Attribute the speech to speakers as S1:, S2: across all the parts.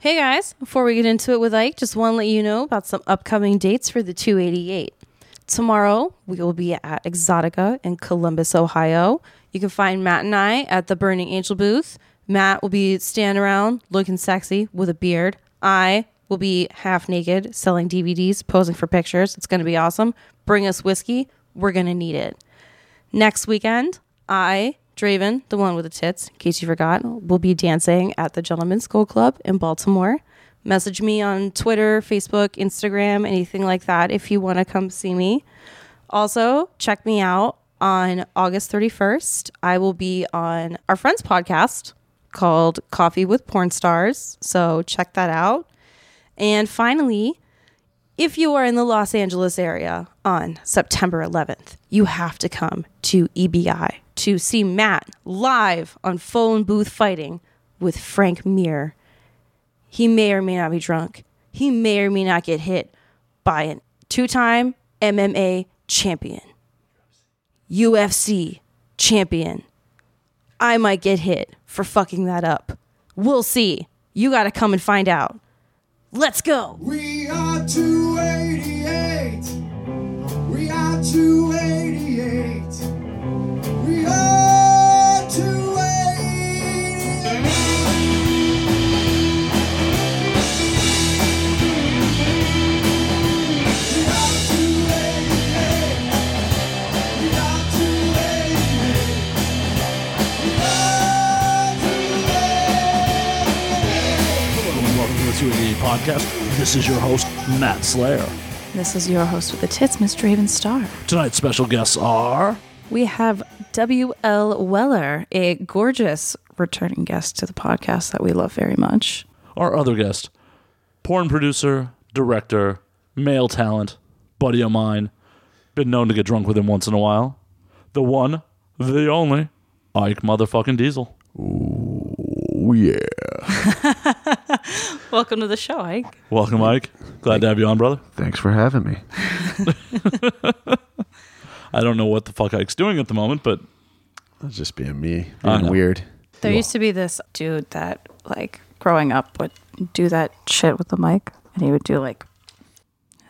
S1: Hey guys, before we get into it with Ike, just want to let you know about some upcoming dates for the 288. Tomorrow, we will be at Exotica in Columbus, Ohio. You can find Matt and I at the Burning Angel booth. Matt will be standing around looking sexy with a beard. I will be half naked selling DVDs, posing for pictures. It's going to be awesome. Bring us whiskey. We're going to need it. Next weekend, I, Draven, the one with the tits, in case you forgot, will be dancing at the Gentlemen's School Club in Baltimore. Message me on Twitter, Facebook, Instagram, anything like that if you want to come see me. Also, check me out on August 31st. I will be on our friend's podcast called Coffee with Porn Stars. So check that out. And finally, if you are in the Los Angeles area on September 11th, you have to come to EBI to see Matt live on phone booth fighting with Frank Mir. He may or may not be drunk. He may or may not get hit by a two time MMA champion, UFC champion. I might get hit for fucking that up. We'll see. You got to come and find out. Let's go.
S2: We are 288. We are 288. We are 288. We are 288. We are 288. We are 288.
S3: Hello and welcome to the 288 Podcast. This is your host, Matt Slayer.
S4: This is your host with the tits, Miss Draven Star.
S3: Tonight's special guests are
S1: We have W.L. Weller, a gorgeous.
S4: Returning guest to the podcast that we love very much.
S3: our other guest, porn producer, director, male talent, buddy of mine, been known to get drunk with him once in a while, the one, the only, Ike motherfucking Diesel.
S1: Welcome to the show, Ike.
S3: Welcome, Ike. Glad to have you on, brother.
S5: Thanks for having me.
S3: I don't know what the fuck Ike's doing at the moment, but
S5: That's just being me,
S3: I know.
S5: being weird.
S4: There used to be this dude that, like, growing up would do that shit with the mic, and he would do, like,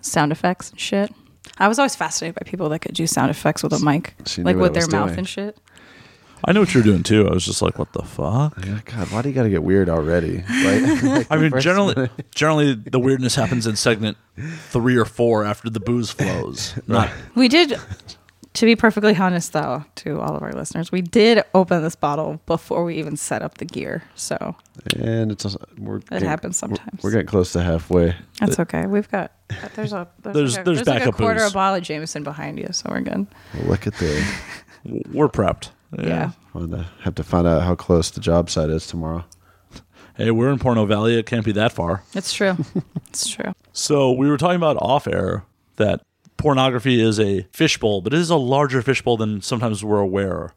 S4: sound effects and shit. I was always fascinated by people that could do sound effects with a mic,
S5: She knew
S4: like with
S5: what I
S4: their
S5: was
S4: mouth
S5: doing.
S4: and shit.
S3: I know what you're doing too. I was just like, what the fuck?
S5: Yeah, God, why do you got to get weird already? Right? Like,
S3: I mean,
S5: first-
S3: generally, generally the weirdness happens in segment three or four after the booze flows. Not
S4: We did, to be perfectly honest, though, to all of our listeners, we did open this bottle before we even set up the gear. So
S5: and it's also, we're
S4: it happens sometimes.
S5: We're getting close to halfway.
S4: That's okay. We've got there's a
S3: There's-
S4: there's like a,
S3: there's
S4: there's like a
S3: backup
S4: quarter
S3: booze.
S4: of a bottle of Jameson behind you, so we're good.
S5: Look at the.
S3: we're prepped.
S4: Yeah.
S5: I'm gonna have to find out how close the job site is tomorrow.
S3: Hey, we're in Porno Valley. It can't be that far.
S4: it's true. it's true.
S3: So we were talking about off air that pornography is a fishbowl, but it is a larger fishbowl than sometimes we're aware.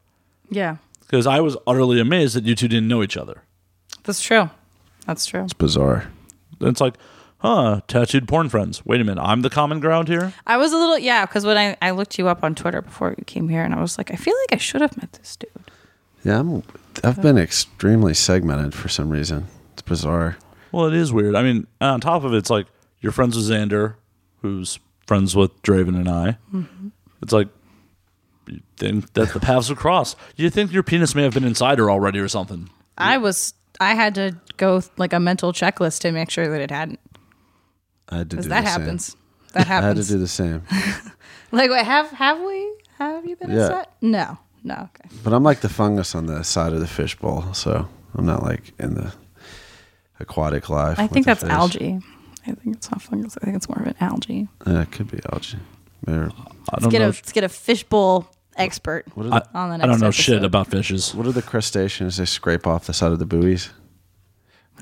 S4: Yeah,
S3: Because I was utterly amazed that you two didn't know each other.
S4: that's true. That's true.
S5: Bizarre.
S3: It's like, huh, tattooed porn friends. Wait a minute, I'm the common ground here.
S4: I was a little yeah because when I I looked you up on Twitter before you came here, and I was like, I feel like I should have met this dude.
S5: Yeah, I'm. I've been extremely segmented for some reason. It's bizarre.
S3: Well, it is weird. I mean, and on top of it, it's like you're friends with Xander, who's friends with Draven and I.
S4: Mm-hmm.
S3: It's like you think that the paths would cross. You think your penis may have been inside her already or something.
S4: I was I had to go th- like a mental checklist to make sure that it hadn't
S5: I had to do
S4: because
S5: the
S4: that
S5: same.
S4: happens. That
S5: I had to
S4: happens.
S5: do the same.
S4: like wait, have have we have you been
S5: Yeah.
S4: upset? No, no. Okay.
S5: But I'm like the fungus on the side of the fishbowl, so I'm not like in the aquatic life.
S4: I
S5: with
S4: think
S5: the
S4: that's
S5: fish.
S4: algae. I think it's not fungus. I think it's more of an algae.
S5: Yeah, it could be algae. Or-
S3: I don't
S1: Let's get, a,
S3: know.
S1: let's get a fishbowl expert.
S5: what, are
S3: I,
S5: the,
S4: on the
S3: I don't
S4: next
S3: know shit
S4: episode.
S3: about fishes.
S5: what are the crustaceans they scrape off the side of the buoys?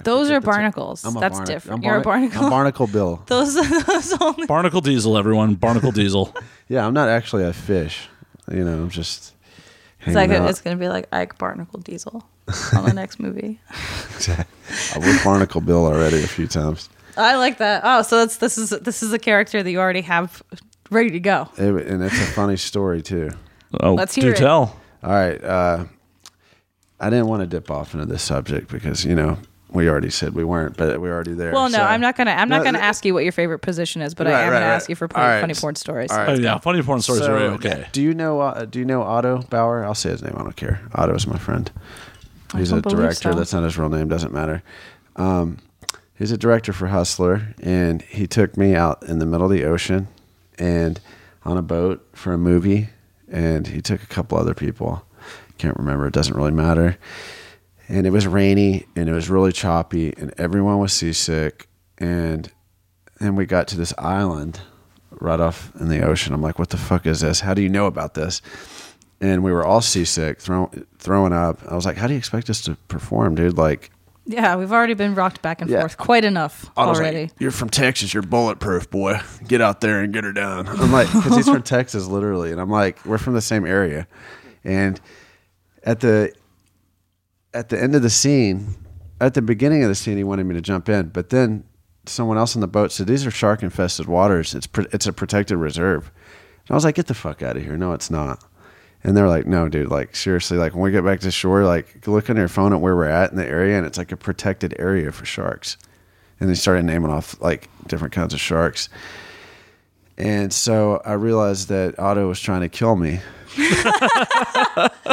S4: Those are
S5: That's a-
S4: barnacles.
S5: I'm a
S4: That's
S5: barna-
S4: different.
S5: I'm
S4: You're a
S5: barna-
S4: barnacle.
S5: I'm barnacle Bill.
S1: Those, those only.
S3: Barnacle Diesel, everyone. Barnacle Diesel.
S5: yeah, I'm not actually a fish. You know, I'm just
S4: It's, like
S5: hanging out.
S4: it's gonna be like Ike Barnacle Diesel on the next movie.
S5: I was barnacle Bill already a few times.
S4: I like that. Oh, so that's this is this is a character that you already have ready to go.
S5: It- and it's a funny story too.
S3: Oh,
S4: Let's
S3: do
S4: hear it.
S3: tell.
S5: All right. Uh, I didn't want to dip off into this subject because, you know, we already said we weren't, but we were already there.
S4: Well, no,
S5: so-
S4: I'm not gonna. I'm
S5: No,
S4: not gonna
S5: th-
S4: ask you what your favorite position is, but I
S5: Right,
S4: am
S5: right,
S4: gonna
S5: right.
S4: ask you for
S5: All
S4: funny,
S5: right.
S4: funny porn stories.
S5: All right.
S3: Oh, yeah, funny porn stories
S5: So,
S3: are okay.
S5: Do you know? Uh, do you know Otto Bauer? I'll say his name. I don't care. Otto is my friend.
S4: I
S5: He's
S4: don't
S5: a
S4: believe
S5: director.
S4: so.
S5: That's not his real name. Doesn't matter. Um, he's a director for Hustler, and he took me out in the middle of the ocean and on a boat for a movie, and he took a couple other people. Can't remember. It doesn't really matter. And it was rainy, and it was really choppy, and everyone was seasick, and and we got to this island right off in the ocean. I'm like, what the fuck is this? How do you know about this? And we were all seasick, throw, throwing up. I was like, how do you expect us to perform, dude? Like,
S4: Yeah, we've already been rocked back and
S5: Yeah.
S4: forth quite enough
S5: I was
S4: already.
S5: like, you're from Texas, you're bulletproof, boy. Get out there and get her down. I'm like, because he's from Texas, literally, and I'm like, we're from the same area, and at the at the end of the scene, at the beginning of the scene, he wanted me to jump in, but then someone else on the boat said, "These are shark infested waters. It's pro- it's a protected reserve." And I was like, "Get the fuck out of here! No, it's not." And they were like, "No, dude. Like seriously. Like when we get back to shore, like look on your phone at where we're at in the area, and it's like a protected area for sharks." And they started naming off like different kinds of sharks. And so I realized that Otto was trying to kill me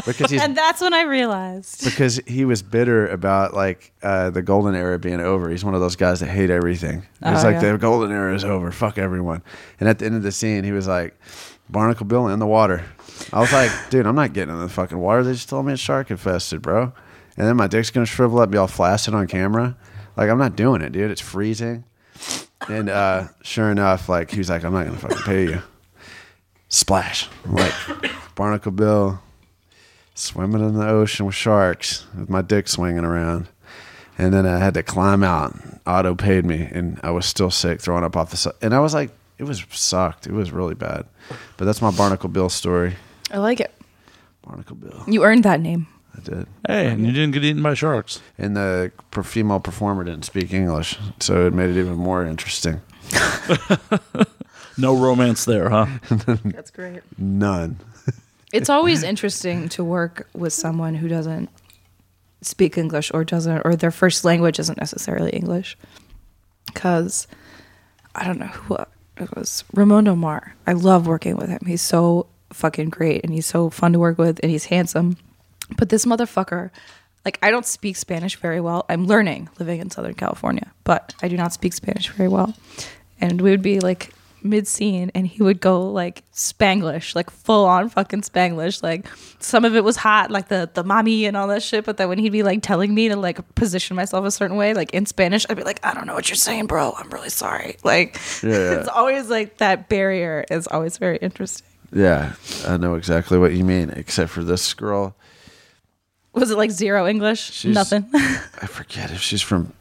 S5: because he's
S4: and that's when I realized.
S5: because he was bitter about like uh, the golden era being over. He's one of those guys that hate everything. He's
S4: Oh,
S5: like
S4: yeah.
S5: the golden era is over. Fuck everyone. And at the end of the scene, he was like, "Barnacle Bill in the water." I was like, "Dude, I'm not getting in the fucking water. They just told me it's shark infested, bro." And then my dick's gonna shrivel up, be all flaccid on camera. Like I'm not doing it, dude. It's freezing. And uh, sure enough, like he was like, "I'm not gonna fucking pay you." Splash, I'm like Barnacle Bill swimming in the ocean with sharks with my dick swinging around. And then I had to climb out. Auto paid me, and I was still sick, throwing up off the side. And I was like, it was sucked. It was really bad. But that's my Barnacle Bill story.
S4: I like it.
S5: Barnacle Bill,
S4: You earned that name.
S5: I did.
S3: Hey, and you didn't get eaten by sharks.
S5: And the per- female performer didn't speak English, so it made it even more interesting.
S3: No romance there, huh?
S4: That's great.
S5: None.
S4: It's always interesting to work with someone who doesn't speak English or doesn't, or their first language isn't necessarily English. Because I don't know who it was, Ramon Omar. I love working with him. He's so fucking great and he's so fun to work with and he's handsome. But this motherfucker, like, I don't speak Spanish very well. I'm learning living in Southern California, but I do not speak Spanish very well. And we would be like mid scene and he would go like Spanglish, like full on fucking Spanglish. Like some of it was hot, like the, the mommy and all that shit. But then when he'd be like telling me to like position myself a certain way, like in Spanish, I'd be like, I don't know what you're saying, bro. I'm really sorry. Like,
S5: yeah.
S4: it's always like that barrier is always very interesting.
S5: Yeah, I know exactly what you mean, except for this girl.
S4: Was it like zero English?
S5: She's-
S4: Nothing.
S5: I forget if she's from,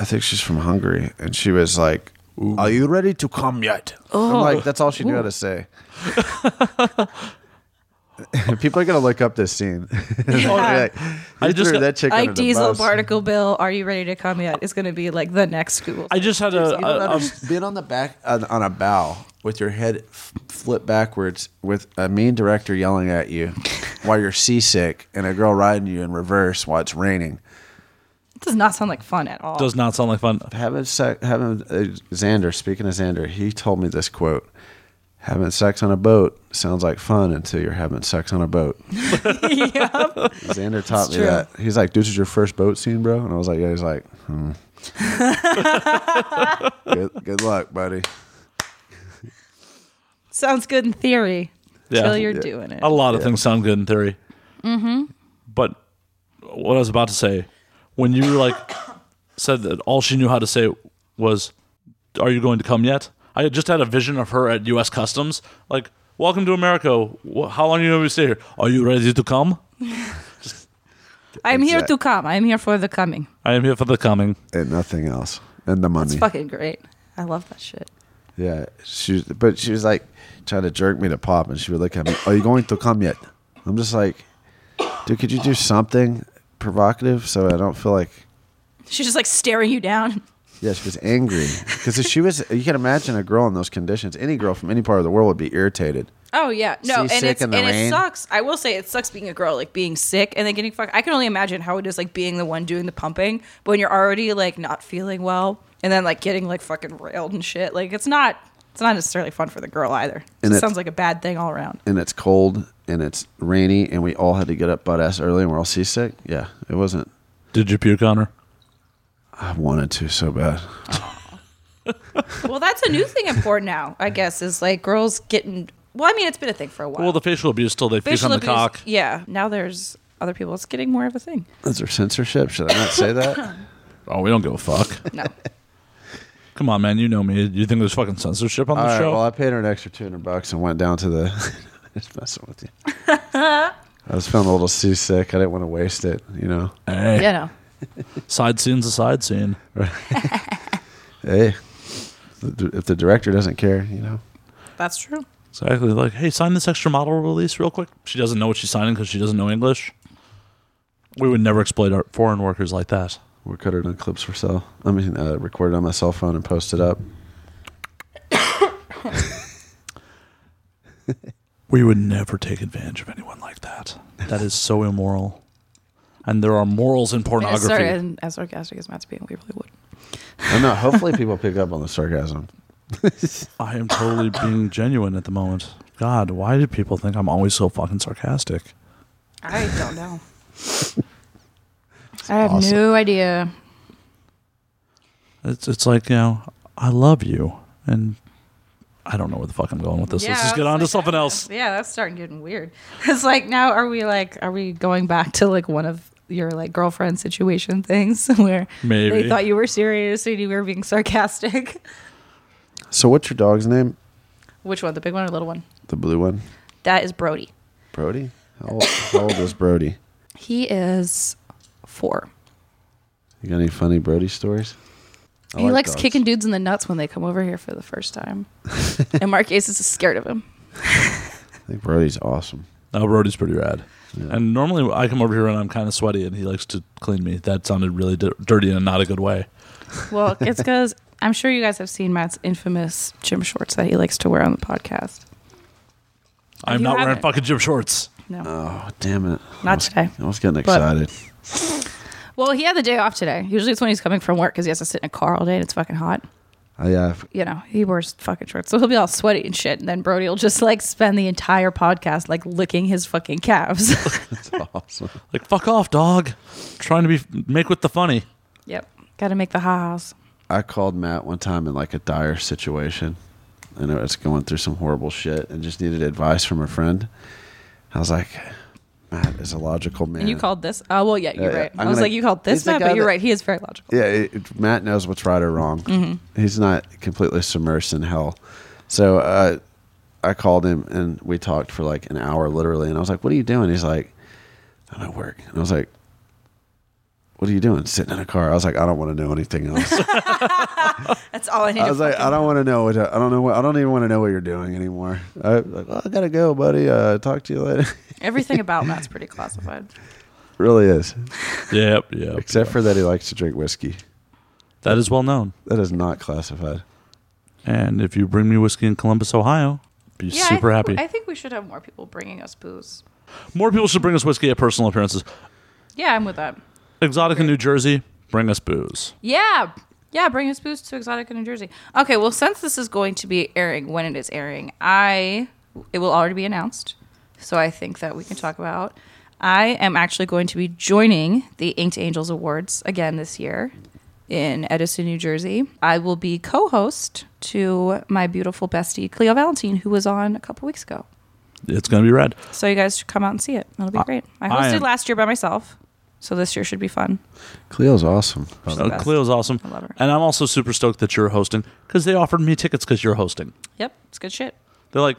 S5: I think she's from Hungary. And she was like, Are you ready to come yet? I'm like, That's all she knew how to say. People are going to look up this scene. I
S3: I just
S5: just
S3: got-
S5: that chick
S4: like
S5: under the
S4: Diesel
S5: bus.
S4: Particle Bill, are you ready to come yet? It's going to be like the next school.
S3: I just had a,
S5: You don't
S3: a, a
S5: understand- being on the back on, on a bow with your head f- flipped backwards with a mean director yelling at you while you're seasick and a girl riding you in reverse while it's raining.
S4: It does not sound like fun at all.
S3: does not sound like fun.
S5: having sex, having uh, Xander. Speaking of Xander, he told me this quote: "Having sex on a boat sounds like fun until you're having sex on a boat." Xander taught me
S4: true.
S5: that. He's like, "This is your first boat scene, bro," and I was like, "Yeah." He's like, hmm. good, good luck, buddy.
S4: Sounds good in theory
S3: Yeah.
S4: until you're doing it.
S3: A lot of things sound good in theory. Mm-hmm. But what I was about to say, when you like said that all she knew how to say was, "Are you going to come yet?" I had just had a vision of her at U.S. Customs, like, "Welcome to America. Wh- How long are you going to stay here? Are you ready to come?
S4: I'm here
S5: Exact-
S4: to come. I'm here for the coming.
S3: I am here for the coming."
S5: And nothing else, and the
S4: It's
S5: money.
S4: fucking great. I love that shit.
S5: yeah, she. was- But she was like trying to jerk me to pop, and she would look at me. Are you going to come yet? I'm just like, dude, could you do something provocative so I don't feel like.
S4: She's just like staring you down.
S5: Yeah, she was angry because if she was, you can imagine a girl in those conditions. Any girl from any part of the world would be irritated.
S4: Oh yeah, no, and
S5: Seasick
S4: it's
S5: in
S4: and
S5: the rain.
S4: it sucks. I will say it sucks being a girl, like being sick and then getting fucked. I can only imagine how it is like being the one doing the pumping, but when you're already like not feeling well and then like getting like fucking railed and shit. Like it's not, it's not necessarily fun for the girl either.
S5: And
S4: it
S5: it-
S4: sounds like a bad thing all around.
S5: and it's cold and it's rainy and we all had to get up butt ass early and we're all seasick. Yeah, it wasn't.
S3: Did you puke on her?
S5: I wanted to so bad.
S4: well, that's a new thing in porn now, I guess, is like girls getting. Well, I mean, it's been a thing for a while.
S3: Well, the facial abuse till they puke on the
S4: abuse,
S3: cock.
S4: yeah. Now there's other people. It's getting more of a thing.
S5: Is there censorship? Should I not say that?
S3: Oh, we don't give a fuck.
S4: No.
S3: Come on, man. You know me. You think there's fucking censorship on
S5: all
S3: the
S5: right.
S3: show?
S5: Well, I paid her an extra two hundred bucks and went down to the. just messing with you. I was feeling a little seasick. I didn't want to waste it. You know.
S3: hey,
S4: yeah, no.
S3: side scene's a side scene.
S5: Hey, if the director doesn't care, you know.
S4: That's true.
S3: Exactly. Like, hey, sign this extra model release real quick. She doesn't know what she's signing because she doesn't know English. We would never exploit our foreign workers like that.
S5: We cut it on clips for sale. I mean, uh, recorded on my cell phone and posted up.
S3: We would never take advantage of anyone like that. That is so immoral. And there are morals in pornography.
S4: Sorry, and as sarcastic as Matt's being, we really would.
S5: I know. Hopefully, people pick up on the sarcasm.
S3: I am totally being genuine at the moment. God, why do people think I'm always so fucking sarcastic?
S4: I don't know. I have
S5: awesome.
S4: no idea.
S3: It's it's like, you know, I love you and I don't know where the fuck I'm going with this. Let's just get on to something else.
S4: Yeah, that's starting getting weird. It's like now are we like are we going back to like one of your like girlfriend situation things where
S3: Maybe.
S4: they thought you were serious and you were being sarcastic?
S5: So, what's your dog's name?
S4: Which one, the big one or the little one?
S5: The blue one,
S4: That is Brody.
S5: Brody. How old, how old is Brody?
S4: He is four.
S5: You got any funny Brody stories? I
S4: he
S5: like
S4: likes
S5: dogs.
S4: kicking dudes in the nuts when they come over here for the first time. and Marquez is scared of him.
S5: I think Brody's awesome.
S3: No, Brody's pretty rad. And normally I come over here and I'm kind of sweaty and he likes to clean me. That sounded really di- dirty and not a good way.
S4: Well, it's because I'm sure you guys have seen Matt's infamous gym shorts that he likes to wear on the podcast.
S3: I'm
S4: you
S3: not wearing
S4: haven't-
S3: fucking gym shorts.
S4: No.
S5: Oh, damn it! I
S4: Not
S5: was,
S4: today.
S5: I was getting
S4: But-
S5: excited.
S4: well, he had the day off today. Usually it's when he's coming from work because he has to sit in a car all day and it's fucking hot.
S5: I, uh,
S4: You know, he wears fucking shorts. So he'll be all sweaty and shit. And then Brody will just like spend the entire podcast like licking his fucking calves.
S5: it's awesome.
S3: Like fuck off, dog. Trying to be make with the funny.
S4: yep. Got to make the ha-has.
S5: I called Matt one time in like a dire situation. I know it's going through some horrible shit and just needed advice from a friend. I was like, Matt is a logical man.
S4: And you called this? Oh, well, yeah, you're
S5: Yeah, yeah.
S4: right.
S5: I'm
S4: i was
S5: gonna-
S4: like, you called
S5: He's
S4: this
S5: the
S4: Matt,
S5: guy
S4: but you're
S5: that-
S4: right. He is very logical.
S5: Yeah, it, it- Matt knows what's right or wrong. He's not completely submersed in hell. So uh, I called him and we talked for like an hour literally. And I was like, What are you doing? He's like, I'm at work. And I was like, What are you doing? Sitting in a car. I was like, I don't want to know anything else.
S4: That's all I need
S5: I was like, I don't want to know what I don't know what I don't even want to know what you're doing anymore. I was like, well, I gotta go, buddy. Uh, talk to you later.
S4: Everything about Matt's pretty classified.
S5: really is,
S3: Yep, yep.
S5: except for that he likes to drink whiskey.
S3: That is well known.
S5: That is not classified.
S3: And if you bring me whiskey in Columbus, Ohio, I'd be super happy.
S4: I think we should have more people bringing us booze.
S3: More people should bring us whiskey at personal appearances.
S4: Yeah, I'm with that.
S3: Exotic in New Jersey, bring us booze.
S4: Yeah. Yeah, bring us booze to Exotica, New Jersey. Okay, well, since this is going to be airing when it is airing, I it will already be announced. So I think that we can talk about. I am actually going to be joining the Inked Angels Awards again this year in Edison, New Jersey. I will be co-host to my beautiful bestie Cleo Valentine, who was on a couple weeks ago.
S3: It's gonna be rad.
S4: So you guys should come out and see it. It'll be great. I
S3: I
S4: hosted
S3: am-
S4: last year by myself, so this year should be fun.
S5: Cleo's awesome. by the
S3: Uh,
S4: best.
S3: Cleo's awesome,
S4: I love her.
S3: and I'm also super stoked that you're hosting because they offered me tickets because you're hosting.
S4: Yep, it's good shit.
S3: They're like,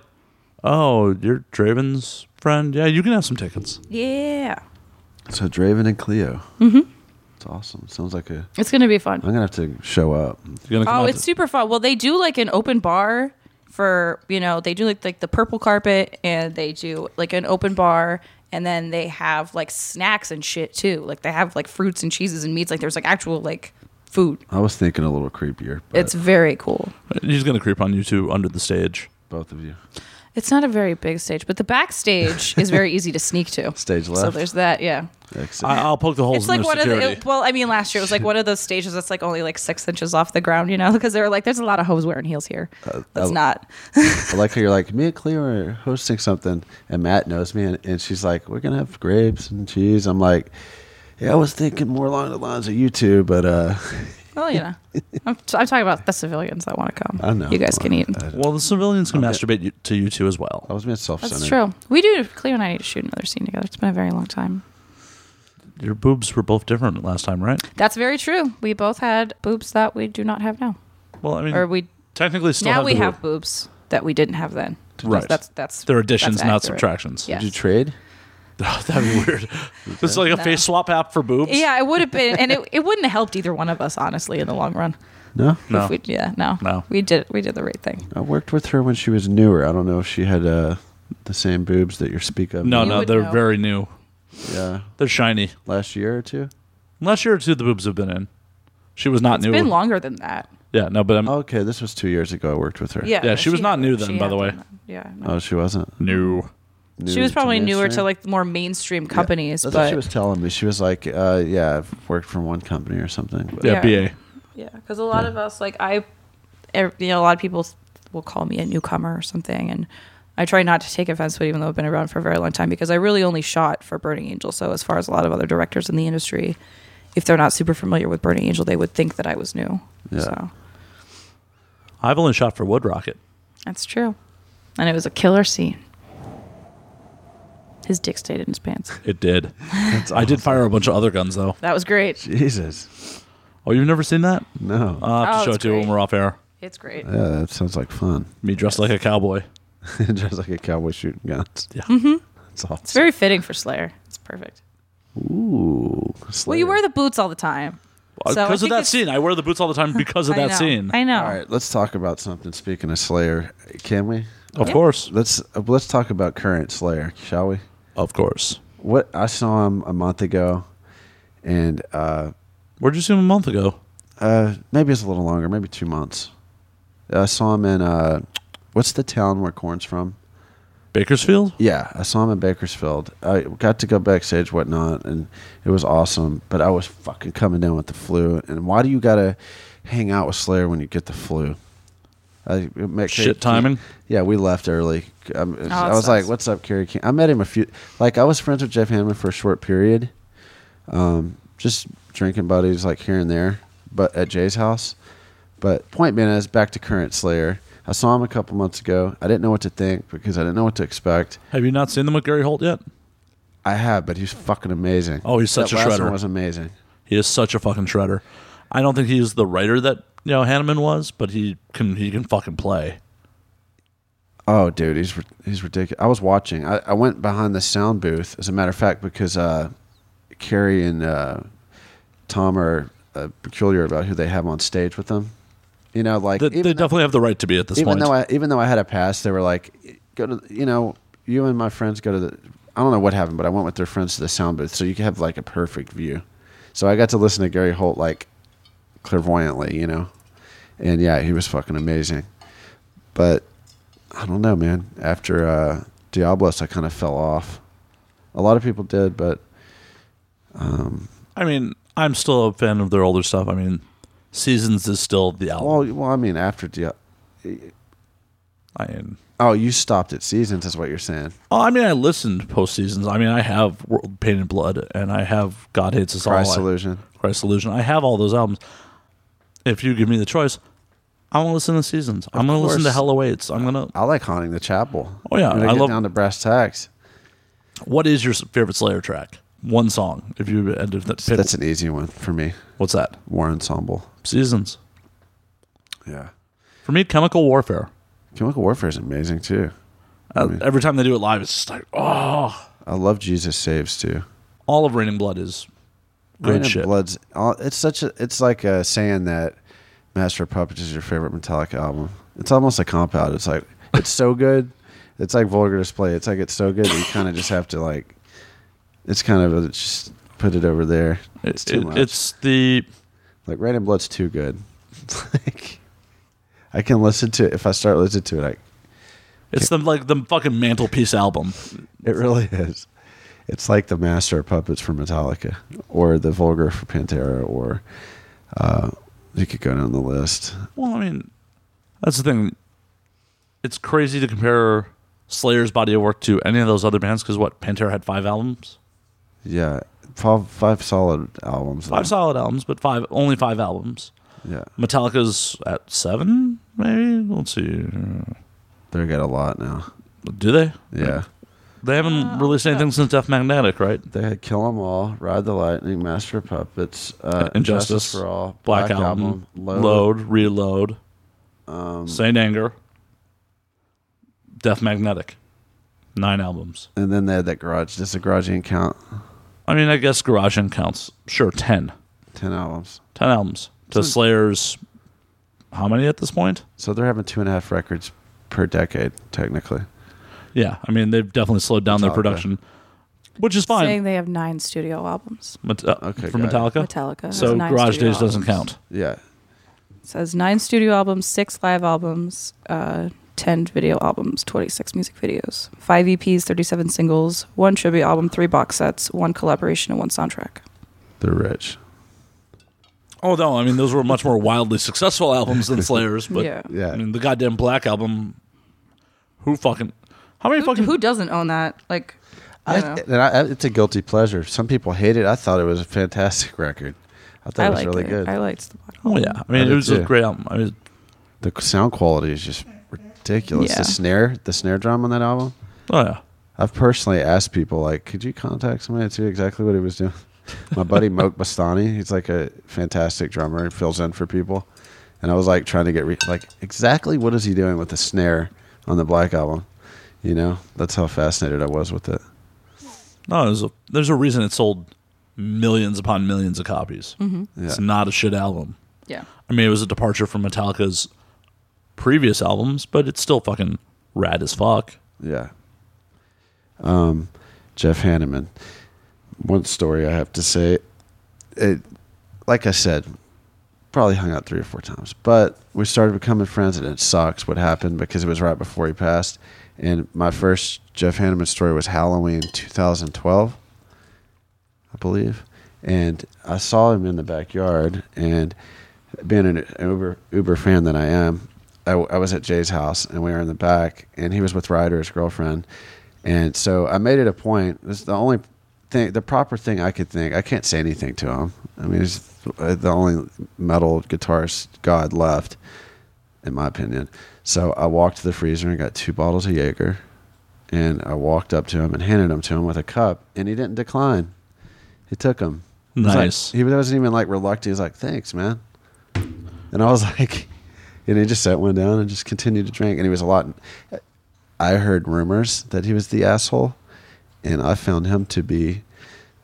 S3: "Oh, you're Draven's friend. Yeah, you can have some tickets."
S4: Yeah.
S5: So Draven and Cleo. Mm-hmm. It's awesome. Sounds like a.
S4: It's gonna be fun.
S5: I'm gonna have to show up.
S3: You're gonna come
S4: Oh,
S3: out
S4: it's
S3: to-
S4: super fun. Well, they do like an open bar for you know they do like like the purple carpet and they do like an open bar and then they have like snacks and shit too. Like they have like fruits and cheeses and meats. Like there's like actual like food.
S5: I was thinking a little creepier. But
S4: It's very cool.
S3: he's gonna creep on you two under the stage.
S5: both of you.
S4: It's not a very big stage, but the backstage is very easy to sneak to.
S5: Stage
S4: So
S5: left.
S4: there's that, yeah.
S5: Exit.
S3: I, I'll poke the holes
S4: it's
S3: in
S4: like
S3: their
S4: one
S3: security.
S4: of the, it- well, I mean, last year it was like one of those stages that's like only like six inches off the ground, you know, because they were like, there's a lot of hoes wearing heels here. That's
S5: I-
S4: not.
S5: I like how you're like, me and Cleo are hosting something, and Matt knows me, and, and she's like, we're going to have grapes and cheese. I'm like, yeah, I was thinking more along the lines of you two, but uh,
S4: Well, you know, I'm, t- I'm talking about the civilians that want to come.
S5: I know.
S4: You guys can eat.
S3: well, the civilians can masturbate you, to you two as well.
S5: I was being self
S4: That's
S5: centered.
S4: true. We do. Cleo and I need to shoot another scene together. It's been a very long time.
S3: Your boobs were both different last time, right?
S4: That's very true. We both had boobs that we do not have now,
S3: Well, I mean,
S4: or we
S3: technically still
S4: now
S3: have
S4: we
S3: the
S4: have
S3: boob.
S4: boobs that we didn't have then.
S3: Right.
S4: That's that's
S3: They're additions,
S4: that's
S3: not
S4: accurate.
S3: subtractions.
S4: Yeah.
S5: Did you trade?
S3: That'd be weird. it's like a face swap app for boobs.
S4: Yeah, it would have been, and it, it wouldn't have helped either one of us, honestly, in the long run.
S5: No.
S3: No.
S4: If we, yeah, no,
S3: No.
S4: we did we did the right thing.
S5: I worked with her when she was newer. I don't know if she had uh, the same boobs that you speak of.
S3: No,
S4: You
S3: no,
S4: would
S3: they're
S4: know.
S3: very new.
S5: Yeah.
S3: They're shiny.
S5: Last year or two?
S3: Last year or two, the boobs have been in. She was not
S4: It's
S3: new.
S4: been longer than that.
S3: Yeah, no, but I'm
S5: Okay, this was two years ago I worked with her.
S4: Yeah,
S3: Yeah, she was not
S4: had-
S3: new then,
S4: she
S3: by
S4: had
S3: the way.
S4: done that. Yeah, no.
S5: Oh, she wasn't.
S3: new.
S4: she was probably newer to
S5: mainstream?
S4: like more mainstream
S5: Yeah,
S4: companies,
S5: That's
S4: but
S5: what she was telling me. She was like, uh, "Yeah, I've worked for one company or something." But
S3: Yeah,
S4: Yeah.
S3: BA.
S4: Yeah, because a lot of us, like I, ev- you know, a lot of people will call me a newcomer or something, and I try not to take offense to it, even though I've been around for a very long time, because I really only shot for Burning Angel. So as far as a lot of other directors in the industry, if they're not super familiar with Burning Angel, they would think that I was new.
S5: Yeah.
S4: So
S3: I've only shot for Wood Rocket.
S4: that's true, and it was a killer scene. His dick stayed in his pants.
S3: It did. I did fire a bunch of other guns though.
S4: That was great.
S5: Jesus,
S3: Oh, you've never seen that?
S5: no.
S3: I'll have to
S4: Oh,
S3: show
S4: it's
S3: it to you when
S4: great.
S3: we're off air.
S4: It's great.
S5: yeah, that sounds like fun.
S3: Me dressed like a cowboy.
S5: Just like a cowboy shooting guns.
S3: Yeah.
S5: That's awesome.
S4: Mm-hmm. It's very fitting for Slayer. It's perfect.
S5: Ooh.
S4: Well,
S5: Slayer.
S4: you wear the boots all the time.
S3: Because
S4: So I
S3: of
S4: think
S3: that
S4: it's-
S3: scene. I wear the boots all the time because of
S4: I
S3: that
S4: know.
S3: scene.
S4: I know.
S5: All right, let's talk about something. Speaking of Slayer, can we?
S3: Of course.
S5: Let's uh, let's talk about current Slayer, shall we?
S3: Of course.
S5: What I saw him a month ago, and uh,
S3: Where'd you see him a month ago?
S5: uh, maybe it's a little longer, maybe two months. I saw him in uh, what's the town where Corn's from?
S3: Bakersfield?
S5: Yeah, I saw him in Bakersfield. I got to go backstage, whatnot, and it was awesome. But I was fucking coming down with the flu. And why do you gotta hang out with Slayer when you get the flu? I, it makes-
S3: Shit timing.
S5: Yeah, we left early. Um,
S4: Oh, that
S5: I was like,
S4: sucks.
S5: "What's up, Kerry King?" I met him a few. Like, I was friends with Jeff Hanneman for a short period, um, just drinking buddies like here and there, but at Jay's house. But point being is, back to current Slayer. I saw him a couple months ago. I didn't know what to think because I didn't know what to expect.
S3: Have you not seen them with Gary Holt yet?
S5: I have, but he's fucking amazing.
S3: Oh, he's such
S5: that
S3: a
S5: last
S3: shredder.
S5: One was amazing.
S3: He is such a fucking shredder. I don't think he is the writer that you know Hanneman was, but he can he can fucking play.
S5: Oh, dude, he's ri- he's ridiculous. I was watching. I, I went behind the sound booth, as a matter of fact, because uh, Carrie and uh, Tom are uh, peculiar about who they have on stage with them. You know, like
S3: They, they
S5: even, though,
S3: definitely have the right to be at this
S5: even
S3: point.
S5: though I even though I had a pass, they were like, "Go to you know, you and my friends go to the." I don't know what happened, but I went with their friends to the sound booth, so you could have like a perfect view. So I got to listen to Gary Holt like clairvoyantly, you know, and yeah, he was fucking amazing. But I don't know, man. After uh, Diablos, I kind of fell off. A lot of people did, but
S3: I mean, I'm still a fan of their older stuff. I mean, Seasons is still the album.
S5: well, well, I mean, after Diablos.
S3: I mean,
S5: Oh, you stopped at seasons, is what you're saying.
S3: oh, I mean, I listened post seasons. I mean, I have World Pain and Blood, and I have God Hates Us
S5: Christ
S3: All. I-
S5: illusion.
S3: Christ Illusion. I have all those albums. If you give me the choice, I'm gonna listen to Seasons. I'm gonna listen to
S5: course.
S3: Hell Awaits. I'm gonna.
S5: I like haunting the chapel.
S3: Oh, yeah,
S5: When i
S3: I
S5: get
S3: love-
S5: down to brass tacks.
S3: What is your favorite Slayer track? One song. If you had to pick,
S5: That's an easy one for me.
S3: what's that?
S5: War Ensemble.
S3: Seasons.
S5: Yeah.
S3: For me, Chemical Warfare.
S5: Chemical Warfare is amazing too.
S3: Uh, every time they do it live, it's just like, oh,
S5: I love Jesus Saves too.
S3: all of Raining Blood is good
S5: Rain and
S3: shit.
S5: Blood's. all- It's such a. It's like uh, saying that Master of Puppets is your favorite Metallica album. It's almost a comp out. It's like it's so good. It's like vulgar display. It's like it's so good that you kind of just have to like. It's kind of a, just put it over there. It's
S3: It-
S5: too
S3: it-
S5: much.
S3: it's the
S5: Like Rain and Blood's too good. like I can listen to it if I start listening to it. I
S3: It's the like the fucking mantelpiece album.
S5: It really is. It's like the master of puppets for Metallica, or the vulgar for Pantera, or uh, you could go down the list.
S3: Well, I mean, that's the thing. It's crazy to compare Slayer's body of work to any of those other bands because what Pantera had five albums,
S5: Yeah, five, five solid albums.
S3: five solid albums, but five only five albums.
S5: Yeah,
S3: Metallica's at seven, maybe. Let's see.
S5: they got a lot now.
S3: Do they?
S5: Yeah,
S3: They haven't released anything since Death Magnetic, right?
S5: they had Kill 'Em All, Ride the Lightning, Master of Puppets, uh,
S3: Injustice,
S5: for All,
S3: Black, Album,
S5: Load.
S3: Load, Reload, Saint Anger, Death Magnetic, nine albums.
S5: and then they had that Garage. Does the Garage Inc. count?
S3: I mean, I guess Garage End counts. Sure, ten.
S5: Ten albums.
S3: Ten albums to Slayer's. How many at this point?
S5: So they're having two and a half records per decade, technically.
S3: Yeah, I mean they've definitely slowed down their
S5: Metallica.
S3: production, which is
S4: Saying
S3: fine.
S4: they have nine studio albums.
S3: Met- uh,
S5: Okay,
S3: for
S5: got it.
S3: Metallica,
S4: Metallica. has
S3: so
S4: nine
S3: Garage
S4: studio
S3: Days doesn't
S4: albums.
S3: count.
S5: Yeah,
S4: It says nine studio albums, six live albums, uh, 10 video albums, 26 music videos, five EPs, 37 singles, one tribute album, three box sets, one collaboration, and one soundtrack.
S5: they're rich.
S3: Oh no, I mean those were much more wildly successful albums than Slayer's. But
S4: yeah.
S5: Yeah,
S3: I mean the goddamn Black album. Who fucking? How many
S4: Who,
S3: fucking?
S4: who doesn't own that? Like, I
S5: I,
S4: don't know.
S5: and I, it's a guilty pleasure. Some people hate it. I thought it was a fantastic record. I thought
S4: I
S5: it was
S4: liked
S5: really
S4: it.
S5: good.
S4: I liked the black
S3: Oh
S4: album.
S3: yeah, I
S5: I
S3: mean
S5: did
S3: it was a
S5: too.
S3: great album. I mean,
S5: the sound quality is just ridiculous.
S4: Yeah.
S5: The snare, the snare drum on that album.
S3: oh yeah.
S5: I've personally asked people like, could you contact somebody to see exactly what he was doing? My buddy Moke Bastani, he's like a fantastic drummer and fills in for people. And I was like trying to get re- like exactly what is he doing with the snare on the Black album? You know, that's how fascinated I was with it.
S3: No, there's a, there's a reason it sold millions upon millions of copies. Mm-hmm. It's
S5: Yeah.
S3: not a shit album.
S4: Yeah.
S3: I mean, it was a departure from Metallica's previous albums, but it's still fucking rad as fuck.
S5: Yeah. Um, Jeff Hanneman. One story I have to say, it, like I said, probably hung out three or four times, but we started becoming friends, and it sucks what happened because it was right before he passed. And my first Jeff Hanneman story was Halloween 2012, I believe, and I saw him in the backyard, and being an Uber Uber fan that I am, I, w- I was at Jay's house and we were in the back, and he was with Ryder, his girlfriend, and so I made it a point. This is the only thing, the proper thing I could think. I can't say anything to him. I mean, he's the only metal guitarist god left, in my opinion. So I walked to the freezer and got two bottles of Jaeger, and I walked up to him and handed them to him with a cup, and he didn't decline. He took them. He was like-
S3: Nice.
S5: he wasn't even like reluctant. He was like, "Thanks, man." And I was like, and he just sat one down and just continued to drink. And he was a lot. I heard rumors that he was the asshole, and I found him to be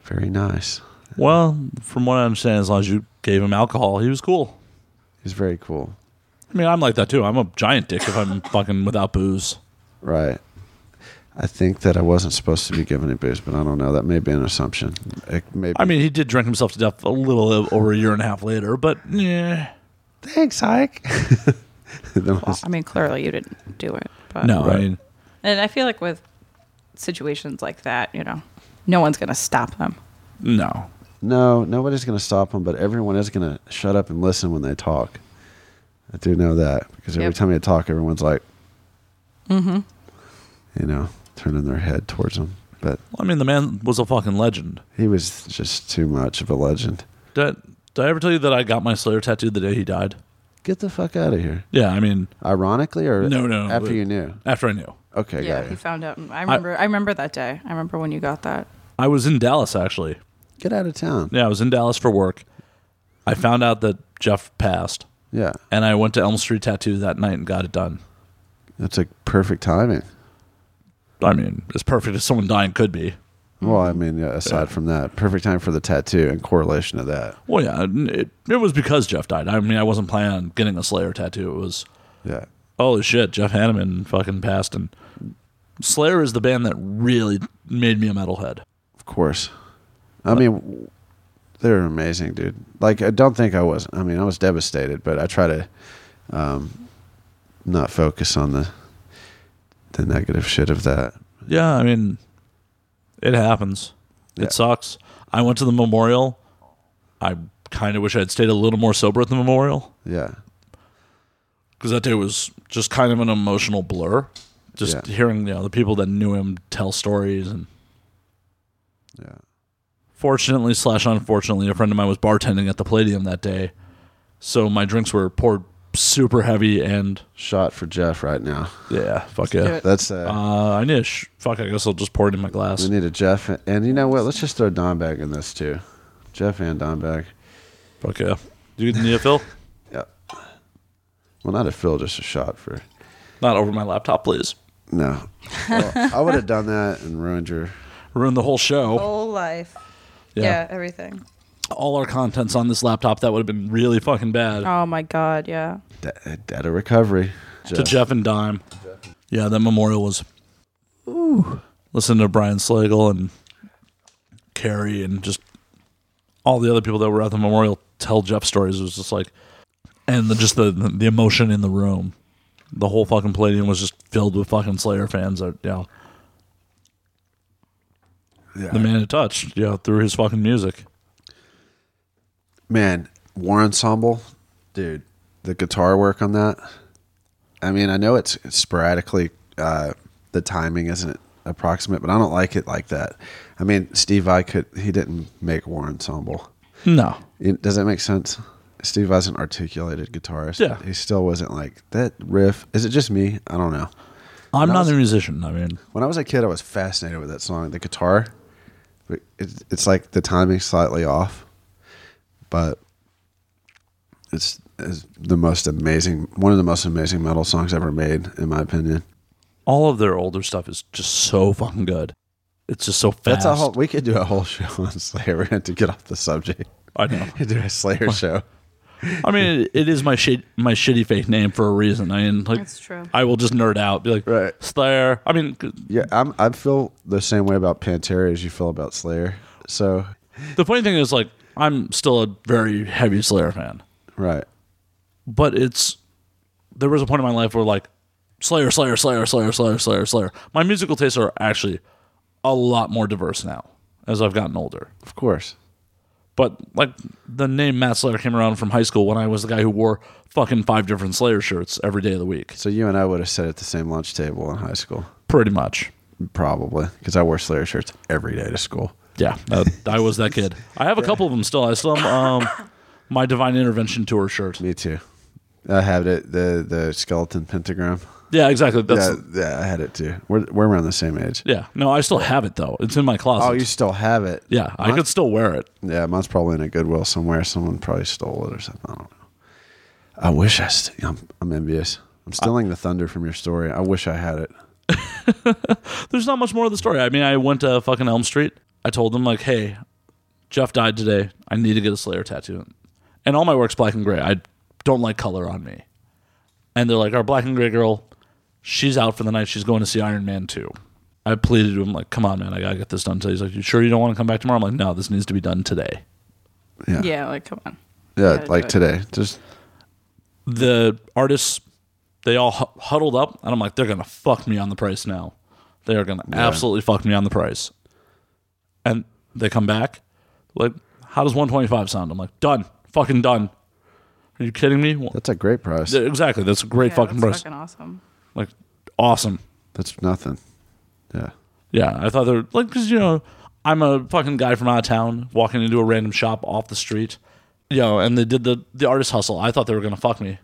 S5: very nice.
S3: Well, from what I understand, as long as you gave him alcohol, he was cool.
S5: He's very cool,
S3: I mean, I'm like that too. I'm a giant dick if I'm fucking without booze.
S5: right? I think that I wasn't supposed to be given a booze, but I don't know. That may be an assumption. It may be-
S3: I mean, he did drink himself to death a little o- over a year and a half later, but yeah.
S5: thanks, Ike. That
S4: Well,
S5: was-
S4: I mean, clearly you didn't do it. But.
S3: No,
S5: Right.
S3: I mean,
S4: And I feel like with situations like that, you know, no one's going to stop them.
S3: no.
S5: no, nobody's going to stop him, but everyone is going to shut up and listen when they talk. I do know that because every
S4: Yep.
S5: time you talk, everyone's like, mm-hmm. you know, turning their head towards him. But
S3: I mean, the man was a fucking legend.
S5: He was just too much of a legend.
S3: Did I, did I ever tell you that I got my Slayer tattoo the day he died?
S5: Get the fuck out of here.
S3: Yeah, I mean,
S5: Ironically, or
S3: No, no,
S5: after
S3: but-
S5: you knew.
S3: after I knew.
S5: Okay,
S4: yeah,
S5: got
S4: he
S5: you.
S4: found out. I remember. I, remember that day. I remember when you got that.
S3: I was in Dallas, actually.
S5: Get out of town.
S3: Yeah, I was in Dallas for work. I found out that Jeff passed,
S5: Yeah,
S3: and I went to Elm Street Tattoo that night and got it done.
S5: that's like perfect timing.
S3: I mean, as perfect as someone dying could be.
S5: Well, I mean, yeah, aside from that, perfect time for the tattoo in correlation to that.
S3: Well, yeah, it, it was because Jeff died. I mean, I wasn't planning on getting a Slayer tattoo. It was,
S5: Yeah,
S3: holy shit, Jeff Hanneman fucking passed. And Slayer is the band that really made me a metalhead.
S5: of course. I mean, they're amazing, dude. Like, I don't think I was. I mean, I was devastated, but I try to um, not focus on the the negative shit of that.
S3: Yeah, I mean, it happens.
S5: Yeah.
S3: It sucks. I went to the memorial. I kind of wish I had stayed a little more sober at the memorial
S5: Yeah.
S3: because that day was just kind of an emotional blur. Just
S5: Yeah.
S3: hearing you know the people that knew him tell stories and
S5: Yeah.
S3: fortunately slash unfortunately, a friend of mine was bartending at the Palladium that day, so my drinks were poured super heavy and
S5: Shot for Jeff right now.
S3: yeah, fuck
S4: do
S3: yeah.
S4: it.
S5: That's uh,
S3: Uh, I need a sh- fuck. I guess I'll just pour it in my glass.
S5: we need a Jeff and you know what? Let's just throw Don back in this too. Jeff and Don back.
S3: Fuck yeah. Do you need a fill?
S5: Yeah. Well, not a fill, just a shot for.
S3: Not over my laptop, please.
S5: No. Well, I would have done that and ruined your.
S3: Ruin the whole show.
S4: Whole life.
S3: Yeah.
S4: everything.
S3: All our contents on this laptop that would have been really fucking bad.
S4: Oh my god, yeah.
S5: De- debt of recovery.
S3: to Jeff and Dime. Yeah, that memorial was. Ooh. Listen to Brian Slagle and Carrie and just all the other people that were at the memorial tell Jeff stories. It was just like, and the, just the the emotion in the room. The whole fucking Palladium was just filled with fucking Slayer fans. That, you know,
S5: Yeah.
S3: the man it touched, you know, through his fucking music.
S5: man, War Ensemble, dude, the guitar work on that. I mean, I know it's, it's sporadically, uh, the timing isn't approximate, but I don't like it like that. I mean, Steve Vai could, he didn't make War Ensemble.
S3: No,
S5: It- does that make sense? Steve Vai's an articulated guitarist.
S3: Yeah.
S5: He still wasn't like, that riff, is it just me? I don't know.
S3: I'm
S5: I
S3: not
S5: was-
S3: a musician. I mean,
S5: When I was a kid, I was fascinated with that song, the guitar. But It's, it's like the timing slightly off, but it's, it's the most amazing, one of the most amazing metal songs ever made, in my opinion.
S3: all of their older stuff is just so fucking good. It's just so fast.
S5: That's a whole. We could do a whole show on Slayer. We're going to get off the subject.
S3: I know.
S5: do a Slayer show.
S3: I mean, it, it is my shit, my shitty fake name for a reason. I mean, like,
S4: That's true.
S3: I will just nerd out, be like,
S5: Right.
S3: Slayer. I mean, c-
S5: Yeah, I'm. I feel the same way about Pantera as you feel about Slayer. So,
S3: the funny thing is, like, I'm still a very heavy Slayer fan,
S5: right.
S3: but it's there was a point in my life where like Slayer, Slayer, Slayer, Slayer, Slayer, Slayer, Slayer. My musical tastes are actually a lot more diverse now as I've gotten older.
S5: Of course.
S3: But like the name Matt Slayer came around from high school when I was the guy who wore fucking five different Slayer shirts every day of the week,
S5: So you and I would have sat at the same lunch table in high school.
S3: pretty much.
S5: Probably because I wore Slayer shirts every day to school.
S3: Yeah, that, Uh, I was that kid. I have a couple of them still. I still have um, my Divine Intervention tour shirt.
S5: Me too. I had it the the skeleton pentagram.
S3: Yeah, exactly. That's yeah.
S5: yeah, yeah, I had it too. We're we're around the same age.
S3: No, I still have it though. It's in my closet.
S5: Oh, you still have it?
S3: yeah, I
S5: Mine-
S3: could still wear it.
S5: Yeah, mine's probably in a Goodwill somewhere. Someone probably stole it or something. I don't know. I wish I. St- I'm, I'm envious. I'm stealing the thunder from your story. I wish I had it.
S3: There's not much more of the story. I mean, I went to fucking Elm Street. I told them like, "Hey, Jeff died today. I need to get a Slayer tattoo." And all my work's black and gray. I don't like color on me. And they're like, "Our black and gray girl, she's out for the night. She's going to see Iron Man 2." I pleaded to him like, "Come on, man. I got to get this done today." He's like, "You sure you don't want to come back tomorrow?" I'm like, "No, this needs to be done today."
S5: Yeah. Yeah.
S4: Yeah, like come on. do
S5: like
S4: it.
S5: today. Just
S3: the artists they all hu- huddled up and i'm like they're gonna fuck me on the price now they are gonna absolutely fuck me on the price and they come back like how does 125 sound i'm like done fucking done are you kidding me Well,
S5: that's a great price.
S3: th- exactly that's a great
S4: Yeah,
S3: fucking price
S4: that's fucking awesome.
S3: like awesome
S5: That's nothing. Yeah.
S3: yeah i thought they're like because you know i'm a fucking guy from out of town walking into a random shop off the street you know and they did the the artist hustle i thought they were gonna fuck me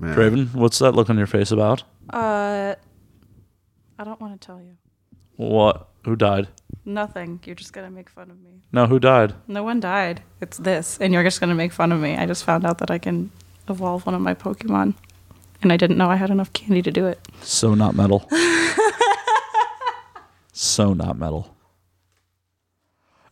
S5: Man.
S3: draven what's that look on your face about
S4: Uh I don't want to tell you.
S3: what who died
S4: Nothing. You're just gonna make fun of me.
S3: No, who died?
S4: No one died. It's this, and you're just gonna make fun of me. I just found out that I can evolve one of my Pokemon, and I didn't know I had enough candy to do it.
S3: So not metal. so not metal.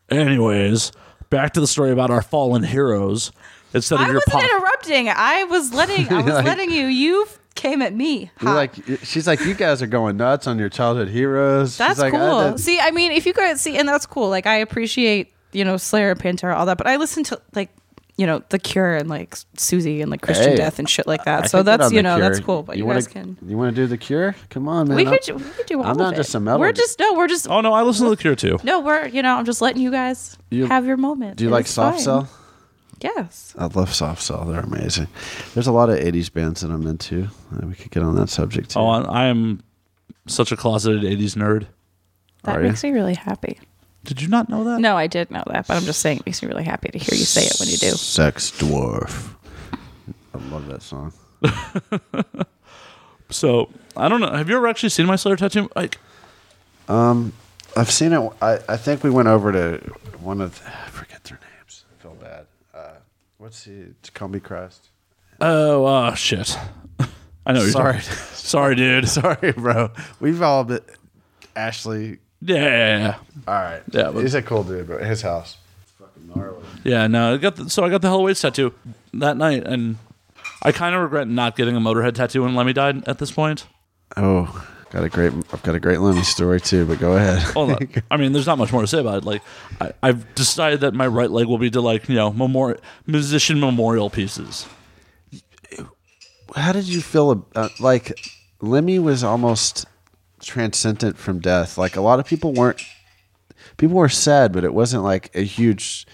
S3: Anyways, back to the story about our fallen heroes. Instead of
S4: I
S3: your
S4: wasn't
S3: pop,
S4: interrupting. I was letting. I was
S5: Like-
S4: letting you. You f- came at me.
S5: You're
S4: Hot.
S5: like she's like you guys are going nuts on your childhood heroes. She's
S4: that's
S5: like, I
S4: cool.
S5: did-
S4: see, I mean, if you guys see, and that's cool. Like I appreciate you know Slayer, Pantera, all that, but I listen to like you know, The Cure and like Susie and like Christian
S5: Hey.
S4: Death and shit like
S5: I
S4: that.
S5: could
S4: so
S5: get
S4: that's
S5: on
S4: you
S5: The
S4: know
S5: Cure.
S4: that's cool. But you,
S5: wanna,
S4: guys can.
S5: You want to do the Cure? Come on, man.
S4: We
S5: I'll-
S4: could, do- we could do all
S5: I'm
S4: of
S5: not
S4: it.
S5: just a melody.
S4: We're just no, we're just
S3: Oh no, I listen to the Cure too.
S4: no, we're you know, I'm just letting you guys
S5: You-
S4: have your moment.
S5: do you
S4: It
S5: like
S4: is
S5: Soft
S4: fine.
S5: Cell?
S4: Yes.
S5: I love Soft Cell. They're amazing. There's a lot of 80s bands that I'm into. Uh, We could get on that subject too.
S3: Oh, I I am such a closeted '80s nerd.
S4: That
S5: Are ya?
S4: makes me really happy.
S3: Did you not know that?
S4: No, I did know that, but I'm just saying it makes me really happy to hear you say it when you do.
S5: Sex Dwarf. I love that song.
S3: So I don't know. Have you ever actually seen my Slayer tattoo? Like,
S5: I've seen it. I, I think we went over to one of the, I forget their names. I feel bad. Uh, what's the Combi Crest?
S3: oh uh, shit. I know. You're
S5: Sorry.
S3: talking- Sorry, dude.
S5: Sorry, bro. We've all been Ashley.
S3: Yeah, yeah, yeah.
S5: All right.
S3: Yeah, but-
S5: he's a cool dude, but his house. Fucking gnarly.
S3: Yeah, no, I got the, so I got the Hell Waits tattoo that night, and I kind of regret not getting a Motorhead tattoo when Lemmy died. At this point,
S5: Oh, got a great. I've got a great Lemmy story too. But go ahead.
S3: Well, not- I mean, there's not much more to say about it. Like, I, I've decided that my right leg will be to like you know memori- musician memorial pieces.
S5: How did you feel about like Lemmy was almost transcendent from death? Like a lot of people weren't. People were sad, but it wasn't like a huge.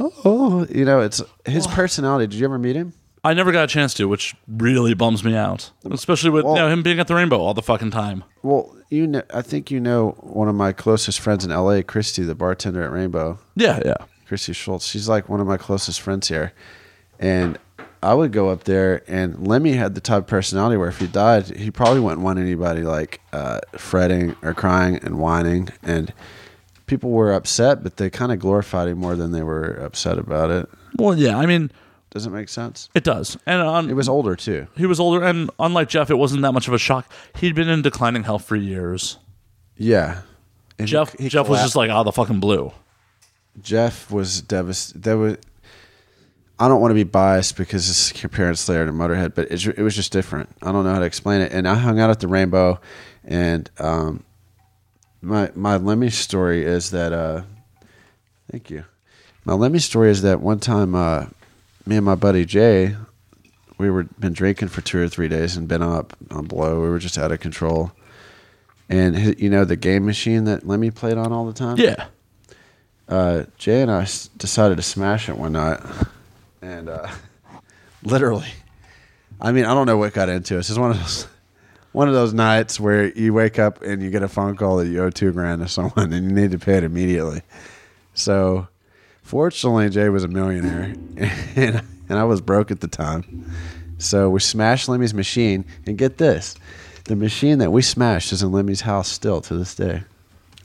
S5: Oh, you know, it's his personality. Did you ever meet him?
S3: I never got a chance to, which really bums me out, especially with you
S5: Well-
S3: know, him being at the Rainbow all the fucking time.
S5: Well, you know, I think you know one of my closest friends in LA, Christy, the bartender at Rainbow.
S3: Yeah, yeah.
S5: Christy Schultz. She's like one of my closest friends here. And I would go up there, and Lemmy had the type of personality where if he died, he probably wouldn't want anybody like uh, fretting or crying and whining. And people were upset, but they kind of glorified him more than they were upset about it.
S3: Well, yeah. I mean,
S5: Does it make sense?
S3: it does. And on,
S5: It was older too.
S3: he was older, and unlike Jeff, it wasn't that much of a shock. He'd been in declining health for years.
S5: Yeah. And he-
S3: Jeff,
S5: he
S3: Jeff was
S5: collapsed.
S3: just like out of the fucking blue.
S5: Jeff was devastated. There was. I don't want to be biased because it's comparing Slayer to Motorhead, but it, it was just different. I don't know how to explain it. And I hung out at the Rainbow, and um, my my Lemmy story is that. Uh, thank you. My Lemmy story is that one time, uh, me and my buddy Jay, we were been drinking for two or three days and been up on blow. We were just out of control, and hi- you know the game machine that Lemmy played on all the time
S3: Yeah.
S5: uh, Jay and I s- decided to smash it one night, and uh, literally, I mean, I don't know what got into us. It's one of those, one of those nights where you wake up and you get a phone call that you owe two grand to someone and you need to pay it immediately. So, fortunately, Jay was a millionaire, and and I was broke at the time. So we smashed Lemmy's machine, and get this, the machine that we smashed is in Lemmy's house still to this day.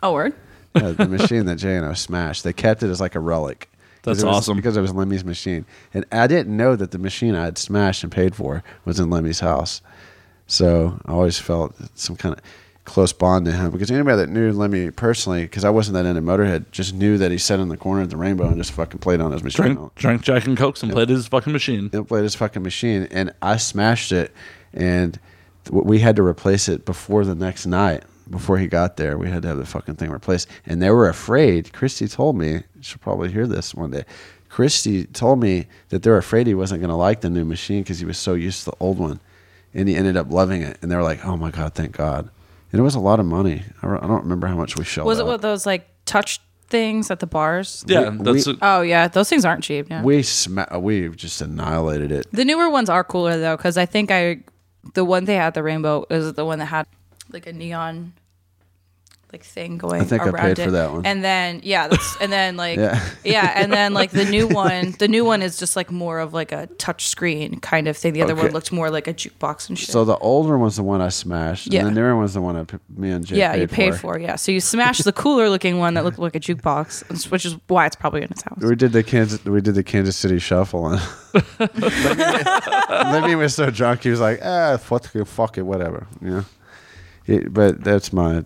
S4: Oh word?
S5: Yeah, the machine that J and O smashed. They kept it as like a relic. 'Cause
S3: That's
S5: it was-
S3: awesome.
S5: Because it was Lemmy's machine. And I didn't know that the machine I had smashed and paid for was in Lemmy's house. So I always felt some kind of close bond to him. Because anybody that knew Lemmy personally, because I wasn't that into Motorhead, just knew that he sat in the corner of the rainbow and just fucking played on his machine. all-
S3: Drank, drank Jack and Cokes and played his fucking machine.
S5: it played his fucking machine and I smashed it and th- we had to replace it before the next night before he got there we had to have the fucking thing replaced and they were afraid Christy told me she'll probably hear this one day Christy told me that they were afraid he wasn't going to like the new machine because he was so used to the old one and he ended up loving it and they were like oh my god thank god and it was a lot of money I re- I don't remember how much we shelled
S4: Was it
S5: out.
S4: one of those like touch things at the bars?
S3: Yeah,
S5: We-
S3: that's
S5: we-
S3: it.
S4: Oh yeah, those things aren't cheap. Yeah.
S5: we sma- we just annihilated it
S4: The newer ones are cooler though, because I think I, the one they had at the Rainbow is the one that had like a neon, like thing going.
S5: I think I
S4: around
S5: paid
S4: it.
S5: for that one.
S4: And then yeah, that's, and then like
S5: Yeah.
S4: yeah. and then like the new one, the new one is just like more of like a touch screen kind of thing. The other
S5: Okay.
S4: one looked more like a jukebox and shit.
S5: So the older one's the one I smashed,
S4: Yeah.
S5: and the newer one's the one I, p- me and Jay.
S4: yeah,
S5: paid
S4: you paid for. yeah. So you smashed the cooler looking one that looked like a jukebox, which is why it's probably in its house.
S5: We did the Kansas. We did the Kansas City Shuffle, and Lemmy was so drunk he was like, "Ah, fuck, it, fuck it, whatever." You know. It, but that's my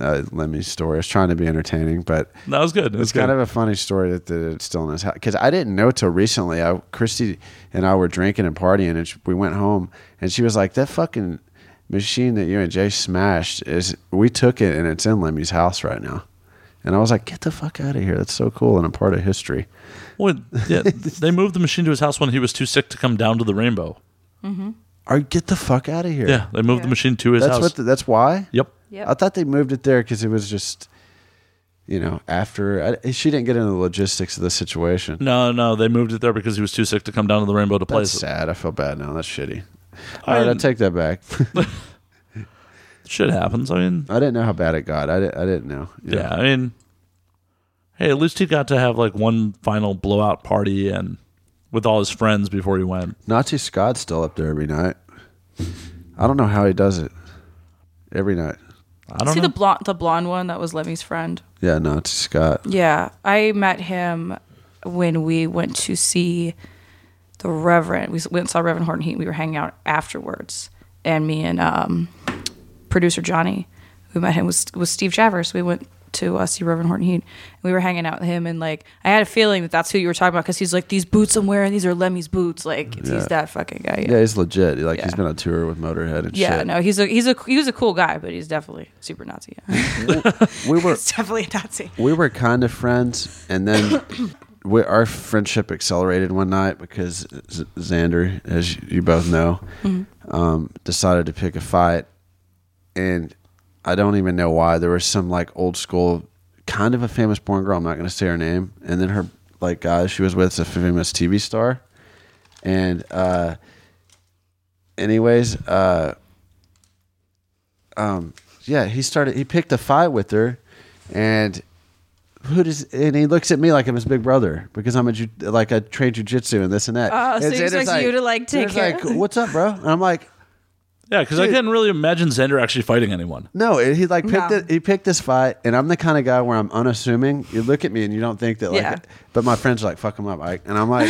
S5: uh, Lemmy story. I was trying to be entertaining, but
S3: That was good. That was
S5: it's kind
S3: good.
S5: of a funny story that, that it's still in his house because I didn't know till recently. I Christy and I were drinking and partying, and sh- we went home, and she was like, "That fucking machine that you and Jay smashed is we took it, and it's in Lemmy's house right now." And I was like, get the fuck out of here. That's so cool and a part of history.
S3: Well, yeah, they moved the machine to his house when he was too sick to come down to the rainbow.
S5: Or get the fuck out of here.
S3: Yeah, they moved the
S4: Yeah.
S3: machine to his
S5: That's
S3: house.
S5: what. The, that's why.
S3: yep.
S1: Yep.
S5: I thought they moved it there because it was just, you know, after I, she didn't get into the logistics of the situation.
S3: No, no, they moved it there because he was too sick to come down to the rainbow to play.
S5: That's
S3: it.
S5: sad. I feel bad now. That's shitty.
S3: I
S5: All right, I
S4: Um,
S3: didn't-
S5: take that back.
S3: Shit happens. I mean,
S5: I didn't know how bad it got. I didn't. I didn't know.
S3: yeah. I mean, hey, at least he got to have like one final blowout party and with all his friends before he went.
S5: Nazi Scott's still up there every night. I don't know how he does it. Every night.
S3: I don't
S4: See
S3: know.
S4: the blonde, the blonde one that was Lemmy's friend.
S5: Yeah, Nazi Scott.
S4: Yeah, I met him when we went to see the Reverend. We went and saw Reverend Horton Heat. We were hanging out afterwards, and me and um, producer Johnny, we met him was was Steve Javers. We went to uh, see Reverend Horton Heat. And we were hanging out with him, and like I had a feeling that that's who you were talking about because he's like these boots I'm wearing. These are Lemmy's boots. Like he's that fucking guy.
S5: Yeah, he's legit. Like he's
S4: Yeah.
S5: been on tour with Motorhead and
S4: Yeah,
S5: shit.
S4: no, he's a he's a he was a cool guy, but he's definitely super Nazi. Yeah.
S5: we were
S4: he's definitely a Nazi.
S5: we were kind of friends, and then we, our friendship accelerated one night because Z- Xander, as you- you both know,
S4: Mm-hmm.
S5: um, decided to pick a fight, and I don't even know why. There was some like old school, kind of a famous porn girl. I'm not going to say her name, and then her like guy she was with is a famous TV star, and uh, anyways, uh, um, yeah, he started. He picked a fight with her, and who does? And he looks at me like I'm his big brother because I'm a ju- like I train jujitsu and this and that.
S4: Oh,
S5: and
S4: so he
S5: Xander's
S4: expects you to, like, take
S5: Xander's
S4: care-
S5: like, what's up, bro? And I'm like.
S3: yeah, because I
S5: Dude.
S3: couldn't really imagine Xander actually fighting anyone.
S5: No, it- he like picked
S4: No.
S5: it. He picked this fight, and I'm the kind of guy where I'm unassuming. You look at me and you don't think that like.
S4: Yeah.
S5: But my friends are like, "Fuck him up," Ike," and I'm like,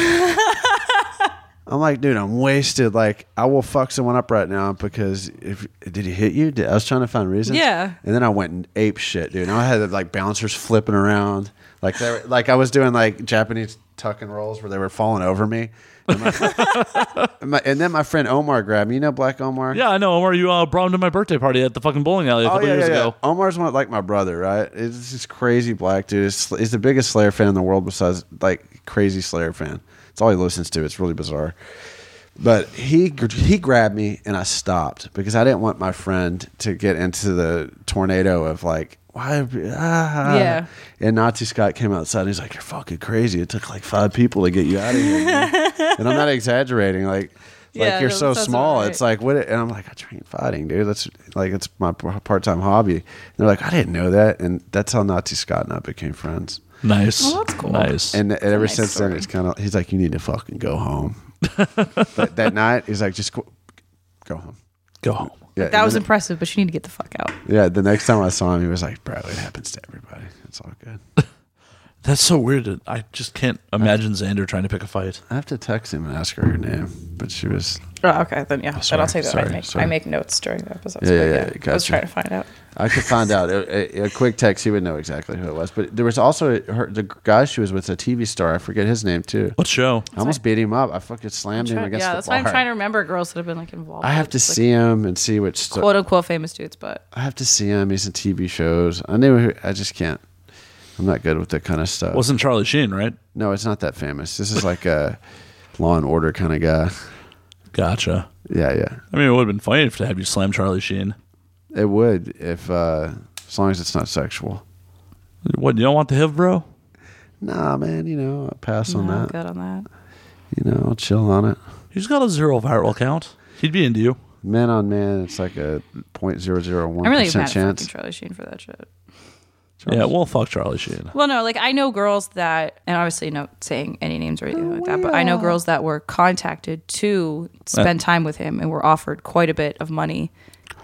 S5: I'm like, dude, I'm wasted. Like, I will fuck someone up right now because if did he hit you? Did, I was trying to find reasons.
S4: Yeah.
S5: And then I went and ape shit, dude. And I had like bouncers flipping around, like they were, like I was doing like Japanese tuck and rolls where they were falling over me. And, my- and my- and then my friend Omar grabbed me. You know Black Omar?
S3: Yeah, I know. Omar, you uh, brought him to my birthday party at the fucking bowling alley a
S5: Oh,
S3: couple years ago.
S5: Omar's one like my brother, right? It's this crazy black dude. He's, he's the biggest Slayer fan in the world, besides like crazy Slayer fan. It's all he listens to. It's really bizarre. But he gr- he grabbed me and I stopped because I didn't want my friend to get into the tornado of like why ah.
S4: Yeah.
S5: And Nazi Scott came outside. and He's like, "You're fucking crazy. It took like five people to get you out of here." man." and I'm not exaggerating. Like. Like
S4: Yeah,
S5: you're
S4: that
S5: so
S4: sounds
S5: small,
S4: about
S5: it's
S4: right.
S5: like what? And I'm like, I train fighting, dude. That's like it's my part time hobby. And they're like, I didn't know that, and that's how Nazi Scott and I became friends.
S3: Nice.
S4: Well, Oh, that's cool.
S3: Nice.
S5: And, and ever
S4: nice
S5: since then,
S4: story.
S5: it's kind of he's like, you need to fucking go home. but that night, he's like, just go, go home.
S3: go home.
S5: Yeah,
S4: That was
S5: and then-
S4: impressive, but you need to get the fuck out.
S5: yeah. The next time I saw him, he was like, Bradley, it happens to everybody. It's all good.
S3: That's so weird. I just can't imagine Xander trying to pick a fight.
S5: I have to text him and ask her her name, but she was.
S4: Oh, okay. Then yeah,
S5: sorry,
S4: then I'll take that.
S5: sorry,
S4: I, make,
S5: sorry.
S4: I make notes during the episodes.
S5: Yeah,
S4: but
S5: yeah, yeah,
S4: I was
S5: gotcha.
S4: trying to find out.
S5: I could find out a, a, a quick text. He would know exactly who it was. But there was also her, the guy she was with, a TV star. I forget his name too.
S3: What show?
S5: I almost beat him up. I fucking slammed him against
S4: yeah,
S5: the
S4: that's
S5: bar.
S4: why I'm trying to remember girls that have been like involved.
S5: I have
S4: with,
S5: to
S4: like,
S5: see him and see which. sto-
S4: quote unquote famous dudes, but
S5: I have to see him. He's in TV shows. I knew. Who, I just can't. I'm not good with that kind of stuff.
S3: Wasn't Charlie Sheen, right?
S5: no, it's not that famous. This is like a Law and Order kind of guy.
S3: Gotcha.
S5: Yeah, yeah.
S3: I mean, it would have been funny if to have you slam Charlie Sheen.
S5: It would if uh, as long as it's not sexual.
S3: What you don't want the HIV, bro?
S5: Nah, man. You know, I pass on
S4: no, I'm
S5: that.
S4: good on that.
S5: You know, I'll chill on it.
S3: He's got a zero viral count. He'd be into you.
S5: Man on man, it's like a 0.001
S4: I'm really
S5: percent
S4: mad at
S5: chance.
S4: fucking Charlie Sheen for that shit.
S3: Yeah, well, fuck Charlie Sheen.
S4: Well, no, like I know girls that, and obviously not saying any names or
S5: Oh,
S4: anything like that, but I know girls that were contacted to spend time with him and were offered quite a bit of money,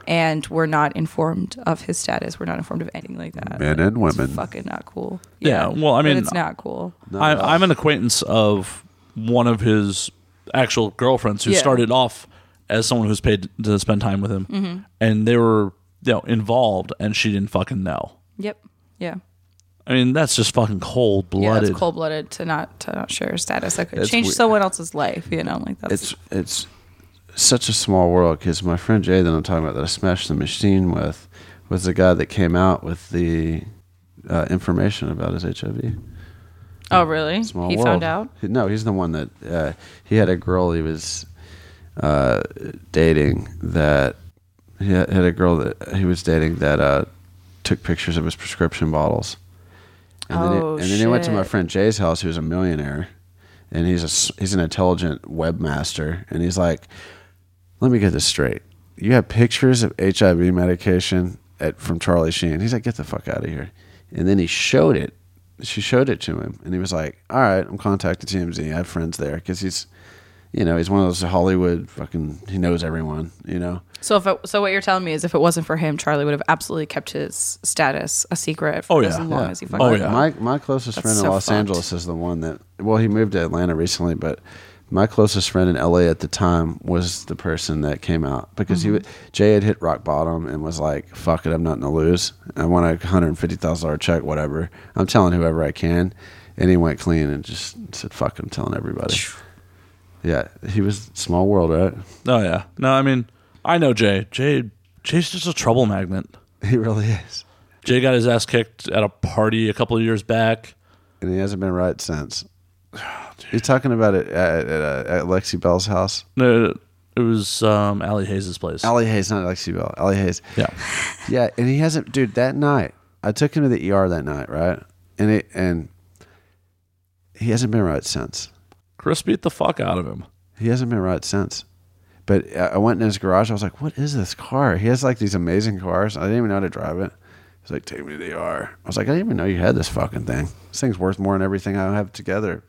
S4: and were not informed of his status. Were not informed of anything like that.
S5: Men and
S4: It's
S5: women.
S4: fucking not cool.
S3: Yeah, well, I
S4: But
S3: mean-
S4: it's not cool.
S3: I, I'm an acquaintance of one of his actual girlfriends who
S4: Yeah.
S3: started off as someone who's paid to spend time with him,
S4: Mm-hmm.
S3: and they were you know involved, and she didn't fucking know.
S4: Yep. Yeah.
S3: I mean, that's just fucking cold blooded.
S4: Yeah, it's cold blooded to not to not share your status. That could
S5: It's
S4: change
S5: weird.
S4: someone else's life. You know, like that's
S5: it's it's such a small world because my friend Jay that I'm talking about that I smashed the machine with was the guy that came out with the uh, information about his HIV.
S4: Oh, really?
S5: Small
S4: he
S5: world.
S4: found out.
S5: He- No, he's the one that uh, he had a girl he was uh, dating that he had had a girl that he was dating that uh, took pictures of his prescription bottles. And then, he,
S4: Oh,
S5: and then he went to my
S4: shit.
S5: friend Jay's house, who's a millionaire, and he's a s- he's an intelligent webmaster, and he's like, "Let me get this straight. You have pictures of HIV medication at from Charlie Sheen." He's like, "Get the fuck out of here!" And then he showed it. She showed it to him, and he was like, "All right, I'm contacting TMZ. I have friends there because he's, you know, he's one of those Hollywood fucking. He knows everyone, you know."
S4: So, if it, so what you're telling me is, if it wasn't for him, Charlie would have absolutely kept his status a secret for
S3: Oh,
S4: as
S3: yeah.
S4: long
S5: Yeah.
S4: as he fucking.
S3: Oh, yeah.
S5: My my closest friend in
S4: so
S5: Los
S4: fucked.
S5: Angeles is the one that well he moved to Atlanta recently, but my closest friend in LA at the time was the person that came out because he
S4: Mm-hmm.
S5: would, Jay had hit rock bottom and was like, "Fuck it, I'm nothing to lose. I want a hundred and fifty thousand dollar check, whatever. I'm telling whoever I can." And he went clean and just said, "Fuck, I'm telling everybody." Yeah, he was small world, right?
S3: Oh yeah. No, I mean, I know Jay. Jay Jay's just a trouble magnet.
S5: He really is,
S3: Jay got his ass kicked at a party a couple of years back.
S5: and he hasn't been right since. You're talking about it at, at, uh, at Lexi Bell's house.
S3: No, it was um, Allie Hayes' place.
S5: Ali Hayes, not Alexi Bell. Ali Hayes.
S3: Yeah.
S5: Yeah, and he hasn't, dude. That night, I took him to the ER that night, right? And it and he hasn't been right since.
S3: Chris beat the fuck out of him.
S5: He hasn't been right since. But I I went in his garage. I was like, "What is this car?" He has like these amazing cars. I didn't even know how to drive it. He's like, "Take me to the ER." I was like, "I didn't even know you had this fucking thing. This thing's worth more than everything I have together."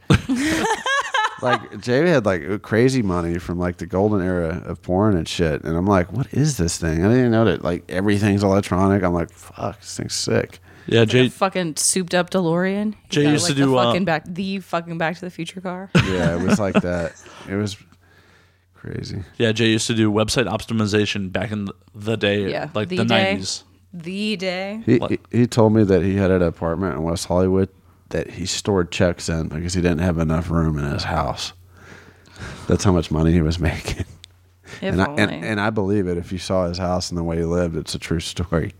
S5: like Jay had like crazy money from like the golden era of porn and shit. And I'm like, "What is this thing?" I didn't even know that like everything's electronic. I'm like, "Fuck, this thing's sick."
S3: Yeah, Jay.
S4: fucking souped up DeLorean. He
S3: Jay
S4: got,
S3: used to
S4: like,
S3: do,
S4: the
S3: uh,
S4: fucking back the fucking Back to the Future car.
S5: Yeah, it was like that. It was crazy.
S3: Yeah, Jay used to do website optimization back in the- the day,
S4: Yeah,
S3: like
S4: the
S3: the
S4: day.
S3: nineties.
S4: the day.
S5: He,
S3: What?
S5: he he told me that he had an apartment in West Hollywood that he stored checks in because he didn't have enough room in his house. That's how much money he was making.
S4: If
S5: and, I,
S4: only.
S5: and, and I believe it. If you saw his house and the way he lived, it's a true story.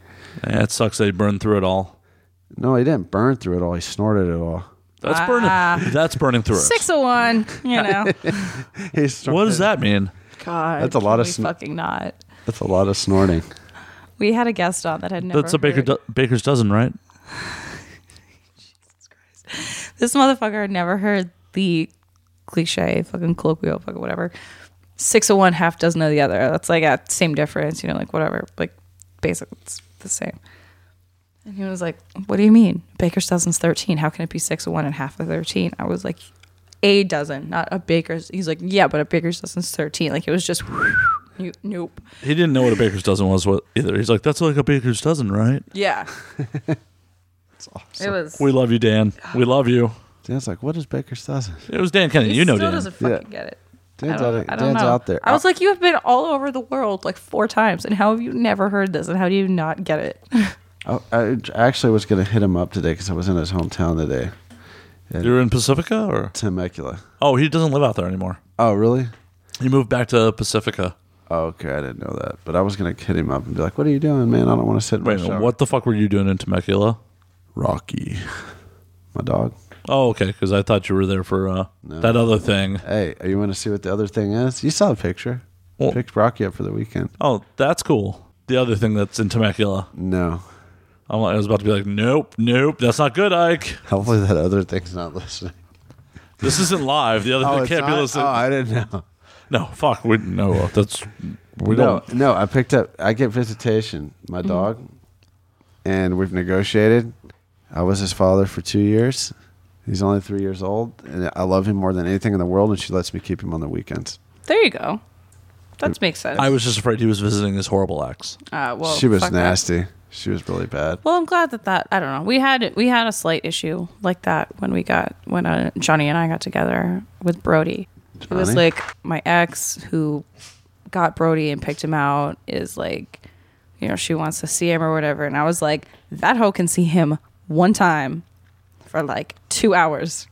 S3: Yeah, it sucks they burned through it all.
S5: No, he didn't burn through it all. He snorted it all.
S3: That's
S4: Ah.
S3: burning. That's burning through
S4: Six of one, you know.
S5: He
S3: it.
S5: snorted.
S3: What does that mean?
S4: God,
S5: That's a lot
S4: can
S5: of
S4: we
S5: sn-
S4: fucking not.
S5: That's a lot of snorting.
S4: We had a guest on that had never.
S3: That's a baker
S4: heard-
S3: do- baker's dozen, right?
S4: This motherfucker had never heard the cliche, fucking colloquial, fucking whatever. Six of one, half dozen of the other. That's like a same difference, you know, like whatever. Like basic, it's the same. And he was like, "What do you mean? Baker's dozen's thirteen. How can it be six of one and half of 13? I was like, "A dozen, not a baker's." He's like, "Yeah, but a baker's dozen's thirteen. Like it was just, you- nope.
S3: He didn't know what a baker's dozen was what either. He's like, that's like a baker's dozen, right?
S4: Yeah, it was.
S3: We love you, Dan. We love you.
S5: Dan's like, what is Baker's dozen?
S3: It was Dan Kennedy.
S4: He
S3: you know
S4: still
S3: Dan.
S4: doesn't fucking get it.
S5: Dan's,
S4: I don't-
S5: out,
S4: I don't
S5: Dan's
S4: know.
S5: out there.
S4: I was like, you have been all over the world like four times, and how have you never heard this? And how do you not get it?
S5: I, Oh, I actually was going to hit him up today because I was in his hometown today,
S3: You're in Pacifica, or
S5: Temecula.
S3: oh, he doesn't live out there anymore.
S5: Oh, really?
S3: He moved back to Pacifica.
S5: Oh, okay, I didn't know that. But I was gonna hit him up and be like, "What are you doing, man? I don't want to sit." In
S3: Wait, a
S5: my
S3: minute,
S5: shower."
S3: what the fuck were you doing in Temecula?
S5: Rocky, my dog.
S3: Oh, okay, because I thought you were there for uh, that other thing.
S5: Hey, you want to see what the other thing is? You saw the picture.
S3: Well-
S5: Picked Rocky up for the weekend.
S3: Oh, that's cool. The other thing that's in Temecula.
S5: No,
S3: I'm like, I was about to be like, nope, nope, that's not good, Ike.
S5: hopefully that other thing's not listening.
S3: This isn't live. The other thing
S5: it's
S3: can't be
S5: not?
S3: listening.
S5: Oh, I didn't know.
S3: no, fuck. We no. That's we
S5: no,
S3: don't. Mm-hmm.
S5: no. I picked up. I get visitation. My dog, and we've negotiated. I was his father for two years. He's only three years old, and I love him more than anything in the world. And she lets me keep him on the weekends.
S4: There you go. That makes sense.
S3: I was just afraid he was visiting his horrible ex.
S4: uh, well,
S5: she was
S4: fuck that.
S5: nasty. She was really bad.
S4: Well, I'm glad that that I don't know. We had we had a slight issue like that when we got when uh, Johnny and I got together with Brody. It was
S5: Johnny?
S4: like my ex who got Brody and picked him out is like, you know, she wants to see him or whatever, and I was like, that hoe can see him one time for like two hours,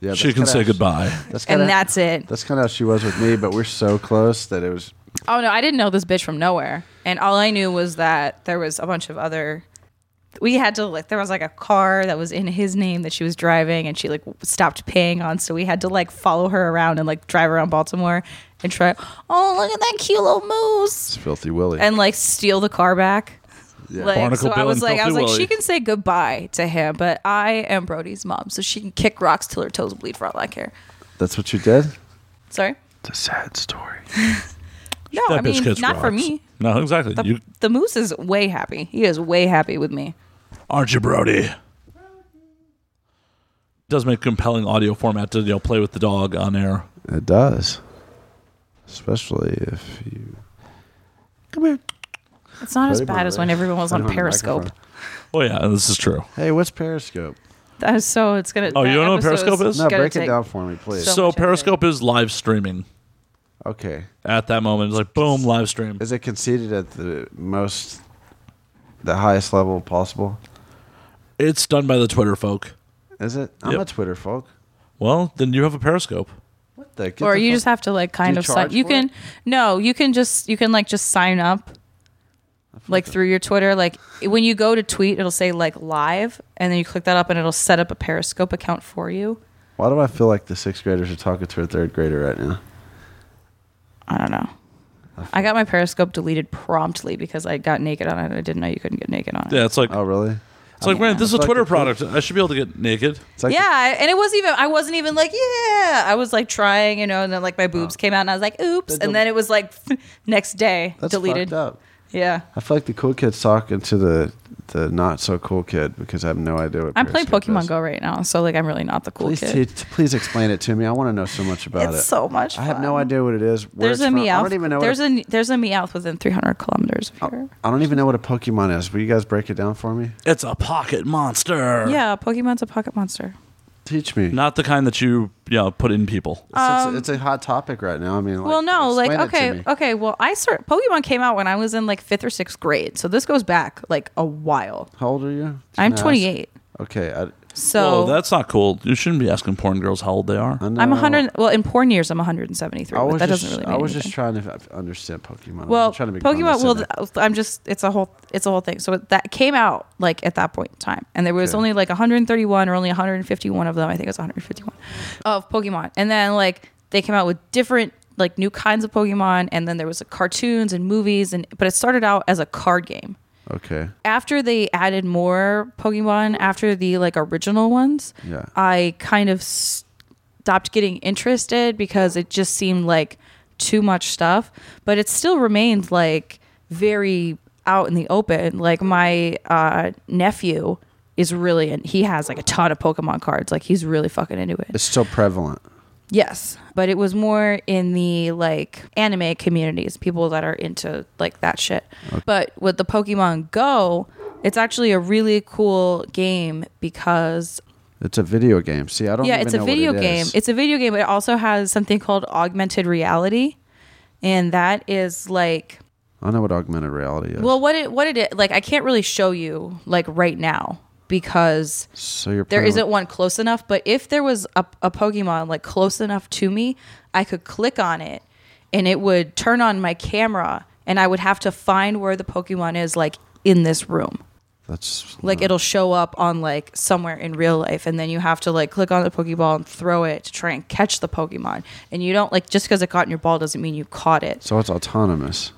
S5: Yeah,
S3: she
S5: that's
S3: can
S5: kinda
S3: say
S5: how she-
S3: goodbye.
S5: That's kinda,
S4: and that's it.
S5: that's kind of how she was with me, but we're so close that it was.
S4: Oh no, I didn't know this bitch from nowhere. And all I knew was that there was a bunch of other we had to like there was like a car that was in his name that she was driving and she like stopped paying on so we had to like follow her around and like drive around baltimore and try oh look at that cute little moose
S5: It's filthy Willie.
S4: and like steal the car back like
S3: Barnacle
S4: so i
S3: Bill
S4: was
S3: and
S4: like i was
S3: Filthy
S4: like
S3: Willie.
S4: she can say goodbye to him but i am brody's mom so she can kick rocks till her toes bleed for all i care
S5: That's what you did.
S4: sorry
S5: It's a sad story.
S4: no
S3: That
S4: i
S3: bitch
S4: mean
S3: gets
S4: not for
S3: rocks.
S4: me
S3: No, exactly.
S4: the,
S3: you
S4: the moose is way happy he is way happy with me
S3: aren't you, Brody? Does make compelling audio format to you know play with the dog on air.
S5: It does, especially if you. Come here.
S4: it's not as
S5: Put him
S4: bad
S5: on
S4: as
S5: the-
S4: when everyone was
S5: put him
S4: on
S5: on the
S4: periscope
S5: microphone.
S3: Oh yeah, this is true.
S5: Hey, what's Periscope?
S4: That is so. It's gonna.
S3: Oh, you
S4: that
S3: don't know what
S4: episode's
S3: Periscope is?
S5: No,
S4: gonna
S5: break it
S4: take-
S5: down for me, please.
S4: So
S3: So
S4: much effort.
S3: Periscope is live streaming
S5: okay,
S3: at that moment. It's like boom, live stream.
S5: is it conceded at the most, the highest level possible?
S3: It's done by the Twitter folk.
S5: Is it? I'm
S3: Yep.
S5: a Twitter folk.
S3: Well, then you have a Periscope.
S5: What the? get
S4: Or
S5: the
S4: you
S5: fuck-
S4: just have to like kind
S5: you
S4: of sign.
S5: charge
S4: You
S5: for
S4: can
S5: it?
S4: no. You can just you can like just sign up, like through your Twitter. Like when you go to tweet, it'll say like live, and then you click that up, and it'll set up a Periscope account for you.
S5: Why do I feel like the sixth graders are talking to a third grader right now?
S4: I don't know. I got my Periscope deleted promptly because I got naked on it. and I didn't know you couldn't get naked on it.
S3: Yeah, it's like
S5: Oh, really?
S3: it's like man, this is a
S5: Fuck
S3: Twitter
S5: the Twitter.
S3: product. I should be able to get naked.
S5: It's like
S4: yeah, I- and it wasn't even. I wasn't even like, yeah. I was like trying, you know, and then like my boobs came out, and I was like, oops.
S5: That's
S4: And
S5: a-
S4: then it was like next day
S5: that's
S4: deleted.
S5: fucked up.
S4: Yeah,
S5: I feel like the cool kid's talking to the the not so cool kid because I have no idea what
S4: I'm playing
S5: Periscope
S4: Pokemon
S5: is.
S4: Go right now, so like I'm really not the cool
S5: Please,
S4: kid.
S5: teach- please explain it to me. I want to know so much about
S4: it's
S5: it.
S4: so much.
S5: I have
S4: fun.
S5: no idea what it is. Where
S4: There's
S5: it's Oh.
S4: a
S5: from.
S4: Meowth.
S5: I don't even know.
S4: There's
S5: what
S4: a there's a Meowth within 300 kilometers of here.
S5: I I don't even know what a Pokemon is. Will you guys break it down for me?
S3: It's a pocket monster.
S4: Yeah, Pokemon's a pocket monster.
S5: Teach me.
S3: Not the kind that you you know, put in people.
S5: Since it's, a hot topic right now. I mean, like,
S4: Um, well, no, like
S5: explain it to
S4: okay, uh,
S5: me.
S4: okay. Well, I start Pokemon came out when I was in like fifth or sixth grade, so this goes back like a while.
S5: How old are you? Can
S4: I'm
S5: I ask?
S4: 28,
S5: Okay, I,
S4: so
S3: Whoa, that's not cool. You shouldn't be asking porn girls how old they are.
S5: I know.
S4: I'm 100. Well, in porn years, I'm 173.
S5: I
S4: but
S5: was
S4: that
S5: just,
S4: doesn't really. Mean
S5: I was just
S4: anything.
S5: trying to f- understand Pokemon. I
S4: Well,
S5: wasn't trying to be
S4: Pokemon. Well,
S5: condescending.
S4: th- I'm just. It's a whole. It's a whole thing. So that came out like at that point in time, and there was
S5: Okay.
S4: only like 131 or only 151 of them. I think it was 151 of Pokemon, and then like they came out with different like new kinds of Pokemon, and then there was like, cartoons and movies, and but it started out as a card game.
S5: okay.
S4: After they added more Pokemon after the like original ones,
S5: Yeah.
S4: I kind of stopped getting interested because it just seemed like too much stuff. But it still remained like very out in the open. Like my uh, nephew is really, and he has like a ton of Pokemon cards. Like he's really fucking into it.
S5: It's still prevalent.
S4: Yes, but it was more in the like anime communities, people that are into like that shit. But with the Pokemon Go, it's actually a really cool game because
S5: It's a video game. See, I don't.
S4: yeah,
S5: even
S4: it's a
S5: know what
S4: video
S5: it
S4: game.
S5: is.
S4: It's a video game, but it also has something called augmented reality, and that is like
S5: I know what augmented reality is.
S4: well, what it what it is, like I can't really show you like right now because
S5: so you're
S4: there
S5: playing
S4: isn't
S5: with-
S4: one close enough but if there was a, a pokemon like close enough to me i could click on it and it would turn on my camera and i would have to find where the pokemon is like in this room
S5: That's
S4: like it'll show up on like somewhere in real life and then you have to like click on the pokeball and throw it to try and catch the pokemon and you don't like just because it got in your ball doesn't mean you caught it
S5: so it's autonomous.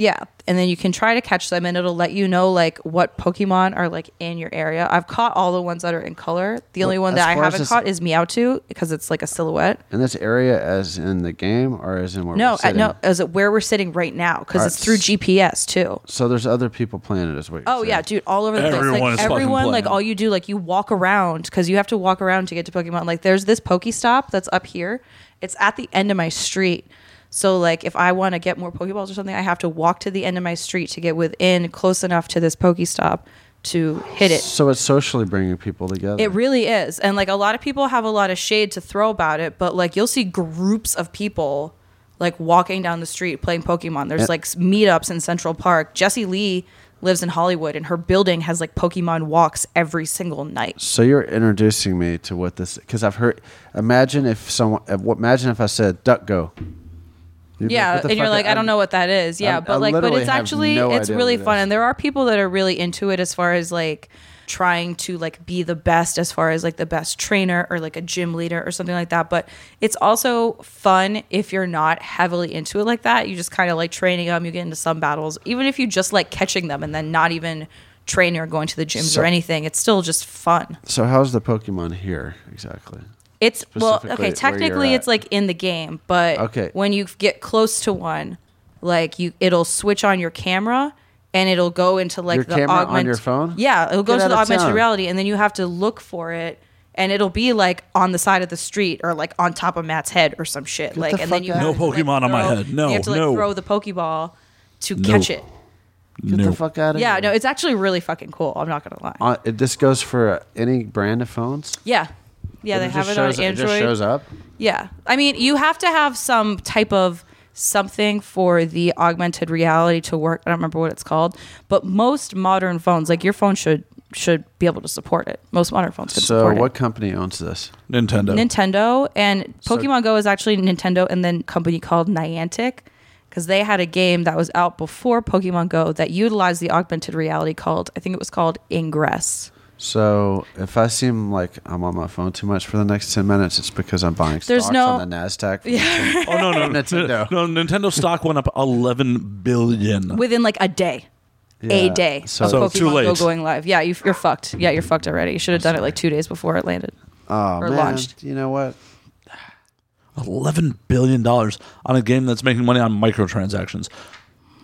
S4: yeah. And then you can try to catch them and it'll let you know like what Pokemon are like in your area. I've caught all the ones that are in color. The only
S5: Well,
S4: one
S5: as
S4: that I
S5: far as
S4: haven't
S5: this-
S4: caught is Meowth because it's like a silhouette.
S5: And this area, as in the game, or as in where
S4: No,
S5: we're
S4: uh,
S5: sitting?
S4: no, is it where we're sitting right now because
S5: All
S4: it's
S5: right.
S4: through GPS too.
S5: So there's other people playing it as well.
S4: Oh yeah, dude, all over the place.
S3: Everyone
S4: Like
S3: is fucking
S4: everyone, like
S3: playing.
S4: all you do, like you walk around because you have to walk around to get to Pokemon. Like there's this Pokestop that's up here. It's at the end of my street. So like if I want to get more Pokeballs or something, I have to walk to the end of my street to get within close enough to this Pokestop to hit it.
S5: So it's socially bringing people together.
S4: It really is. And like a lot of people have a lot of shade to throw about it, but like you'll see groups of people like walking down the street playing Pokemon. There's
S5: Yeah.
S4: like s- meetups in Central Park. Jessie Lee lives in Hollywood and her building has like Pokemon walks every single night.
S5: so you're introducing me to what this because I've heard. Imagine if someone. uh, what- Imagine if I said duck go. You'd be
S4: yeah,
S5: "What the
S4: and you're
S5: fuck?
S4: like, I, don't know what that is. Yeah,
S5: I-
S4: but
S5: I
S4: like, but
S5: literally
S4: it's
S5: have
S4: actually
S5: no
S4: it's
S5: idea
S4: really
S5: what it
S4: fun,
S5: is.
S4: and there are people that are really into it as far as like trying to like be the best as far as like the best trainer or like a gym leader or something like that. But it's also fun if you're not heavily into it like that. You just kind of like training them. You get into some battles, even if you just like catching them and then not even training or going to the gyms
S5: So-
S4: or anything. It's still just fun.
S5: So how's the Pokemon here exactly?
S4: It's well,
S5: Specifically where
S4: okay.
S5: you're
S4: Technically,
S5: at.
S4: it's like in the game, but
S5: Okay.
S4: when you get close to one, like you, it'll switch on your camera and it'll go into like
S5: Your
S4: the
S5: camera on
S4: augment-
S5: your phone?
S4: Yeah, it'll go
S5: Get
S4: to the
S5: out of
S4: augmented
S5: town.
S4: reality, and then you have to look for it, and it'll be like on the side of the street or like on top of Matt's head or some shit. like,
S5: the
S4: and then
S5: fuck
S4: you
S5: out.
S4: have
S5: No
S4: to, like,
S3: Pokemon on my
S4: throw-
S3: head. No,
S4: you have to like
S3: no.
S4: throw the Pokeball to
S3: No.
S4: catch it.
S5: Get
S3: No.
S5: the fuck out of
S4: Yeah,
S5: here.
S4: no, it's actually really fucking cool. I'm not gonna lie.
S5: Uh, it- this goes for uh, any brand of phones.
S4: yeah, yeah, they
S5: just
S4: have it
S5: shows,
S4: on Android.
S5: It just shows up.
S4: Yeah. I mean, you have to have some type of something for the augmented reality to work. I don't remember what it's called, but most modern phones, like your phone should should be able to support it. Most modern phones can
S5: So
S4: support
S5: what
S4: it.
S5: company owns this?
S3: Nintendo.
S4: Nintendo and
S5: So-
S4: Pokemon Go is actually Nintendo and then company called Niantic because they had a game that was out before Pokemon Go that utilized the augmented reality called I think it was called Ingress.
S5: So if I seem like I'm on my phone too much for the next ten minutes, it's because I'm buying
S4: There's
S5: stocks
S4: no-
S5: on the Nasdaq. Yeah.
S3: oh no, no, no,
S5: Nintendo.
S3: No, Nintendo stock went up 11 billion.
S4: within like a day. A
S5: Yeah,
S4: day
S5: so-
S4: of
S5: So
S4: Pokemon
S3: too
S4: Go
S3: late.
S4: going live. Yeah, you, you're fucked. Yeah, you're fucked already. You should have done it like two days before it landed.
S5: Oh
S4: Or
S5: man,
S4: launched.
S5: you know what?
S3: 11 billion dollars on a game that's making money on microtransactions.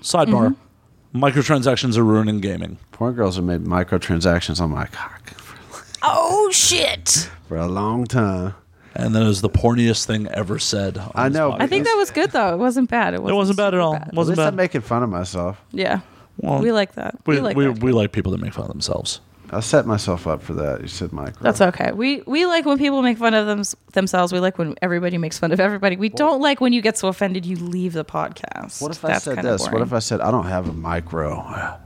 S3: Sidebar.
S5: Mm-hmm.
S3: Microtransactions are ruining gaming.
S5: Porn girls have made microtransactions on my cock for,
S4: Oh shit!
S5: for a long time.
S3: And that is the porniest thing ever said. on
S5: I
S3: this
S5: know,
S3: podcast.
S4: I think that was good though. It wasn't bad. It
S3: it
S4: wasn't,
S3: wasn't bad at
S4: super
S3: all.
S4: bad.
S5: At
S3: wasn't
S5: least
S3: bad.
S5: I'm making fun of myself.
S4: Yeah,
S3: Well,
S4: we like that. We,
S3: we,
S4: like
S3: we,
S4: that.
S3: we like people that make fun of themselves.
S5: I set myself up for that. You said micro.
S4: That's okay. We we like when people make fun of them, themselves. We like when everybody makes fun of everybody. We don't like when you get so offended you leave the podcast.
S5: What if I
S4: That's
S5: said
S4: kinda
S5: this? What
S4: boring.
S5: if I said I don't have a micro?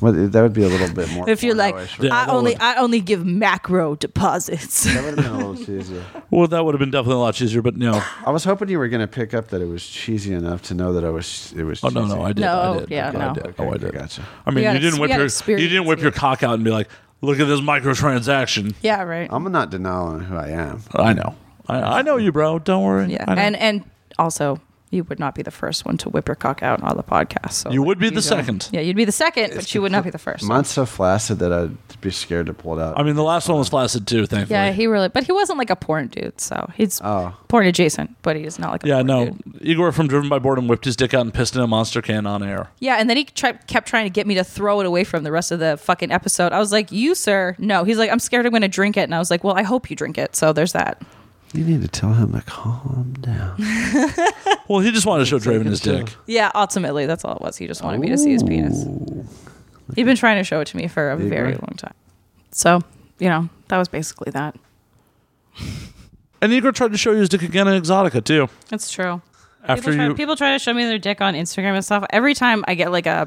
S5: Well, that would be a little bit more.
S4: If you're like,
S5: porno-ish.
S3: Yeah,
S4: I
S3: that
S4: only
S3: would-
S4: I only give macro deposits.
S5: that would have been a little cheesy.
S3: Well, that would have been definitely a lot easier, but no.
S5: I was hoping you were going to pick up that it was cheesy enough to know that I was. It was.
S3: Oh no,
S5: cheesy.
S3: no, I did. I
S4: No,
S3: did.
S4: yeah,
S3: I
S4: no.
S3: did.
S5: Okay,
S3: oh, I
S5: okay,
S3: did.
S5: gotcha.
S3: I mean,
S4: We had
S3: you didn't
S4: ex-
S3: whip
S4: we had
S3: your you
S4: experience
S3: didn't whip your cock out and be like, "Look at this microtransaction."
S4: yeah, right.
S5: I'm not denying who I am.
S3: I know. I, I know you, bro. Don't worry.
S4: Yeah,
S3: I know.
S4: and and also you would not be the first one to whip your cock out on the podcast. So
S3: you
S4: like,
S3: would be the
S4: don't-
S3: second.
S4: Yeah, you'd be the second, but you would not be the first.
S5: Mine's so flaccid that I'd be scared to pull it out.
S3: I mean, the last one was flaccid too. Thankfully.
S4: yeah, he really, but he wasn't like a porn dude, so he's
S5: Oh.
S4: porn adjacent, but he's not like a
S3: Yeah,
S4: porn
S3: no.
S4: dude.
S3: Igor from Driven by Boredom whipped his dick out and pissed in a monster can on air.
S4: Yeah, and then he tried, kept trying to get me to throw it away from the rest of the fucking episode. I was like, "You, sir, no." He's like, "I'm scared I'm going to drink it," and I was like, "Well, I hope you drink it." So there's that.
S5: you need to tell him to calm down.
S3: Well, he just wanted to show Draven
S5: like
S3: his
S5: a show.
S3: dick.
S4: Yeah, ultimately, that's all it was. He just wanted me to see his penis. He'd been trying to show it to me for a
S5: Big
S4: very
S5: one.
S4: long time. So you know, that was basically that.
S3: And Igor tried to show you his dick again in Exotica too.
S4: That's true.
S3: After
S4: people, try,
S3: you,
S4: people try to show me their dick on Instagram and stuff. Every time I get like a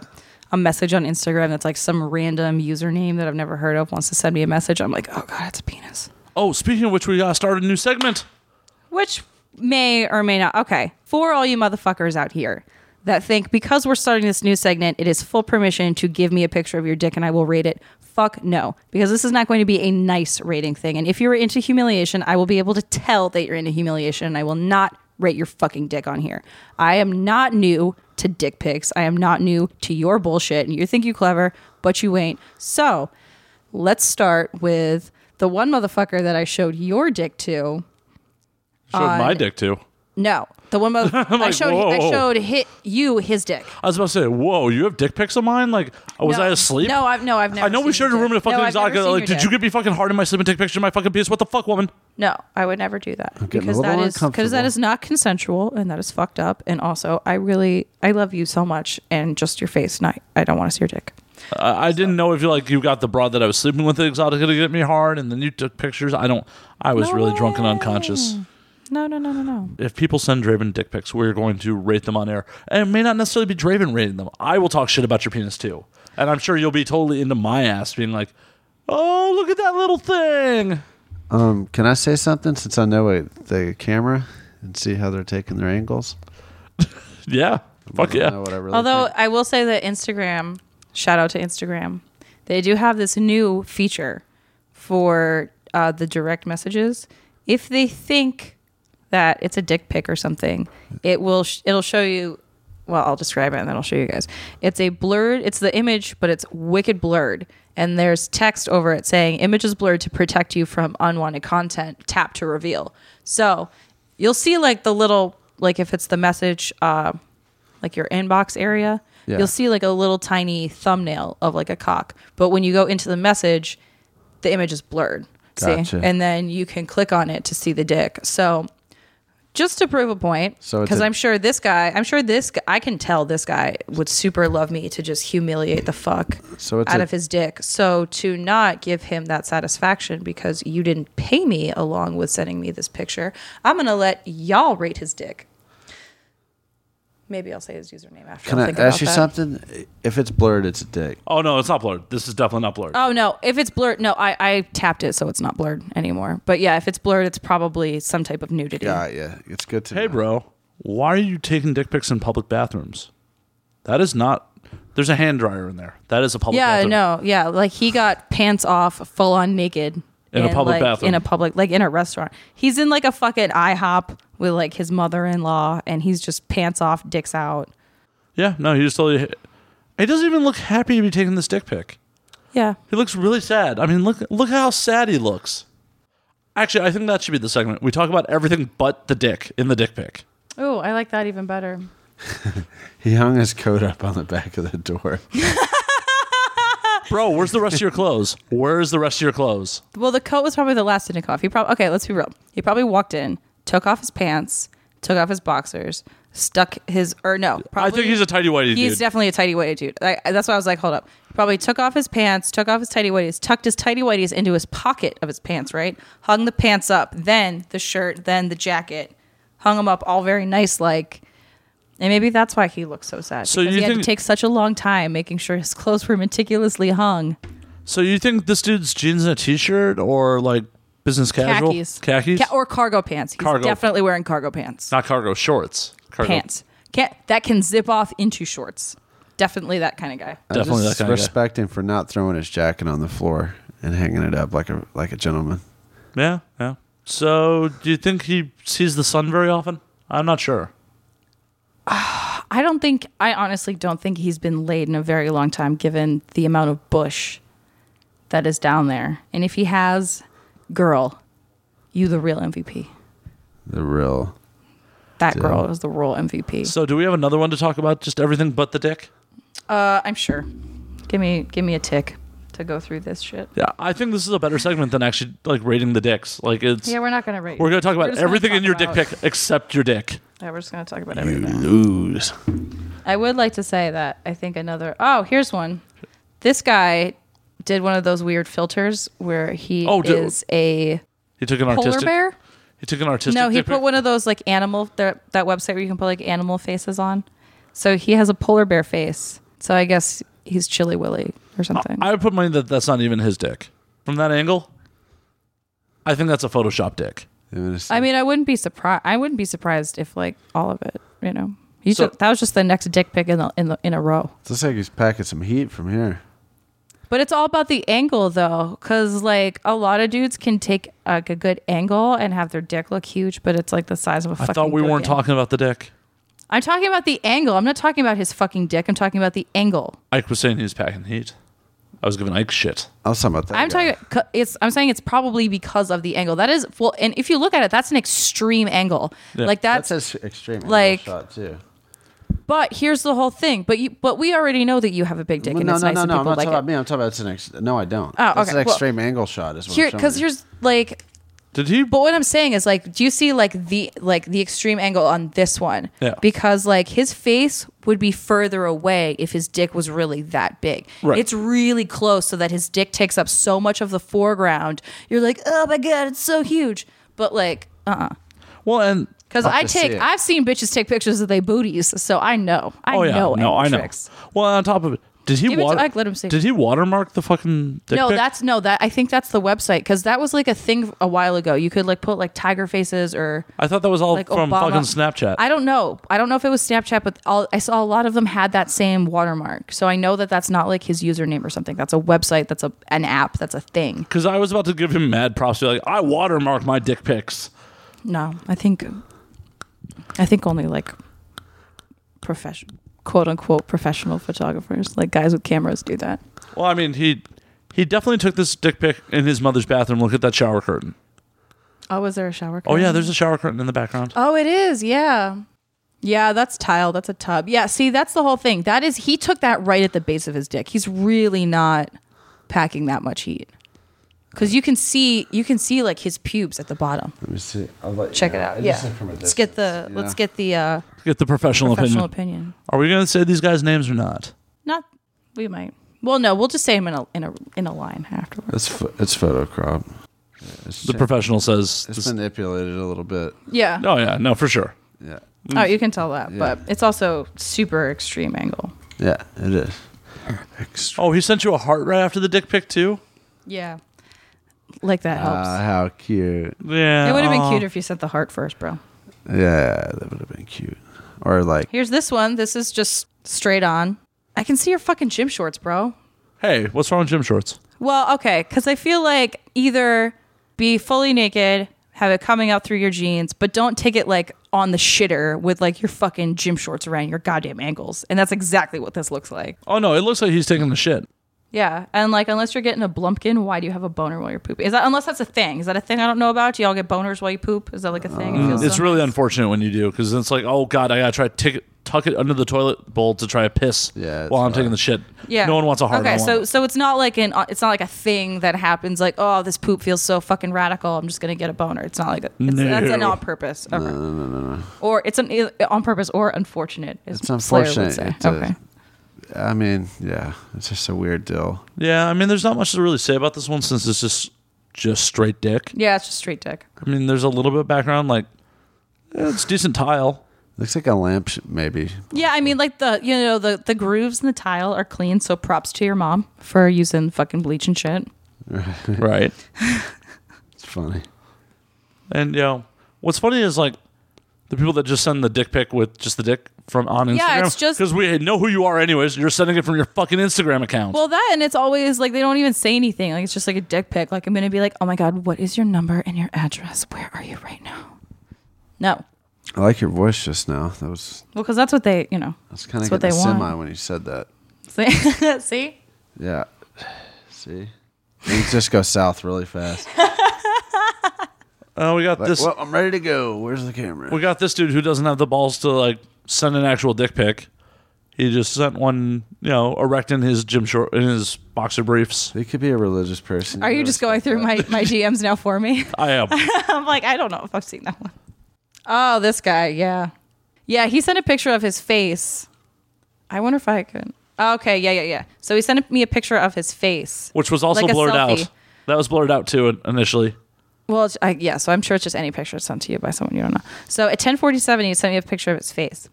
S4: a message on Instagram that's like some random username that I've never heard of wants to send me a message, I'm like, oh god, it's a penis.
S3: oh, speaking of which, we uh, started a new segment.
S4: Which may or may not. Okay, for all you motherfuckers out here that think because we're starting this new segment, it is full permission to give me a picture of your dick and I will rate it. Fuck no, because this is not going to be a nice rating thing. And if you're into humiliation, I will be able to tell that you're into humiliation and I will not rate your fucking dick on here. I am not new to dick pics. I am not new to your bullshit. And you think you clever, but you ain't. So let's start with the one motherfucker that I showed your dick to.
S3: Showed
S4: Uh,
S3: my dick too.
S4: No, the one mother- I
S3: like,
S4: showed.
S3: whoa,
S4: I
S3: whoa.
S4: showed hit you his dick.
S3: I was about to say, whoa, you have dick pics of mine? Like, uh, was
S4: No.
S3: I asleep?
S4: No, I've no, I've never.
S3: I know we
S4: seen
S3: shared a
S4: your
S3: room in a
S4: dick.
S3: fucking
S4: no, I've never
S3: exotica.
S4: seen
S3: Like,
S4: your
S3: did
S4: dick.
S3: you get me fucking hard in my sleep and take pictures of my fucking penis? What the fuck, woman?
S4: No, I would never do that
S5: getting a
S4: because
S5: little
S4: that is because that
S5: uncomfortable.
S4: is not consensual and that is fucked up. And also, I really I love you so much and just your face. Not I don't want to see your dick.
S3: I, I didn't know if you like you got the broad that I was sleeping with at exotica to get me hard, and then you took pictures. I don't. I was
S4: No
S3: really drunk and
S4: way.
S3: unconscious.
S4: No, no, no, no, no.
S3: If people send Draven dick pics, we're going to rate them on air, and it may not necessarily be Draven rating them. I will talk shit about your penis too, and I'm sure you'll be totally into my ass, being like, "Oh, look at that little thing."
S5: Um, can I say something since I know it, the camera and see how they're taking their angles?
S3: Yeah. Fuck
S5: I don't
S3: yeah.
S5: know what I really
S4: Although
S5: think.
S4: I will say that Instagram, shout out to Instagram, they do have this new feature for uh, the direct messages. If they think that it's a dick pic or something, it will sh- it'll show you. Well, I'll describe it and then I'll show you guys. It's a blurred. It's the image, but it's wicked blurred. And there's text over it saying "image is blurred to protect you from unwanted content. Tap to reveal." So you'll see like the little like if it's the message. Uh, like your inbox area,
S5: Yeah.
S4: you'll see like a little tiny thumbnail of like a cock. But when you go into the message, the image is blurred.
S5: Gotcha.
S4: See? And then you can click on it to see the dick. So just to prove a point,
S5: So it's
S4: because
S5: a-
S4: I'm sure this guy, I'm sure this, gu- I can tell this guy would super love me to just humiliate the fuck
S5: So it's
S4: out
S5: a-
S4: of his dick. So to not give him that satisfaction because you didn't pay me along with sending me this picture, I'm gonna let y'all rate his dick. Maybe I'll say his username after.
S5: Can
S4: I'll
S5: I
S4: think about
S5: ask you
S4: that.
S5: something? If it's blurred, it's a dick.
S3: Oh no, it's not blurred. This is definitely not blurred.
S4: Oh no! If it's blurred, no, I, I tapped it, so it's not blurred anymore. But yeah, if it's blurred, it's probably some type of nudity.
S5: Yeah, yeah. It's good to
S3: hey
S5: know.
S3: bro, why are you taking dick pics in public bathrooms? That is not there's a hand dryer in there. That is a public
S4: Yeah,
S3: bathroom.
S4: no, yeah. Like he got pants off, full on naked
S3: In a
S4: and,
S3: public
S4: like,
S3: bathroom.
S4: In a public, like in a restaurant. He's in like a fucking IHOP with like his mother in law, and he's just pants off, dicks out.
S3: Yeah, no, he just totally he doesn't even look happy to be taking this dick pic.
S4: Yeah,
S3: He looks really sad. I mean, look look how sad he looks. Actually, I think that should be the segment. We talk about everything but the dick in the dick pic.
S4: Oh, I like that even better.
S5: He hung his coat up on the back of the door.
S3: Bro, where's the rest of your clothes? Where's the rest of your clothes?
S4: Well, the coat was probably the last to take off. He probably okay. Let's be real. He probably walked in, took off his pants, took off his boxers, stuck his or no. Probably,
S3: I think he's a tidy whitey
S4: He's
S3: dude.
S4: definitely a tidy whitey dude. I, I- that's why I was like, hold up. Probably took off his pants, took off his tidy whities, tucked his tidy whities into his pocket of his pants, right? Hung the pants up, then the shirt, then the jacket, hung them up all very nice like. And maybe that's why he looks so sad.
S3: So
S4: because
S3: you
S4: he had
S3: think-
S4: to take such a long time making sure his clothes were meticulously hung.
S3: so you think this dude's jeans and a t-shirt or like business casual?
S4: Khakis.
S3: Khakis?
S4: Ca- or cargo pants. He's
S3: Cargo.
S4: definitely wearing cargo pants.
S3: Not cargo shorts. Cargo
S4: pants. Can't, that can zip off into shorts. Definitely that kind of guy.
S3: Definitely
S5: I
S3: that
S5: just
S3: kind of guy.
S5: respect him for not throwing his jacket on the floor and hanging it up like a like a gentleman.
S3: Yeah, yeah. So, do you think he sees the sun very often? I'm not sure.
S4: I don't think, I honestly don't think he's been laid in a very long time given the amount of bush that is down there. And if he has, girl, you the real MVP.
S5: The real
S4: That girl is the real MVP.
S3: So, do we have another one to talk about? Just everything but the dick?
S4: Uh, I'm sure. Give me, give me a tick to go through this shit.
S3: Yeah, I think this is a better segment than actually like rating the dicks. Like it's
S4: Yeah, we're not gonna rate.
S3: we're gonna talk about
S4: just gonna
S3: everything in
S4: talk
S3: your dick
S4: about-
S3: pic except your dick.
S4: Yeah, we're just gonna talk about everything.
S5: lose.
S4: I would like to say that I think another. Oh, here's one. This guy did one of those weird filters where he
S3: Oh, dude.
S4: is a
S3: He took an
S4: polar
S3: artistic.
S4: bear.
S3: He took an artistic.
S4: No, he
S3: dick
S4: put
S3: pic.
S4: one of those like animal that that website where you can put like animal faces on. So he has a polar bear face. So I guess he's Chilly Willy or something.
S3: I would put money that that's not even his dick. From that angle, I think that's a Photoshop dick.
S4: I mean, I wouldn't be surprised. I wouldn't be surprised if like all of it. You know, you
S3: So-
S4: took, that was just the next dick pic in the, in the in a row.
S5: looks like he's packing some heat from here.
S4: But it's all about the angle though, because like a lot of dudes can take like a good angle and have their dick look huge, but it's like the size of a
S3: I
S4: fucking.
S3: thought we
S4: good
S3: weren't
S4: angle.
S3: talking about the dick.
S4: I'm talking about the angle. I'm not talking about his fucking dick. I'm talking about the angle.
S3: Ike was saying he was packing heat. I was giving Ike shit.
S5: I was talking about that.
S4: I'm
S5: guy.
S4: talking. cu- It's. I'm saying it's probably because of the angle. That is well, and if you look at it, that's an extreme angle.
S3: Yeah.
S4: Like
S5: That's
S4: that's.
S5: his extreme angle
S4: like-
S5: shot too.
S4: but here's the whole thing. But you. But we already know that you have a big dick,
S5: Well,
S4: and
S5: no,
S4: it's
S5: no,
S4: nice
S5: no,
S4: and
S5: no. I'm
S4: people
S5: not
S4: like
S5: talking about
S4: it.
S5: me. I'm talking about it's an ex- no, I don't.
S4: Oh,
S5: That's
S4: okay,
S5: an
S4: well-
S5: extreme angle shot. Is what
S4: Here,
S5: I'm showing
S4: because
S5: you.
S4: here's like
S3: Did he?
S4: But what I'm saying is like, do you see like the like the extreme angle on this one?
S3: Yeah.
S4: Because like his face would be further away if his dick was really that big.
S3: Right.
S4: It's really close so that his dick takes up so much of the foreground. You're like, oh my god, it's so huge. But like, uh, uh
S3: Well, and
S4: because
S5: Tough
S4: I
S5: to see
S4: take
S5: it.
S3: Oh,
S4: I've seen bitches take pictures of their booties, so I know. I know. angle tricks.
S3: Well, on top of it, Did he
S1: Give it to
S3: water-
S1: Ike, let him see.
S3: Did he watermark the fucking dick
S1: no,
S3: pic?
S1: that's no that I think that's the website because that was like a thing a while ago. You could like put like tiger faces or
S3: I thought that was all
S1: like
S3: from
S1: Obama.
S3: fucking
S4: Uh,
S3: Snapchat.
S1: I don't know. I don't know if it was Snapchat, but all, I saw a lot of them had that same watermark. So I know that that's not like his username or something. That's a website. That's a an app. That's a thing.
S3: Because I was about to give him mad props. Be like, I watermarked my dick pics.
S4: No, I think I think only like professional quote unquote professional photographers, like guys with cameras do that.
S3: Well, I mean, he he definitely took this dick pic in his mother's bathroom. Look at that shower curtain.
S4: Oh, was there a shower
S3: Oh yeah, there's a shower curtain in the background.
S4: Oh, it is. Yeah. Yeah, that's tile. That's a tub. Yeah, see, that's the whole thing. That is he took that right at the base of his dick. He's really not packing that much heat.
S1: Because you can see you can see like his pubes at the bottom.
S5: Let me see. I'll let you
S1: Check
S5: know.
S1: it out.
S5: I
S1: Yeah.
S5: just looked from a
S1: Let's get the
S5: distance,
S1: let's
S5: yeah.
S1: get the uh,
S3: Get the professional,
S4: Professional
S3: opinion.
S4: opinion.
S3: Are we gonna say these guys' names or not?
S4: Not we might. Well, no, we'll just say him in a in a in a line afterwards.
S5: It's pho- it's photo crop. Yeah, it's
S3: The
S5: cha-
S3: professional says.
S5: it's
S3: this-
S5: manipulated a little bit.
S4: Yeah.
S3: oh yeah, no, for sure.
S5: Yeah.
S4: Oh, you can tell that,
S5: Yeah.
S4: but it's also super extreme angle.
S5: Yeah, it is. Extra.
S3: Oh, he sent you a heart right after the dick pic too.
S4: Yeah. Like that helps.
S5: Ah, how cute.
S3: Yeah,
S4: it would have been
S3: aw.
S4: cuter if you sent the heart first, bro.
S5: Yeah, that would have been cute. Or like,
S4: Here's this one. This is just straight on. I can see your fucking gym shorts, bro.
S3: Hey, what's wrong with gym shorts?
S4: Well, okay, because I feel like either be fully naked, have it coming out through your jeans, but don't take it like on the shitter with like your fucking gym shorts around your goddamn ankles. And that's exactly what this looks like.
S3: Oh no, it looks like he's taking the shit.
S4: Yeah. And like, unless you're getting a blumpkin, why do you have a boner while you're pooping? Is that, unless that's a thing? Is that a thing I don't know about? Do y'all get boners while you poop? Is that like a thing? It feels
S3: It's
S4: so-
S3: really unfortunate when you do because it's like, oh god, I gotta try to tick- tuck it under the toilet bowl to try to piss
S5: Yeah, it's
S3: while I'm
S5: not-
S3: taking the shit.
S4: Yeah.
S3: no one wants a hard.
S4: Okay,
S3: on
S4: so
S3: one.
S4: so it's not like an uh, it's not like a thing that happens like, oh, this poop feels so fucking radical, I'm just going to get a boner. It's not like that. It's, that's an
S3: No.
S4: on purpose. Okay. Or it's an on purpose or unfortunate. is
S5: It's
S4: what Slayer would
S5: unfortunate.
S4: say.
S5: It's a-
S4: okay.
S5: I mean, yeah, it's just a weird deal.
S3: Yeah, I mean, there's not much to really say about this one since it's just just straight dick.
S4: Yeah, it's just straight dick.
S3: I mean, there's a little bit of background, like yeah, it's decent tile.
S5: Looks like a lamp, sh- maybe.
S4: Yeah, I mean like the you know the the grooves in the tile are clean, so props to your mom for using fucking bleach and shit.
S3: right.
S5: It's funny.
S3: And you know, what's funny is like the people that just send the dick pic with just the dick from on Instagram.
S4: Yeah, it's just-
S3: because we know who you are, anyways. You're sending it from your fucking Instagram account.
S4: Well, that and it's always like they don't even say anything. Like it's just like a dick pic. Like I'm gonna be like, oh my god, what is your number and your address? Where are you right now? No,
S5: I like your voice just now. That was
S4: well, because that's what they, you know.
S5: that's kind of
S4: That's what
S5: getting a
S4: they want.
S5: semi when you said that.
S4: See, see,
S5: Yeah. See, things just go south really fast.
S3: Oh, we got
S5: Like,
S3: this.
S5: well, I'm ready to go. Where's the camera?
S3: we got this dude who doesn't have the balls to like send an actual dick pic. He just sent one, you know, erect in his gym short in his boxer briefs.
S5: He could be a religious person.
S4: are you just going through my my DMs now for me?
S3: I am.
S4: I'm like, I don't know if I've seen that one. Oh, this guy, yeah, yeah. He sent a picture of his face. I wonder if I could. Okay, yeah, yeah, yeah. So he sent me a picture of his face.
S3: which was also
S4: Like a
S3: blurred out.
S4: selfie.
S3: That was blurred out too in- initially.
S4: Well, it's- I, yeah, so I'm sure it's just any picture sent to you by someone you don't know. So at 10:47, he sent me a picture of his face,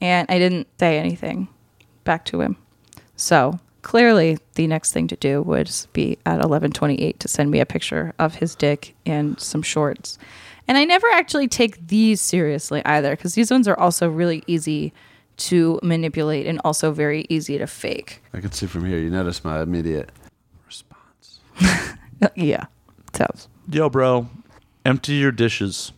S4: and I didn't say anything back to him. So clearly, the next thing to do would be at 11:28 to send me a picture of his dick and some shorts. And I never actually take these seriously either, because these ones are also really easy to manipulate and also very easy to fake.
S5: I can see from here. You notice my immediate response.
S4: yeah, sounds.
S3: Yo, bro, empty your dishes.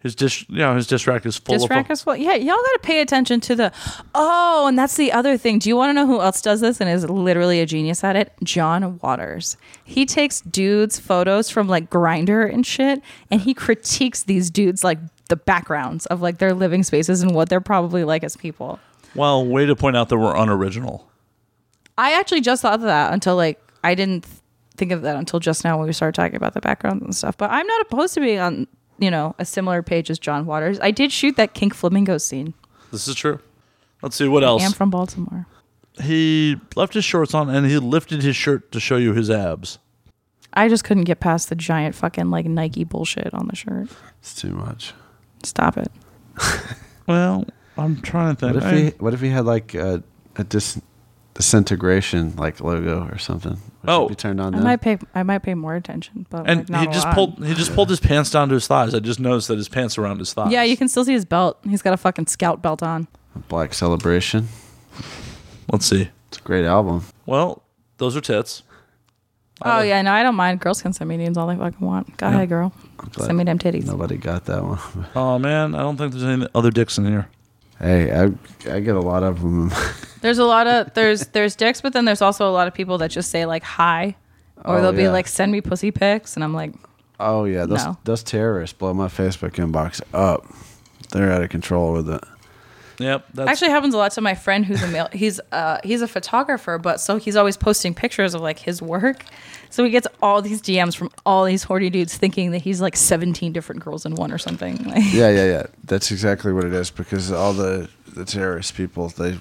S3: His dish, you know, his dish rack is full
S4: Disc
S3: of.
S4: rack as well. Yeah, y'all got to pay attention to the. Oh, and that's the other thing. Do you want to know who else does this and is literally a genius at it? John Waters. He takes dudes' photos from like Grinder and shit, and he critiques these dudes like the backgrounds of like their living spaces and what they're probably like as people.
S3: well, way to point out that we're unoriginal.
S4: I actually just thought of that until like I didn't th- think of that until just now when we started talking about the backgrounds and stuff. But I'm not opposed to being on you know a similar page as John Waters. I did shoot that kink flamingo scene.
S3: This is true. Let's see what else.
S4: I am from Baltimore.
S3: he left his shorts on and he lifted his shirt to show you his abs.
S4: I just couldn't get past the giant fucking like Nike bullshit on the shirt.
S5: It's too much.
S4: Stop it.
S3: Well, I'm trying to
S5: What
S3: think.
S5: if he? What if he had like a, a dis, disintegration like logo or something. Which
S3: Oh.
S5: should be turned on.
S4: I
S5: Then.
S4: might pay. I might pay more attention, but
S3: And
S4: like, not
S3: he
S4: a
S3: just
S4: lot.
S3: pulled he just pulled his pants down to his thighs. I just noticed that his pants are around his thighs.
S4: Yeah, you can still see his belt. He's got a fucking scout belt on.
S5: Black Celebration.
S3: Let's see.
S5: It's a great album.
S3: Well, those are tits.
S4: Oh
S3: like-
S4: yeah, no, I don't mind. Girls can send me names all they fucking want. Go ahead, girl.
S5: glad
S4: Send me them titties.
S5: Nobody got that one.
S3: Oh man, I don't think there's any other dicks in here.
S5: Hey, I I get a lot of them.
S4: There's a lot of there's there's dicks, but then there's also a lot of people that just say like hi, or
S5: Oh,
S4: they'll be
S5: yeah.
S4: like send me pussy pics, and I'm like,
S5: Oh yeah, those
S4: No.
S5: those terrorists blow my Facebook inbox up. They're out of control with it.
S3: Yep. That's
S4: actually happens a lot to my friend who's a male. He's uh he's a photographer, but so he's always posting pictures of like his work. So he gets all these DMs from all these horny dudes, thinking that he's like 17 different girls in one or something. Like,
S5: Yeah, yeah, yeah. That's exactly what it is because all the the terrorist people they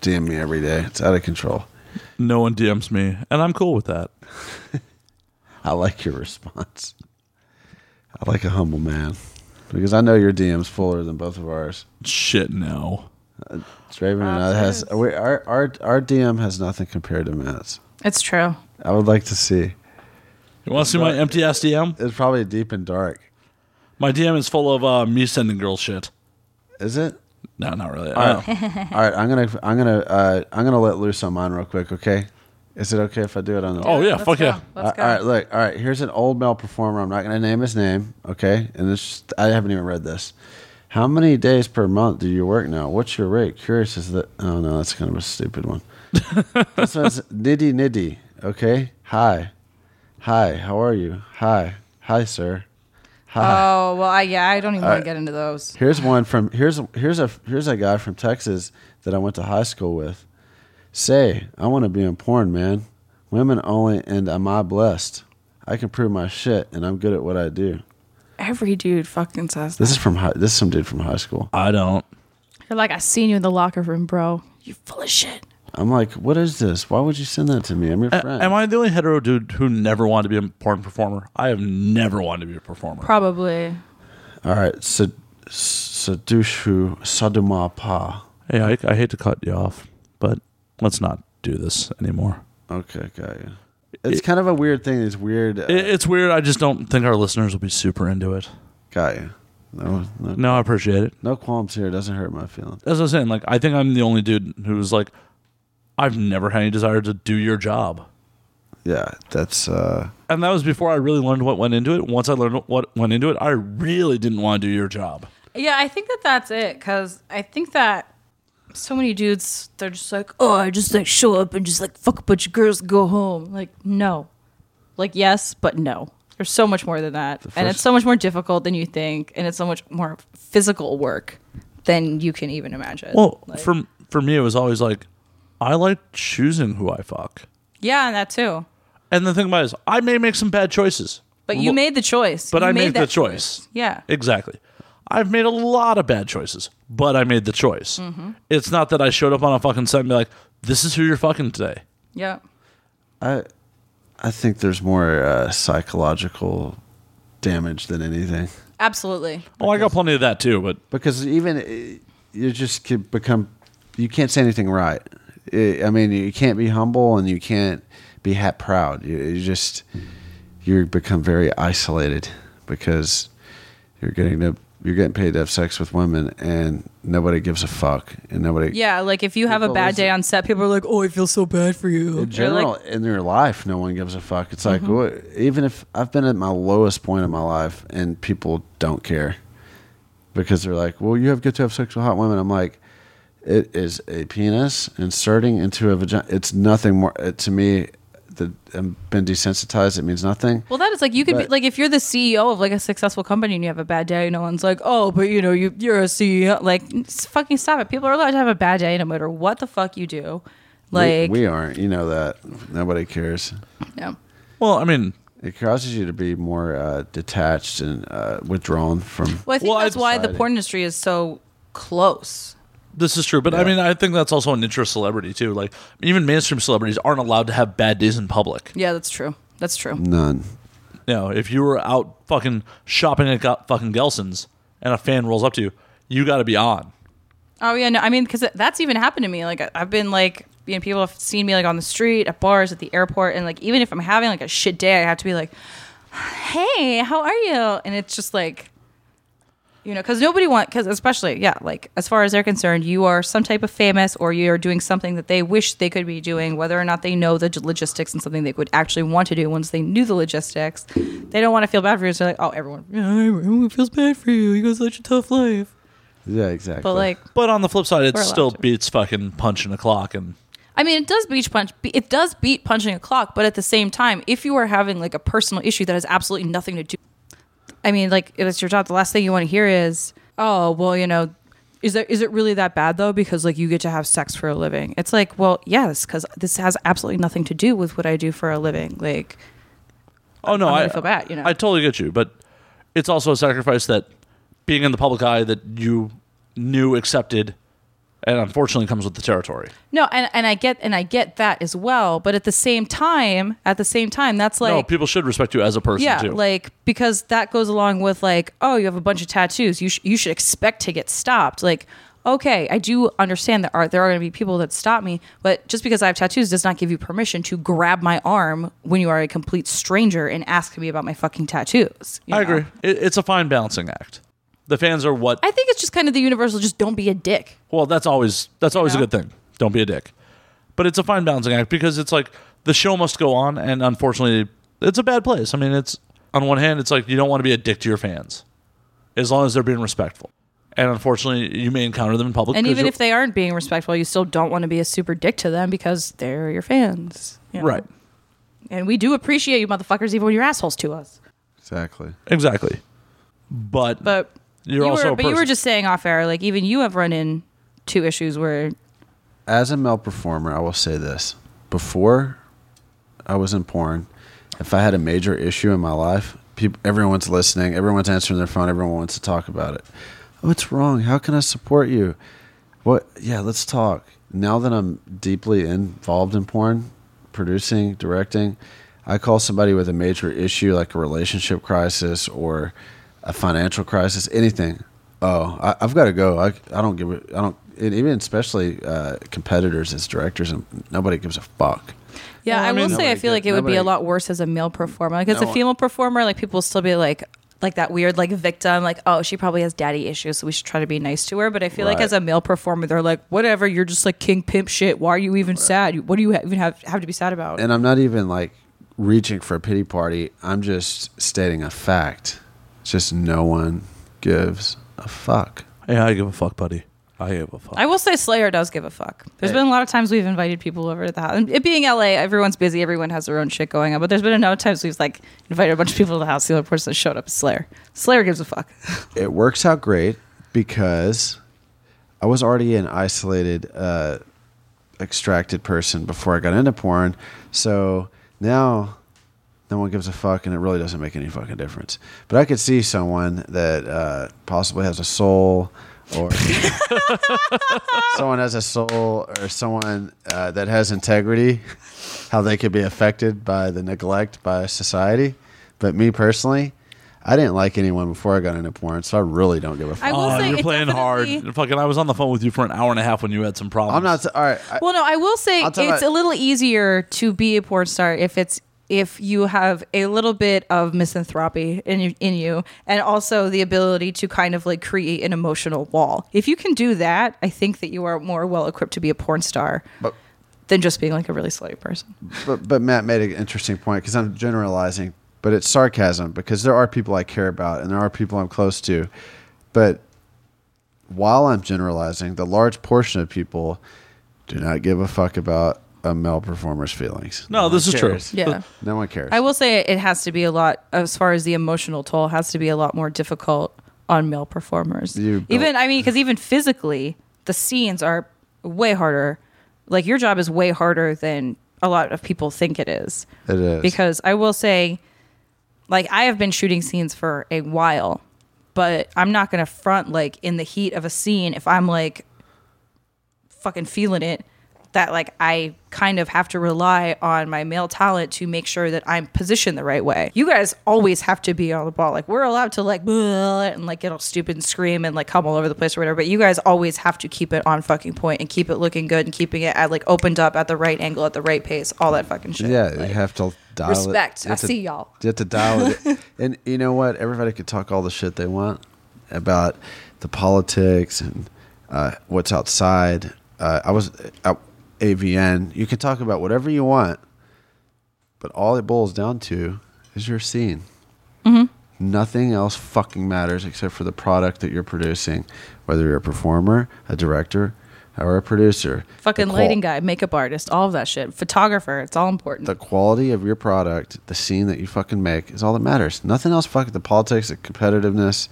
S5: DM me every day. It's out of control.
S3: no one DMs me, and I'm cool with that.
S5: I like your response. I like a humble man because I know your DM's fuller than both of ours.
S3: Shit, no.
S5: Draven and I has we, our our our DM has nothing compared to Matt's.
S4: it's true.
S5: I would like to see.
S3: You want to see my empty ass DM?
S5: It's probably deep and dark.
S3: My DM is full of uh, me sending girl shit.
S5: Is it?
S3: No, not really.
S5: All
S3: Uh,
S5: right. All right. I'm gonna I'm gonna uh, I'm gonna let loose on mine real quick. Okay. Is it okay if I do it on the?
S3: Oh, yeah,
S4: Let's
S3: fuck
S4: go.
S3: yeah.
S4: Let's go.
S5: all right. Look. All right. Here's an old male performer. I'm not gonna name his name. Okay. And this just, I haven't even read this. How many days per month do you work now? What's your rate? Curious is that. Oh no, that's kind of a stupid one. this one's nitty nitty. Okay. Hi. Hi. How are you? Hi. Hi, sir. Hi.
S4: Oh well, I, yeah, I don't even want
S5: right.
S4: to get into those.
S5: Here's one from here's here's a here's a guy from Texas that I went to high school with. Say, I want to be in porn, man. Women only, and am I blessed? I can prove my shit, and I'm good at what I do.
S4: Every dude fucking says
S5: This is from high, this is some dude from high school.
S3: I don't.
S4: You're like, I seen you in the locker room, bro. You full of shit.
S5: I'm like, what is this? Why would you send that to me? I'm your
S3: A-
S5: friend.
S3: am I the only hetero dude who never wanted to be a porn performer? I have never wanted to be a performer.
S4: Probably.
S5: All right, so sadushu saduma pa.
S3: Hey, I, I hate to cut you off, but let's not do this anymore.
S5: Okay, got you. It's kind of a weird thing. It's weird. Uh,
S3: It, it's weird. I just don't think our listeners will be super into it.
S5: got you. No, no,
S3: No, I appreciate it.
S5: no qualms here. It doesn't hurt my feelings.
S3: As I was saying, like I think I'm the only dude who's like, I've never had any desire to do your job,
S5: Yeah, that's. uh
S3: and that was before I really learned what went into it. Once I learned what went into it, I really didn't want to do your job.
S4: Yeah, I think that that's it. Cause I think that so many dudes, they're just like, oh, I just like show up and just like fuck a bunch of girls, and go home. Like, no. Like, yes, but no. There's so much more than that. and
S5: first-
S4: it's so much more difficult than you think. And it's so much more physical work than you can even imagine.
S3: Well,
S4: Like-
S3: for for me, it was always like, I like choosing who I fuck.
S4: yeah, and that too.
S3: And the thing about it is, I may make some bad choices,
S4: But you
S3: Look,
S4: made the choice.
S3: But
S4: You
S3: I
S4: made
S3: made the
S4: that
S3: choice.
S4: Yeah.
S3: Exactly. I've made a lot of bad choices, but I made the choice.
S4: Mm-hmm.
S3: It's not that I showed up on a fucking set and be like, "This is who you're fucking today."
S4: yeah.
S5: I I think there's more uh, psychological damage than anything
S4: Absolutely.
S3: Oh, I got plenty of that too, but
S5: because even uh, you just could become you can't say anything right. I I mean, you can't be humble and you can't be hat proud. You, you just you become very isolated because you're getting to you're getting paid to have sex with women and nobody gives a fuck and nobody
S4: Yeah, like if you have a
S5: People
S4: bad
S5: is-
S4: day on set, people are like, "Oh, I feel so bad for you."
S5: in general in your life no one gives a fuck it's
S4: Mm-hmm.
S5: like what, even if i've been at my lowest point in my life and people don't care because they're like well you have get to have sex with hot women i'm like it is a penis inserting into a vagina it's nothing more it, to me the, i've been desensitized it means nothing
S4: Well, that is like you could be
S5: But-
S4: like if you're the CEO of like a successful company and you have a bad day, no one's like, "Oh, but you know, you you're a CEO." Like, s- fucking stop it. People are allowed to have a bad day no matter what the fuck you do.
S5: We-
S4: Like,
S5: we, aren't you know that nobody cares
S4: yeah.
S3: well, I mean,
S5: it causes you to be more uh, detached and uh, withdrawn from
S4: Well, I think
S3: Well, I
S4: that's why the
S5: decided-
S4: porn industry is so close.
S3: this is true. But I mean, I think that's also an interest celebrity too. Like even mainstream celebrities aren't allowed to have bad days in public.
S4: Yeah, that's true. That's true.
S5: none
S3: You know, if you were out fucking shopping at Go- fucking Gelson's and a fan rolls up to you, you got to be on.
S4: Oh yeah, no, I mean, because that's even happened to me. Like, I- I've been like you know, people have seen me like on the street, at bars, at the airport, and like even if I'm having like a shit day, I have to be like, "Hey, how are you?" And it's just like, you know, because nobody want because especially yeah, like as far as they're concerned, you are some type of famous or you are doing something that they wish they could be doing, whether or not they know the logistics and something they would actually want to do once they knew the logistics. They don't want to feel bad for you. So they're like, "Oh, everyone, yeah, everyone feels bad for you. You got such a tough life."
S5: Yeah, exactly.
S4: But like.
S3: But on the flip side, it
S4: We're allowed
S3: still
S4: to.
S3: beats fucking punching a clock and
S4: I mean, it does beat punch. It does beat punching a clock, but at the same time, if you are having like a personal issue that has absolutely nothing to do, I mean, like it's your job. The last thing you want to hear is, "Oh, well, you know, is there is it really that bad though? Because like you get to have sex for a living." It's like, well, yes, because this has absolutely nothing to do with what I do for a living. Like,
S3: oh no,
S4: I'm gonna
S3: I
S4: feel bad, you know?
S3: I totally get you, but it's also a sacrifice that being in the public eye that you knew accepted, and unfortunately comes with the territory.
S4: no, and, and I get and I get that as well, but at the same time, at the same time, that's like
S3: no, people should respect you as a person
S4: yeah,
S3: too.
S4: like because that goes along with like, oh, you have a bunch of tattoos. You sh- you should expect to get stopped. Like, okay, I do understand that are there are going to be people that stop me, but just because I have tattoos does not give you permission to grab my arm when you are a complete stranger and ask me about my fucking tattoos. you
S3: I
S4: know?
S3: agree. It, it's a fine balancing act. The fans are what
S4: I think it's just kind of the universal. Just don't be a dick.
S3: Well, that's always that's always a
S4: know?
S3: good thing. Don't be a dick. But it's a fine balancing act because it's like the show must go on, and unfortunately, it's a bad place. I mean, it's on one hand, it's like you don't want to be a dick to your fans, as long as they're being respectful. And unfortunately, you may encounter them in public.
S4: And
S3: 'cause
S4: even
S3: you're-
S4: if they aren't being respectful, you still don't want to be a super dick to them because they're your fans. you know?
S3: right,
S4: And we do appreciate you motherfuckers even when you're assholes to us.
S5: exactly.
S3: exactly. But,
S4: But
S3: you're
S4: you
S3: also
S4: were,
S3: a
S4: but you were
S3: person.
S4: just saying off air like even you have run in two issues where
S5: As a male performer, I will say this: before I was in porn, if I had a major issue in my life, people, everyone's listening, everyone's answering their phone, everyone wants to talk about it. Oh, it's wrong. How can I support you? What? Yeah, let's talk. Now that I'm deeply involved in porn, producing, directing, I call somebody with a major issue like a relationship crisis or a financial crisis, anything. Oh, I, I've got to go. I, I don't give a I don't. And even especially uh, competitors as directors, and nobody gives a fuck.
S4: yeah
S3: Well,
S4: i,
S3: I mean-
S4: will say i
S5: Nobody
S4: feel like
S5: get-
S4: it would be a
S5: nobody-
S4: lot worse as a male performer like as
S5: No.
S4: a female performer like people will still be like like that weird like victim like oh she probably has daddy issues so we should try to be nice to her but i feel like
S5: Right.
S4: as a male performer they're like whatever you're just like king pimp shit why are you even sad what do you ha- even have, have to be sad about
S5: and I'm not even like reaching for a pity party. I'm just stating a fact. It's just no one gives a fuck.
S3: yeah, I give a fuck, buddy. I give a fuck.
S4: I will say Slayer does give a fuck. There's
S5: Hey.
S4: been a lot of times we've invited people over to the house. And it being LA, everyone's busy, everyone has their own shit going on. But there's been enough times we've like invited a bunch of people to the house. The only person that showed up is Slayer. Slayer gives a fuck.
S5: It works out great because I was already an isolated, uh, extracted person before I got into porn. So now no one gives a fuck and it really doesn't make any fucking difference. But I could see someone that uh, possibly has a soul or someone has a soul or someone uh, that has integrity, how they could be affected by the neglect by society. But me personally, I didn't like anyone before I got into porn, so I really don't give a fuck.
S4: I will
S3: Oh,
S4: say
S3: you're
S4: it
S3: playing hard.
S4: definitely-
S3: Fucking, I was on the phone with you for an hour and a half when you had some problems.
S5: I'm not, all right. I,
S4: Well, no, I will say
S5: I'll
S4: it's
S5: tell you
S4: a
S5: what-
S4: little easier to be a porn star if it's if you have a little bit of misanthropy in you, in you and also the ability to kind of like create an emotional wall. If you can do that, I think that you are more well equipped to be a porn star
S5: But-
S4: than just being like a really slutty person.
S5: but but Matt made an interesting point because I'm generalizing, but it's sarcasm because there are people I care about and there are people I'm close to, but while I'm generalizing, the large portion of people do not give a fuck about a male performer's feelings.
S3: No, this
S5: one
S3: is true.
S5: cares.
S4: Yeah.
S5: No one cares.
S4: I will say it has to be a lot as far as the emotional toll has to be a lot more difficult on male performers.
S5: You built-
S4: even I mean because even physically the scenes are way harder. Like your job is way harder than a lot of people think it is.
S5: It is.
S4: Because I will say like I have been shooting scenes for a while, but I'm not going to front like in the heat of a scene if I'm like fucking feeling it. that like I kind of have to rely on my male talent to make sure that I'm positioned the right way. You guys always have to be on the ball. Like we're allowed to like "Bleh," and like get all stupid and scream and like come all over the place or whatever, but you guys always have to keep it on fucking point and keep it looking good and keeping it at like opened up at the right angle at the right pace, all that fucking shit.
S5: Yeah,
S4: Like,
S5: you have to dial it-
S4: respect.
S5: you
S4: I
S5: have to-
S4: see y'all.
S5: You have to dial it. and you know what? Everybody could talk all the shit they want about the politics and uh, what's outside. Uh, I was at AVN. You can talk about whatever you want, but all it boils down to is your scene.
S4: Mm-hmm.
S5: Nothing else fucking matters except for the product that you're producing, whether you're a performer, a director, or a producer. The
S4: Fucking
S5: qual-
S4: lighting guy, makeup artist, all of that shit. Photographer, it's all important.
S5: the quality of your product, the scene that you fucking make is all that matters. Nothing else fuck the politics, the competitiveness,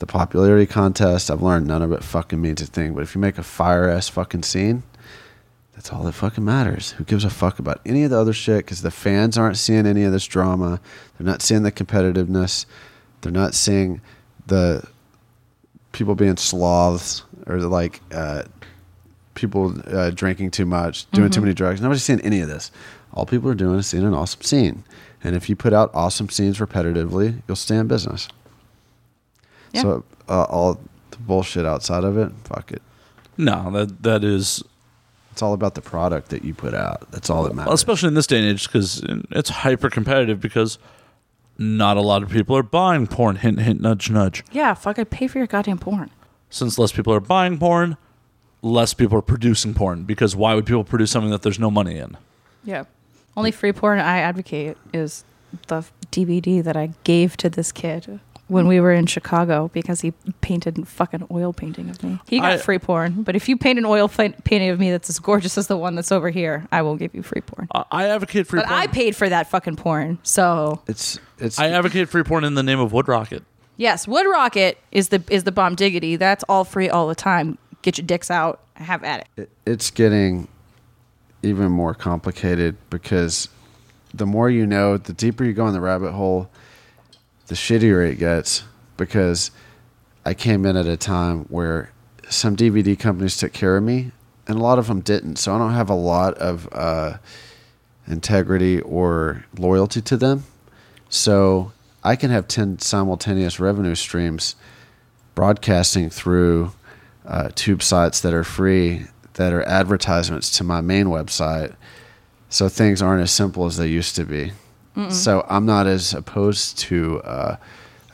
S5: the popularity contest. I've learned none of it fucking means a thing. But if you make a fire ass fucking scene, that's all that fucking matters. Who gives a fuck about any of the other shit? Because the fans aren't seeing any of this drama. They're not seeing the competitiveness. They're not seeing the people being sloths or like uh, people uh, drinking too much, doing too many drugs. Nobody's seeing any of this. All people are doing is seeing an awesome scene. And if you put out awesome scenes repetitively, you'll stay in business.
S4: Yeah.
S5: So uh, all the bullshit outside of it, fuck it.
S3: No, that that is
S5: It's all about the product that you put out. That's all that matters.
S3: Well, especially in this day and age, because it's hyper competitive. Because not a lot of people are buying porn. Hint, hint, nudge, nudge.
S4: yeah, fucking pay for your goddamn porn.
S3: Since less people are buying porn, less people are producing porn. Because why would people produce something that there's no money in?
S4: Yeah. Only free porn I advocate is the DVD that I gave to this kid when we were in Chicago because he painted a fucking oil painting of me. He got
S3: I-
S4: free porn, but if you paint an oil fi- painting of me that's as gorgeous as the one that's over here, I will give you free porn.
S3: I, I advocate free.
S4: but
S3: porn.
S4: I paid for that fucking porn. So,
S5: it's it's
S3: I advocate free porn in the name of Wood Rocket.
S4: yes, Wood Rocket is the is the bomb diggity. That's all free all the time. Get your dicks out. Have at it.
S5: it, it's getting even more complicated because the more you know, the deeper you go in the rabbit hole, the shittier it gets. Because I came in at a time where some DVD companies took care of me, and a lot of them didn't. So I don't have a lot of uh, integrity or loyalty to them. So I can have 10 simultaneous revenue streams broadcasting through uh, tube sites that are free that are advertisements to my main website. So things aren't as simple as they used to be. So I'm not as opposed to uh,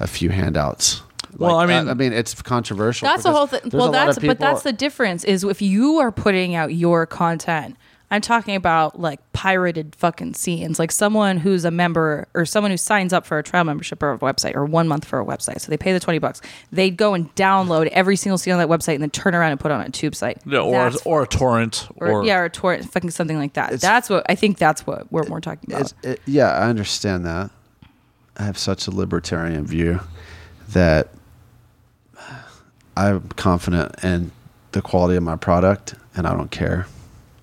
S5: a few handouts.
S3: Well, I mean-
S5: I, mean, it's controversial.
S4: That's the
S5: because
S4: whole thing.
S5: there's
S4: Well,
S5: a lot
S4: that's
S5: of
S4: but
S5: people-
S4: that's the difference is if you are putting out your content. I'm talking about like pirated fucking scenes, like someone who's a member or someone who signs up for a trial membership or a website or one month for a website. So they pay the 20 bucks. They go and download every single scene on that website and then turn around and put it on a tube site.
S3: Yeah, or
S4: That's-
S3: or a torrent, or,
S4: or, yeah, or torrent, fucking something like that.
S5: It's-
S4: That's what I think. That's what we're more talking about.
S5: It's, it, yeah, I understand that. I have such a libertarian view that I'm confident in the quality of my product, and I don't care.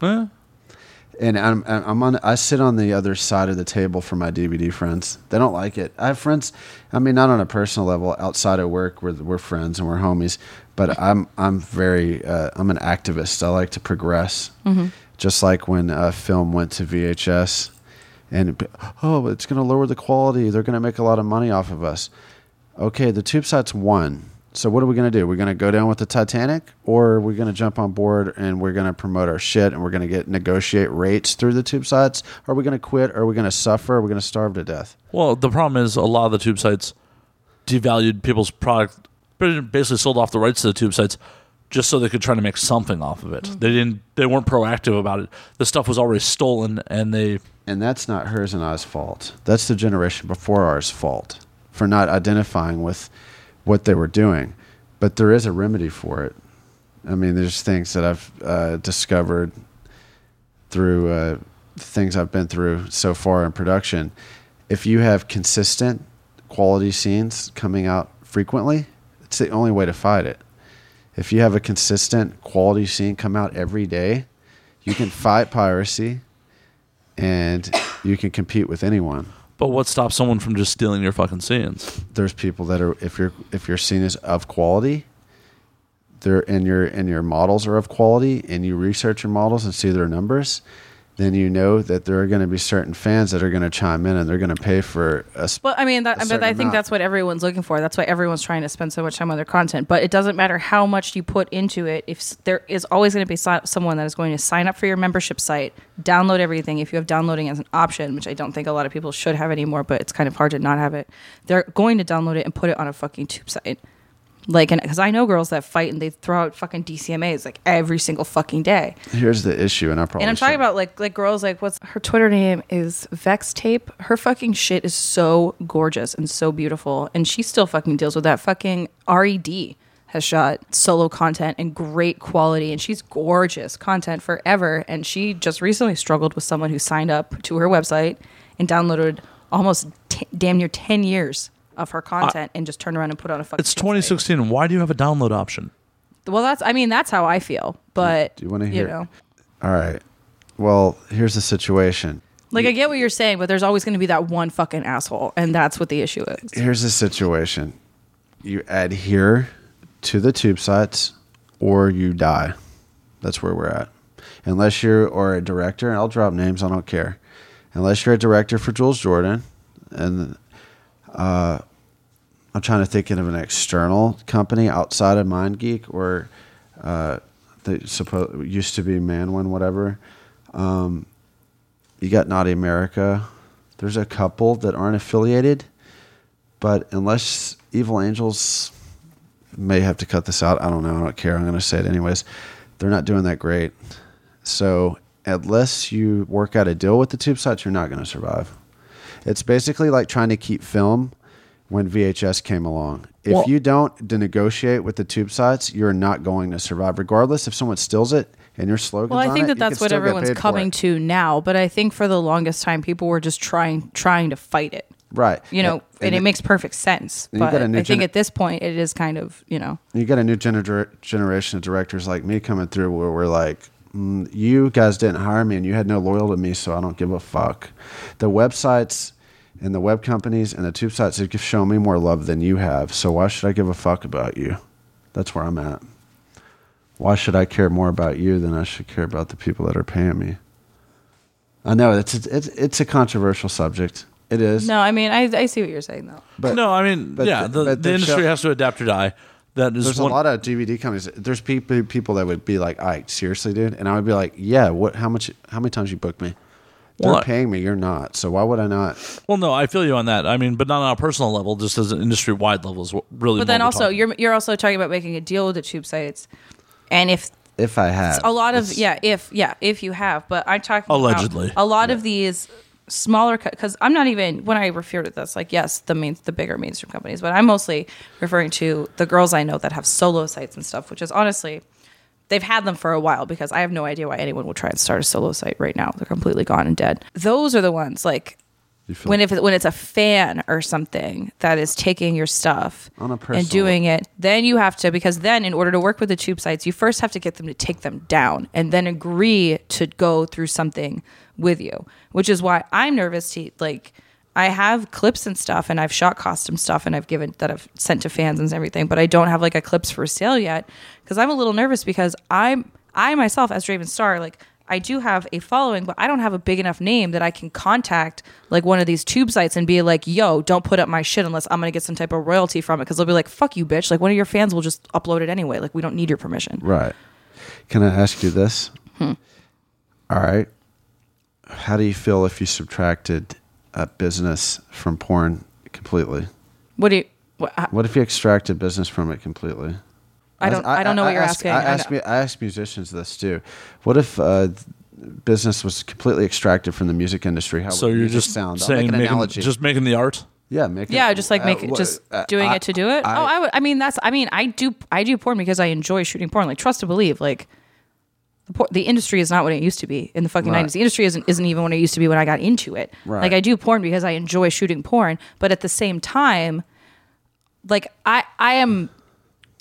S3: Eh,
S5: And I'm I'm I'm on I sit on the other side of the table for my DVD friends. They don't like it. I have friends. I mean, not on a personal level. Outside of work, we're we're friends and we're homies. But I'm I'm very uh, I'm an activist. I like to progress. Just like when uh, film went to VHS, and oh, it's going to lower the quality. They're going to make a lot of money off of us. Okay, the tube site's one. So what are we going to do? We're going to go down with the Titanic, or we're going to jump on board and we're going to promote our shit and we're going to get negotiate rates through the tube sites. Are we going to quit? Are we going to suffer? Are we going to starve to death?
S3: Well, the problem is a lot of the tube sites devalued people's product, basically sold off the rights to the tube sites just so they could try to make something off of it.
S5: Mm.
S3: They didn't. They weren't proactive about it. The stuff was already stolen, and they
S5: And that's not hers and I's fault. That's the generation before ours fault for not identifying with what they were doing. But there is a remedy for it. I mean, there's things that I've uh, discovered through uh, things I've been through so far in production. If you have consistent quality scenes coming out frequently, it's the only way to fight it. If you have a consistent quality scene come out every day, you can fight piracy and you can compete with anyone.
S3: But what stops someone from just stealing your fucking scenes?
S5: There's people that are if your if your scene is of quality, they're and your and your models are of quality and you research your models and see their numbers, then you know that there are going to be certain fans that are going to chime in and they're going to pay for a sp-
S4: Well, I mean, that,
S5: A
S4: but
S5: certain
S4: I think
S5: amount.
S4: that's what everyone's looking for. That's why everyone's trying to spend so much time on their content. But it doesn't matter how much you put into it. If s- there is always going to be si- someone that is going to sign up for your membership site, download everything. If you have downloading as an option, which I don't think a lot of people should have anymore, but it's kind of hard to not have it. They're going to download it and put it on a fucking tube site. Like, and because I know girls that fight and they throw out fucking DCMAs like every single fucking day.
S5: Here's the issue, and I probably
S4: And I'm talking
S5: shouldn't-
S4: about like like girls like what's her Twitter name is Vex Tape. Her fucking shit is so gorgeous and so beautiful, and she still fucking deals with that. Fucking Red has shot solo content and great quality, and she's gorgeous content forever. And she just recently struggled with someone who signed up to her website and downloaded almost t- damn near ten years of her content and just turned around and put on a fucking.
S3: It's
S4: site.
S3: 2016. Why do you have a download option?
S4: Well, that's I mean that's how I feel, but
S5: Do you wanna hear-
S4: You know.
S5: All right. Well, here's the situation.
S4: Like I get what you're saying, but there's always going to be that one fucking asshole, and that's what the issue is.
S5: Here's the situation. You adhere to the tube sites or you die. That's where we're at. Unless you are a director, and I'll drop names, I don't care. Unless you're a director for Jules Jordan, and uh, I'm trying to think of an external company outside of MindGeek or uh, that suppo- used to be Manwin, whatever. Um, you got Naughty America. There's a couple that aren't affiliated but unless evil angels may have to cut this out i don't know i don't care i'm going to say it anyways they're not doing that great so unless you work out a deal with the tube sites you're not going to survive it's basically like trying to keep film when vhs came along if
S4: Well-
S5: you don't de- negotiate with the tube sites you're not going to survive regardless if someone steals it and your slogan
S4: Well, I think that that's what everyone's coming to now, but I think for the longest time, people were just trying trying to fight it.
S5: right
S4: You know, and, it,
S5: makes.
S4: makes perfect sense.
S5: and you
S4: But
S5: got a new
S4: I think
S5: gener-
S4: at this point, it is kind of you know.
S5: you got a new gener- generation of directors like me coming through where we're like mm, you guys didn't hire me and you had no loyal to me so i don't give a fuck the websites and the web companies and the tube sites have shown me more love than you have so why should i give a fuck about you that's where i'm at why should i care more about you than i should care about the people that are paying me i know it's it's, it's a controversial subject it is
S4: No, I mean I, I see what you're saying though.
S5: but
S3: no, I mean,
S5: but
S3: yeah,
S5: th-
S3: the, the,
S5: but the
S3: industry
S5: show-
S3: has to adapt or die. That is
S5: There's
S3: one,
S5: a lot of DVD companies. There's people people that would be like, "I seriously, dude," and I would be like, "Yeah, what? How much? How many times you booked me? They're
S3: Well, I-
S5: paying me. You're not. So why would I not?
S3: Well, no, I feel you on that. I mean, but not on a personal level, just as an industry wide level is what- really.
S4: But then
S3: what we're
S4: also,
S3: talking
S4: you're you're also talking about making a deal with the tube sites, and if
S5: If I had
S4: a lot of
S5: It's-
S4: yeah if yeah if you have but i'm talking
S3: Allegedly.
S4: about a lot of these smaller because i'm not even when i refer to this like yes the main the bigger mainstream companies but i'm mostly referring to the girls i know that have solo sites and stuff which is honestly they've had them for a while because i have no idea why anyone would try and start a solo site right now they're completely gone and dead those are the ones like
S5: You feel-
S4: when if when it's a fan or something that is taking your stuff
S5: On a personal-
S4: and doing it, then you have to because then in order to work with the tube sites, you first have to get them to take them down and then agree to go through something with you, which is why I'm nervous to like I have clips and stuff and I've shot costume stuff and I've given that I've sent to fans and everything, but I don't have like a clips for sale yet because I'm a little nervous because I'm I myself as Draven Star like I do have a following, but I don't have a big enough name that I can contact like one of these tube sites and be like, yo, don't put up my shit unless I'm gonna get some type of royalty from it. Cause they'll be like, fuck you, bitch. Like one of your fans will just upload it anyway. Like we don't need your permission.
S5: right. Can I ask you this?
S4: Hmm.
S5: All right. How do you feel if you subtracted a business from porn completely?
S4: What do you, what, I,
S5: What if you extracted business from it completely?
S4: I don't, I, don't know what you're
S5: ask-
S4: asking.
S5: I
S4: I
S5: ask,
S4: know.
S5: mu- I ask musicians this too. What if uh, th- business was completely extracted from the music industry? How
S3: about. So
S5: would
S3: you're
S5: music
S3: just
S5: sound? I'll
S3: saying,
S5: make an
S3: making,
S5: analogy.
S3: just making the art.
S5: yeah, make it-
S4: yeah, just like
S5: uh,
S4: make it,
S5: wha-
S4: just
S5: uh,
S4: doing
S5: I-
S4: it to do it.
S5: I-
S4: oh, I would, I mean, that's, I mean, I do, I do porn because I enjoy shooting porn. Like trust to believe, like the, por- the industry is not what it used to be in the fucking
S5: Right.
S4: 90s. The industry isn't, isn't even what it used to be when I got into it.
S5: Right.
S4: Like I do porn because I enjoy shooting porn, but at the same time, like I I am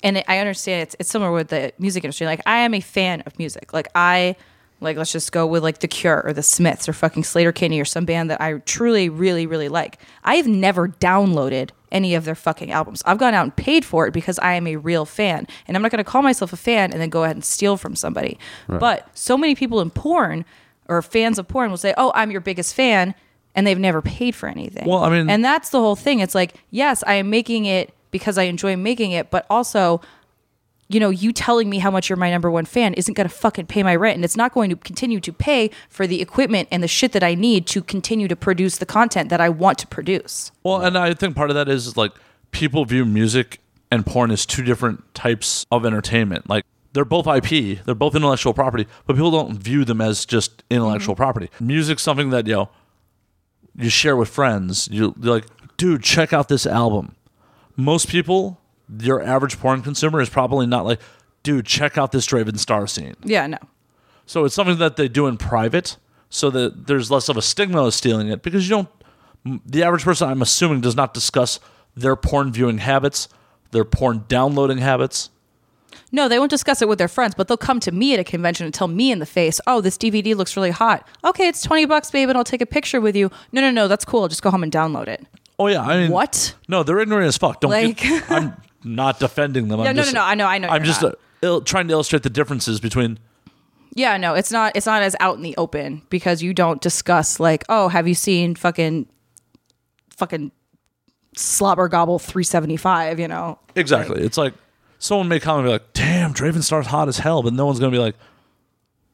S4: and I understand it's it's similar with the music industry. Like I am a fan of music. Like I Like let's just go with like The Cure or The Smiths or fucking Slater Kinney or some band that I truly really really like. I've never downloaded any of their fucking albums. I've gone out and paid for it because I am a real fan and I'm not going to call myself a fan and then go ahead and steal from somebody. But so many people in porn or fans of porn will say, "Oh, I'm your biggest fan." And they've never paid for anything.
S3: Well, I mean-
S4: and that's the whole thing. It's like, yes, I am making it because I enjoy making it, but also you know, you telling me how much you're my number one fan isn't going to fucking pay my rent. And it's not going to continue to pay for the equipment and the shit that I need to continue to produce the content that I want to produce.
S3: Well, and I think part of that is like people view music and porn as two different types of entertainment. Like they're both IP, they're both intellectual property, but people don't view them as just intellectual property. Music's something that you know you share with friends. You you're like, dude, check out this album. Most people, your average porn consumer, is probably not like, dude, check out this Draven Star scene.
S4: Yeah, no.
S3: So it's something that they do in private, so that there's less of a stigma of stealing it because you don't. m- The average person, I'm assuming, does not discuss their porn viewing habits, their porn downloading habits.
S4: No, they won't discuss it with their friends, but they'll come to me at a convention and tell me in the face, oh, this DVD looks really hot. Okay, it's 20 bucks, babe, and I'll take a picture with you. No, no, no, that's cool. Just go home and download it.
S3: Oh yeah, I mean,
S4: What?
S3: No, they're ignorant as fuck. Don't.
S4: Like-
S3: get- I'm not defending them. I'm
S4: no, no,
S3: just,
S4: no, I know, I know
S3: I'm
S4: you're
S3: just
S4: not.
S3: uh, il- trying to illustrate the differences between.
S4: Yeah, no, it's not it's not as out in the open because you don't discuss like, oh, have you seen fucking fucking slobber gobble 375, you know?
S3: Exactly. It's like someone may comment and be like, "Damn, Draven Star's hot as hell," but no one's gonna be like,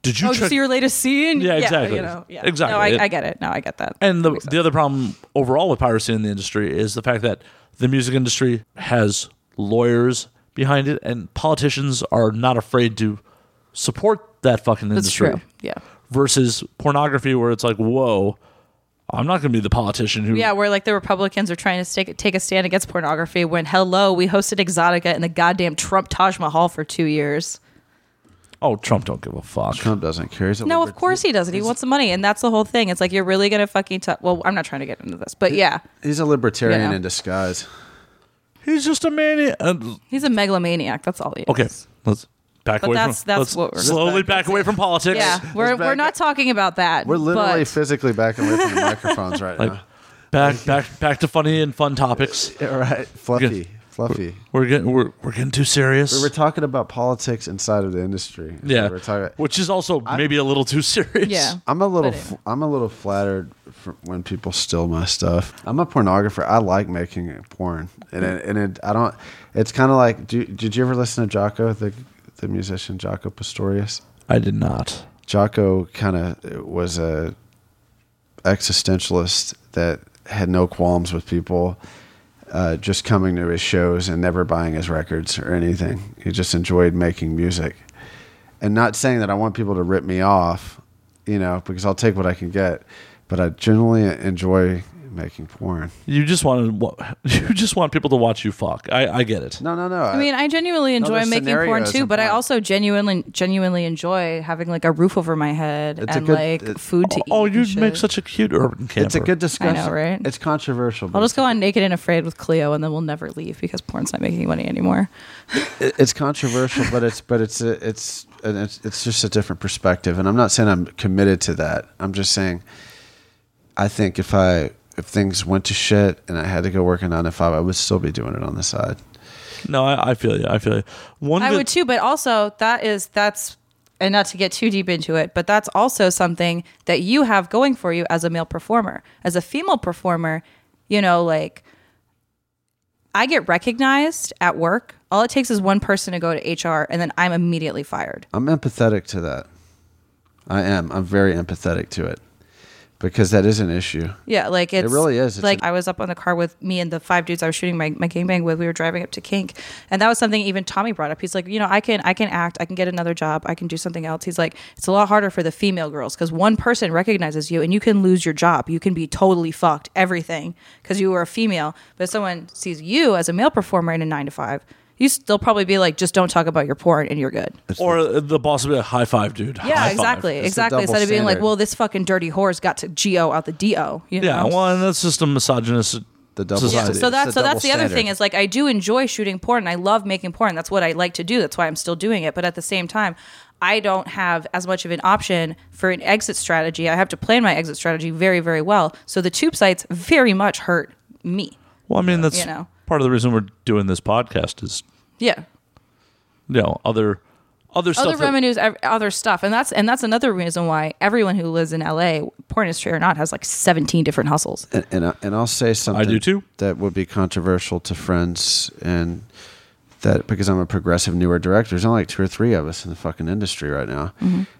S3: "Did you
S4: Oh, did you
S3: check
S4: see your latest scene?
S3: Yeah, exactly.
S4: you know, yeah.
S3: Exactly.
S4: No,
S3: It-
S4: I, I get it. No, I get that.
S3: And the, the other problem overall with piracy in the industry is the fact that the music industry has lawyers behind it, and politicians are not afraid to support that fucking
S4: That's
S3: industry.
S4: true. Yeah.
S3: Versus pornography, where it's like, whoa, I'm not going to be the politician who.
S4: Yeah, where like the Republicans are trying to take, take a stand against pornography when, hello, we hosted Exotica in the goddamn Trump Taj Mahal for two years.
S3: Oh, Trump don't give a fuck.
S5: Trump doesn't care. He's a
S4: No, of
S5: liber-
S4: course he doesn't. He wants the money. And that's the whole thing. It's like, you're really going to fucking. T- well, I'm not trying to get into this, but yeah,
S5: He's a libertarian
S4: You know.
S5: in disguise.
S3: He's just a maniac. And-
S4: he's a megalomaniac. That's all he is.
S3: okay, let's back
S4: But
S3: away
S4: that's-
S3: from.
S4: that's
S3: let's
S4: what we're-
S3: slowly back, away from politics.
S4: Yeah, we're,
S5: back
S4: we're not talking about that.
S5: We're literally
S4: but
S5: physically backing away from the microphones right
S3: Like,
S5: now.
S3: back, back, back to funny and fun topics.
S5: Yeah, right. Fluffy. Fluffy.
S3: We're getting we're, we're getting too serious.
S5: We were talking about politics inside of the industry. That's what
S3: Yeah,
S5: we We're talking about.
S3: which is also maybe a little too serious.
S4: Yeah.
S5: I'm a little,
S4: But it-
S5: fl- I'm a little flattered for when people steal my stuff. I'm a pornographer. I like making porn, and it, and it, I don't. It's kind of like, do, did you ever listen to Jocko, the the musician Jocko Pastorius?
S3: I did not.
S5: Jocko kind of was a existentialist that had no qualms with people uh, just coming to his shows and never buying his records or anything. He just enjoyed making music, and not saying that I want people to rip me off, you know, because I'll take what I can get. But I generally enjoy making porn.
S3: You just want to. You just want people to watch you fuck. I, I get it.
S5: No, no, no.
S4: I mean, I genuinely enjoy
S5: there's
S4: making porn
S5: scenarios
S4: too,
S5: in
S4: but I
S5: porn.
S4: also genuinely genuinely enjoy having like a roof over my head
S5: It's a
S4: and
S5: good-
S4: like
S5: it-
S4: food to eat.
S3: Oh, you
S4: and
S3: make
S4: shit.
S3: such a cute urban camper.
S5: it's a good discussion.
S4: right?
S5: It's controversial. but
S4: I'll just
S5: it's-
S4: go on naked and afraid with Cleo, and then we'll never leave because porn's not making money anymore.
S5: it- it's controversial, but it's but it's a, it's and it's it's just a different perspective. And I'm not saying I'm committed to that. I'm just saying I think if I if things went to shit and I had to go work a nine to five, I would still be doing it on the side.
S3: No, I, I feel you. I feel you. One.
S4: I
S3: good-
S4: would too, but also that is that's and not to get too deep into it, but that's also something that you have going for you as a male performer. As a female performer, you know, like I get recognized at work. All it takes is one person to go to HR and then I'm immediately fired.
S5: I'm empathetic to that. I am. I'm very empathetic to it because that is an issue.
S4: Yeah, like it's
S5: really is. It's
S4: like
S5: an-
S4: I was up on the car with me and the five dudes I was shooting my, my gangbang with. We were driving up to Kink, and that was something even Tommy brought up. He's like, you know, I can I can act, I can get another job, I can do something else. He's like, it's a lot harder for the female girls because one person recognizes you and you can lose your job, you can be totally fucked, everything because you were a female. But if someone sees you as a male performer in a nine to five, you still probably be like, just don't talk about your porn and you're good.
S3: or the boss would be like, "High five, dude."
S4: Yeah,
S3: High five."
S4: exactly,
S5: It's the
S4: exactly.
S5: double
S4: Instead of being like,
S5: standard.
S4: well, this fucking dirty whore's got to go out the do. You
S3: Yeah.
S4: know?
S3: Well, and that's just a misogynist.
S5: The double
S3: society.
S5: standard.
S4: so
S5: It's
S4: that's
S5: a
S4: so
S5: double
S4: that's the other
S5: standard.
S4: thing is like I do enjoy shooting porn and I love making porn. That's what I like to do. That's why I'm still doing it. But at the same time, I don't have as much of an option for an exit strategy. I have to plan my exit strategy very, very well. So the tube sites very much hurt me.
S3: Well, I mean, that's
S4: You know.
S3: part of the reason we're doing this podcast is,
S4: Yeah.
S3: you know, other other,
S4: Other
S3: stuff. that-
S4: revenues, ev- other stuff, and that's and that's another reason why everyone who lives in LA, porn industry or not, has like seventeen different hustles.
S5: And, and, I, and I'll say something.
S3: do too.
S5: That would be controversial to friends and that because I'm a progressive newer director. There's only like two or three of us in the fucking industry right now.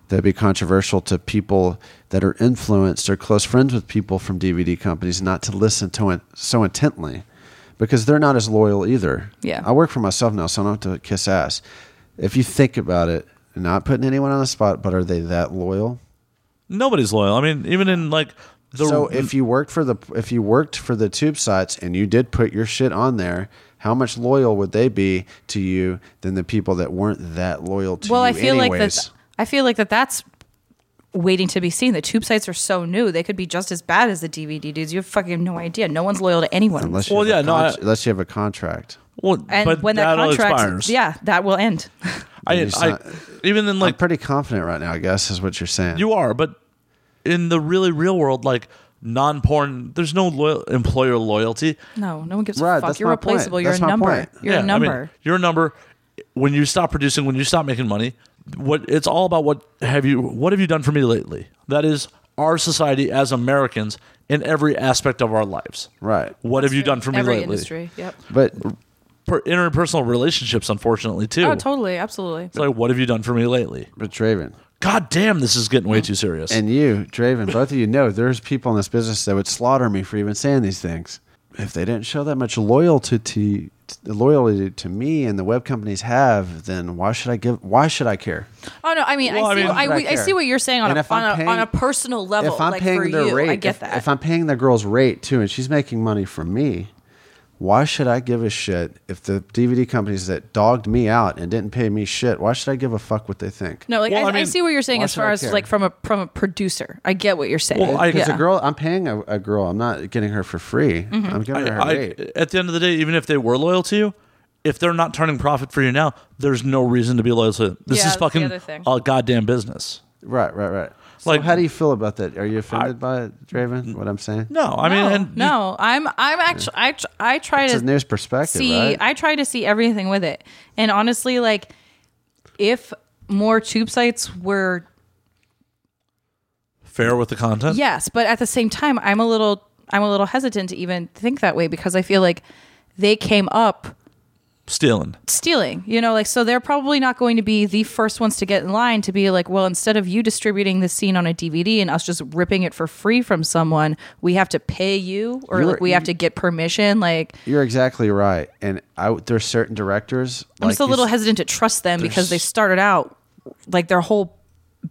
S5: That'd be controversial to people that are influenced or close friends with people from DVD companies not to listen to it so intently because they're not as loyal either.
S4: Yeah.
S5: I work for myself now, so I don't have to kiss ass. If you think about it, not putting anyone on the spot, but are they that loyal?
S3: nobody's loyal. I mean, even in like the
S5: so if you worked for the if you worked for the tube sites and you did put your shit on there how much loyal would they be to you than the people that weren't that loyal to
S4: Well,
S5: you
S4: I feel like
S5: anyways?
S4: that. I feel like that. That's waiting to be seen. The tube sites are so new; they could be just as bad as the DVD dudes. You have fucking no idea. No one's loyal to anyone.
S5: unless you
S3: Well,
S5: have a
S3: yeah, no,
S5: con-
S3: I-
S5: unless you have a contract
S3: well,
S4: and
S3: but
S4: when that
S3: that'll
S4: contract,
S3: expires.
S4: yeah, that will end.
S3: I,
S5: It's
S3: I
S5: not-
S3: even in
S5: like, i'm
S3: like
S5: pretty confident right now i guess is what you're saying
S3: you are, but in the really real world, like non-porn, there's no loyal, employer loyalty.
S4: No, no one gives
S5: Right,
S4: a fuck.
S5: that's
S4: You're
S5: my point.
S4: replaceable. You're
S5: That's
S4: a
S5: my
S4: number.
S5: point.
S4: You're
S3: Yeah, I
S4: a
S3: mean,
S4: number.
S3: you're a number. When you stop producing, when you stop making money, what it's all about. What have you? What have you done for me lately? That is our society as Americans in every aspect of our lives.
S5: right
S3: What have you done for me
S4: Every
S3: lately?
S4: industry. Yep.
S5: but
S3: Per, interpersonal relationships, unfortunately, too.
S4: Oh, totally, absolutely.
S3: It's like, what have you done for me lately?
S5: but draven
S3: God damn, this is getting way too serious.
S5: and you draven both of you know there's people in this business that would slaughter me for even saying these things if they didn't show that much loyalty to loyalty to me and the web companies have then why should i give why should i care
S4: Oh no, I mean,
S3: Well, I
S4: I see,
S3: mean,
S4: I,
S5: right
S4: I see
S5: there.
S4: what you're saying on,
S5: And
S4: a,
S5: if
S4: on,
S5: I'm
S4: a,
S5: paying-
S4: on a personal level.
S5: If I'm
S4: like
S5: paying
S4: for
S5: their
S4: you,
S5: rate,
S4: I get
S5: if,
S4: that.
S5: if I'm paying the girl's rate too, and she's making money from me, why should I give a shit if the DVD companies that dogged me out and didn't pay me shit? Why should I give a fuck what they think?
S4: no, like
S3: Well,
S4: I,
S3: I
S4: I,
S3: mean,
S4: see what you're saying
S5: why
S4: as
S5: should
S4: far
S5: I
S4: as
S5: care?
S4: like from a from a producer. I get what you're saying.
S3: Well, I- 'cause
S5: Because
S4: yeah.
S5: a girl, I'm paying a, a girl. I'm not getting her for free.
S4: Mm-hmm.
S5: I'm giving her her
S3: I,
S5: rate.
S3: at the end of the day, even if they were loyal to you, if they're not turning profit for you now, there's no reason to be loyal to them. This
S4: Yeah,
S3: is
S4: that's the
S3: fucking
S4: other thing.
S3: a goddamn business.
S5: Right, right, right. So
S3: Like-
S5: how do you feel about that? Are you offended by it, Draven? What I'm saying?
S3: No, I mean,
S4: no,
S3: and you-
S4: no, I'm I'm actually I tr- I try
S5: It's
S4: to
S5: a news perspective,
S4: see
S5: right?
S4: I try to see everything with it, and honestly, like if more tube sites were
S3: fair with the content.
S4: yes, but at the same time, I'm a little I'm a little hesitant to even think that way because I feel like they came up
S3: Stealing.
S4: stealing you know like so they're probably not going to be the first ones to get in line to be like well instead of you distributing the scene on a dvd and us just ripping it for free from someone we have to pay you or
S5: You're-
S4: like we have to get permission like
S5: You're exactly right. And I, there's certain directors.
S4: i'm just a
S5: you
S4: little
S5: s-
S4: hesitant to trust them because they started out like their whole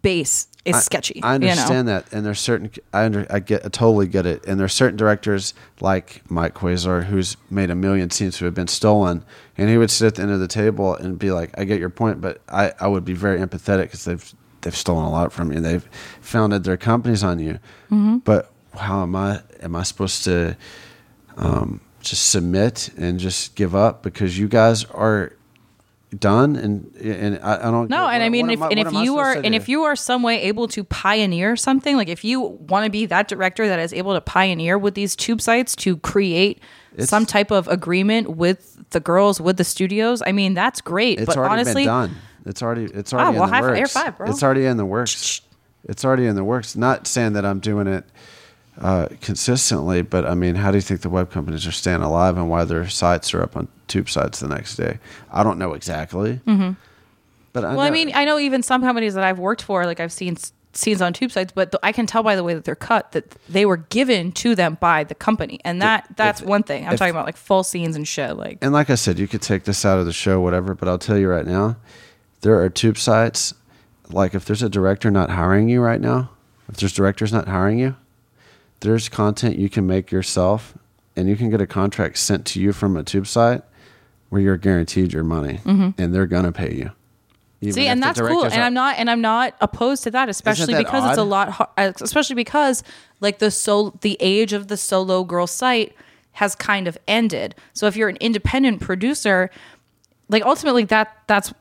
S4: base is sketchy
S5: I understand
S4: you know?
S5: that, and there's certain I under I get I totally get it, and there's certain directors like Mike Quasar who's made a million scenes who have been stolen, and he would sit at the end of the table and be like, "I get your point, but I I would be very empathetic because they've they've stolen a lot from you, they've founded their companies on you,
S4: Mm-hmm.
S5: but how am I am I supposed to um, just submit and just give up because you guys are done and and I, I don't
S4: no and
S5: get- what-
S4: i mean
S5: what
S4: if,
S5: am
S4: and
S5: what
S4: if
S5: am I
S4: you are
S5: supposed to
S4: and
S5: do?
S4: if you are some way able to pioneer something like if you want to be that director that is able to pioneer with these tube sites to create some type of agreement with the girls with the studios i mean that's great
S5: It's
S4: but
S5: already
S4: honestly Ah,
S5: been done. It's already it's already
S4: well,
S5: in the
S4: high fi-
S5: works.
S4: air five, bro.
S5: It's already in the works. It's already in the works. Not saying that I'm doing it uh, consistently, but I mean, how do you think the web companies are staying alive and why their sites are up on tube sites the next day? I don't know exactly. Mm-hmm. But I
S4: well i
S5: know-
S4: mean i know even some companies that i've worked for like i've seen s- scenes on tube sites but th- i can tell by the way that they're cut that they were given to them by the company and that that's one thing i'm
S5: if-
S4: talking about like full scenes and shit like
S5: and like I said, you could take this out of the show, whatever, but I'll tell you right now, there are tube sites. Like, if there's a director not hiring you right now, if there's directors not hiring you, there's content you can make yourself and you can get a contract sent to you from a tube site where you're guaranteed your money and they're going to pay you.
S4: Mm-hmm.
S5: Even
S4: See,
S5: if
S4: and
S5: the
S4: that's cool,
S5: directors
S4: and
S5: are-
S4: I'm not, and I'm not opposed to that, especially
S5: that
S4: because it's a
S5: odd?
S4: lot, har- uh, especially because like the so the age of the solo girl site has kind of ended. So if you're an independent producer, like ultimately that that's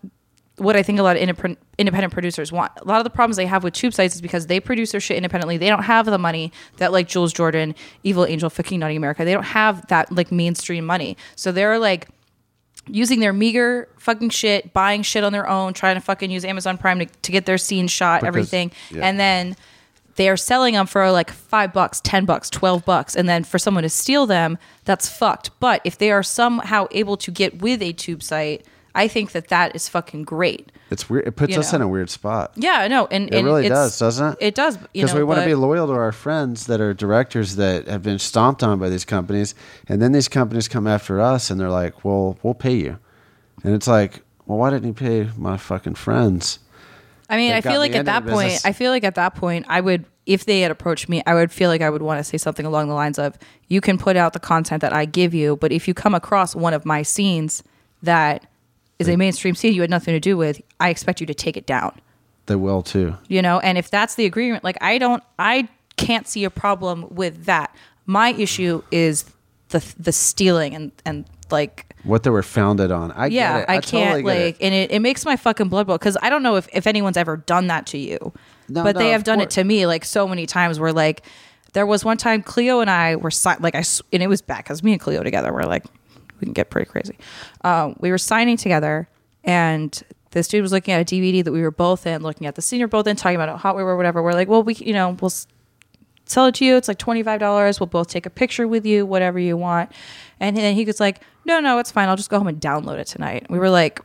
S4: what I think a lot of independent independent producers want. A lot of the problems they have with tube sites is because they produce their shit independently. They don't have the money that like Jules Jordan, Evil Angel, fucking Naughty America. They don't have that like mainstream money. So they're like using their meager fucking shit, buying shit on their own, trying to fucking use Amazon Prime to, to get their scene shot, everything.
S5: yeah.
S4: And then they are selling them for like five bucks, 10 bucks, 12 bucks. And then for someone to steal them, that's fucked. But if they are somehow able to get with a tube site, I think that that is fucking great.
S5: It's weird. It puts
S4: You
S5: us
S4: know.
S5: in a weird spot.
S4: Yeah, I know. And,
S5: It
S4: and
S5: really
S4: it's-
S5: does, doesn't it?
S4: It does. you
S5: Because
S4: know,
S5: we want to
S4: but-
S5: be loyal to our friends that are directors that have been stomped on by these companies, and then these companies come after us and they're like, "Well, we'll pay you," and it's like, "Well, why didn't you pay my fucking friends?"
S4: I mean,
S5: that
S4: I
S5: got
S4: feel like
S5: me
S4: at
S5: into the
S4: that point,
S5: business.
S4: I feel like at that point, I would, if they had approached me, I would feel like I would want to say something along the lines of, "You can put out the content that I give you, but if you come across one of my scenes that is a mainstream scene you had nothing to do with, I expect you to take it down."
S5: They will too.
S4: you know and if that's the agreement like i don't i can't see a problem with that my issue is the the stealing and and like
S5: What they were founded on. I
S4: yeah
S5: get it.
S4: i,
S5: totally
S4: can't
S5: get it.
S4: like and it, it makes my fucking blood boil because i don't know if, if anyone's ever done that to you
S5: No,
S4: but they
S5: no,
S4: have
S5: of
S4: done it
S5: course.
S4: to me like so many times where like there was one time cleo and i were si- like i s- and it was back because me and cleo together were like we can get pretty crazy um, we were signing together and this dude was looking at a dvd that we were both in looking at the senior both in talking about how hot we were whatever we're like well we you know we'll s- sell it to you. It's like $25. We'll both take a picture with you, whatever you want. And then he was like, no, no, it's fine. I'll just go home and download it tonight. We were like,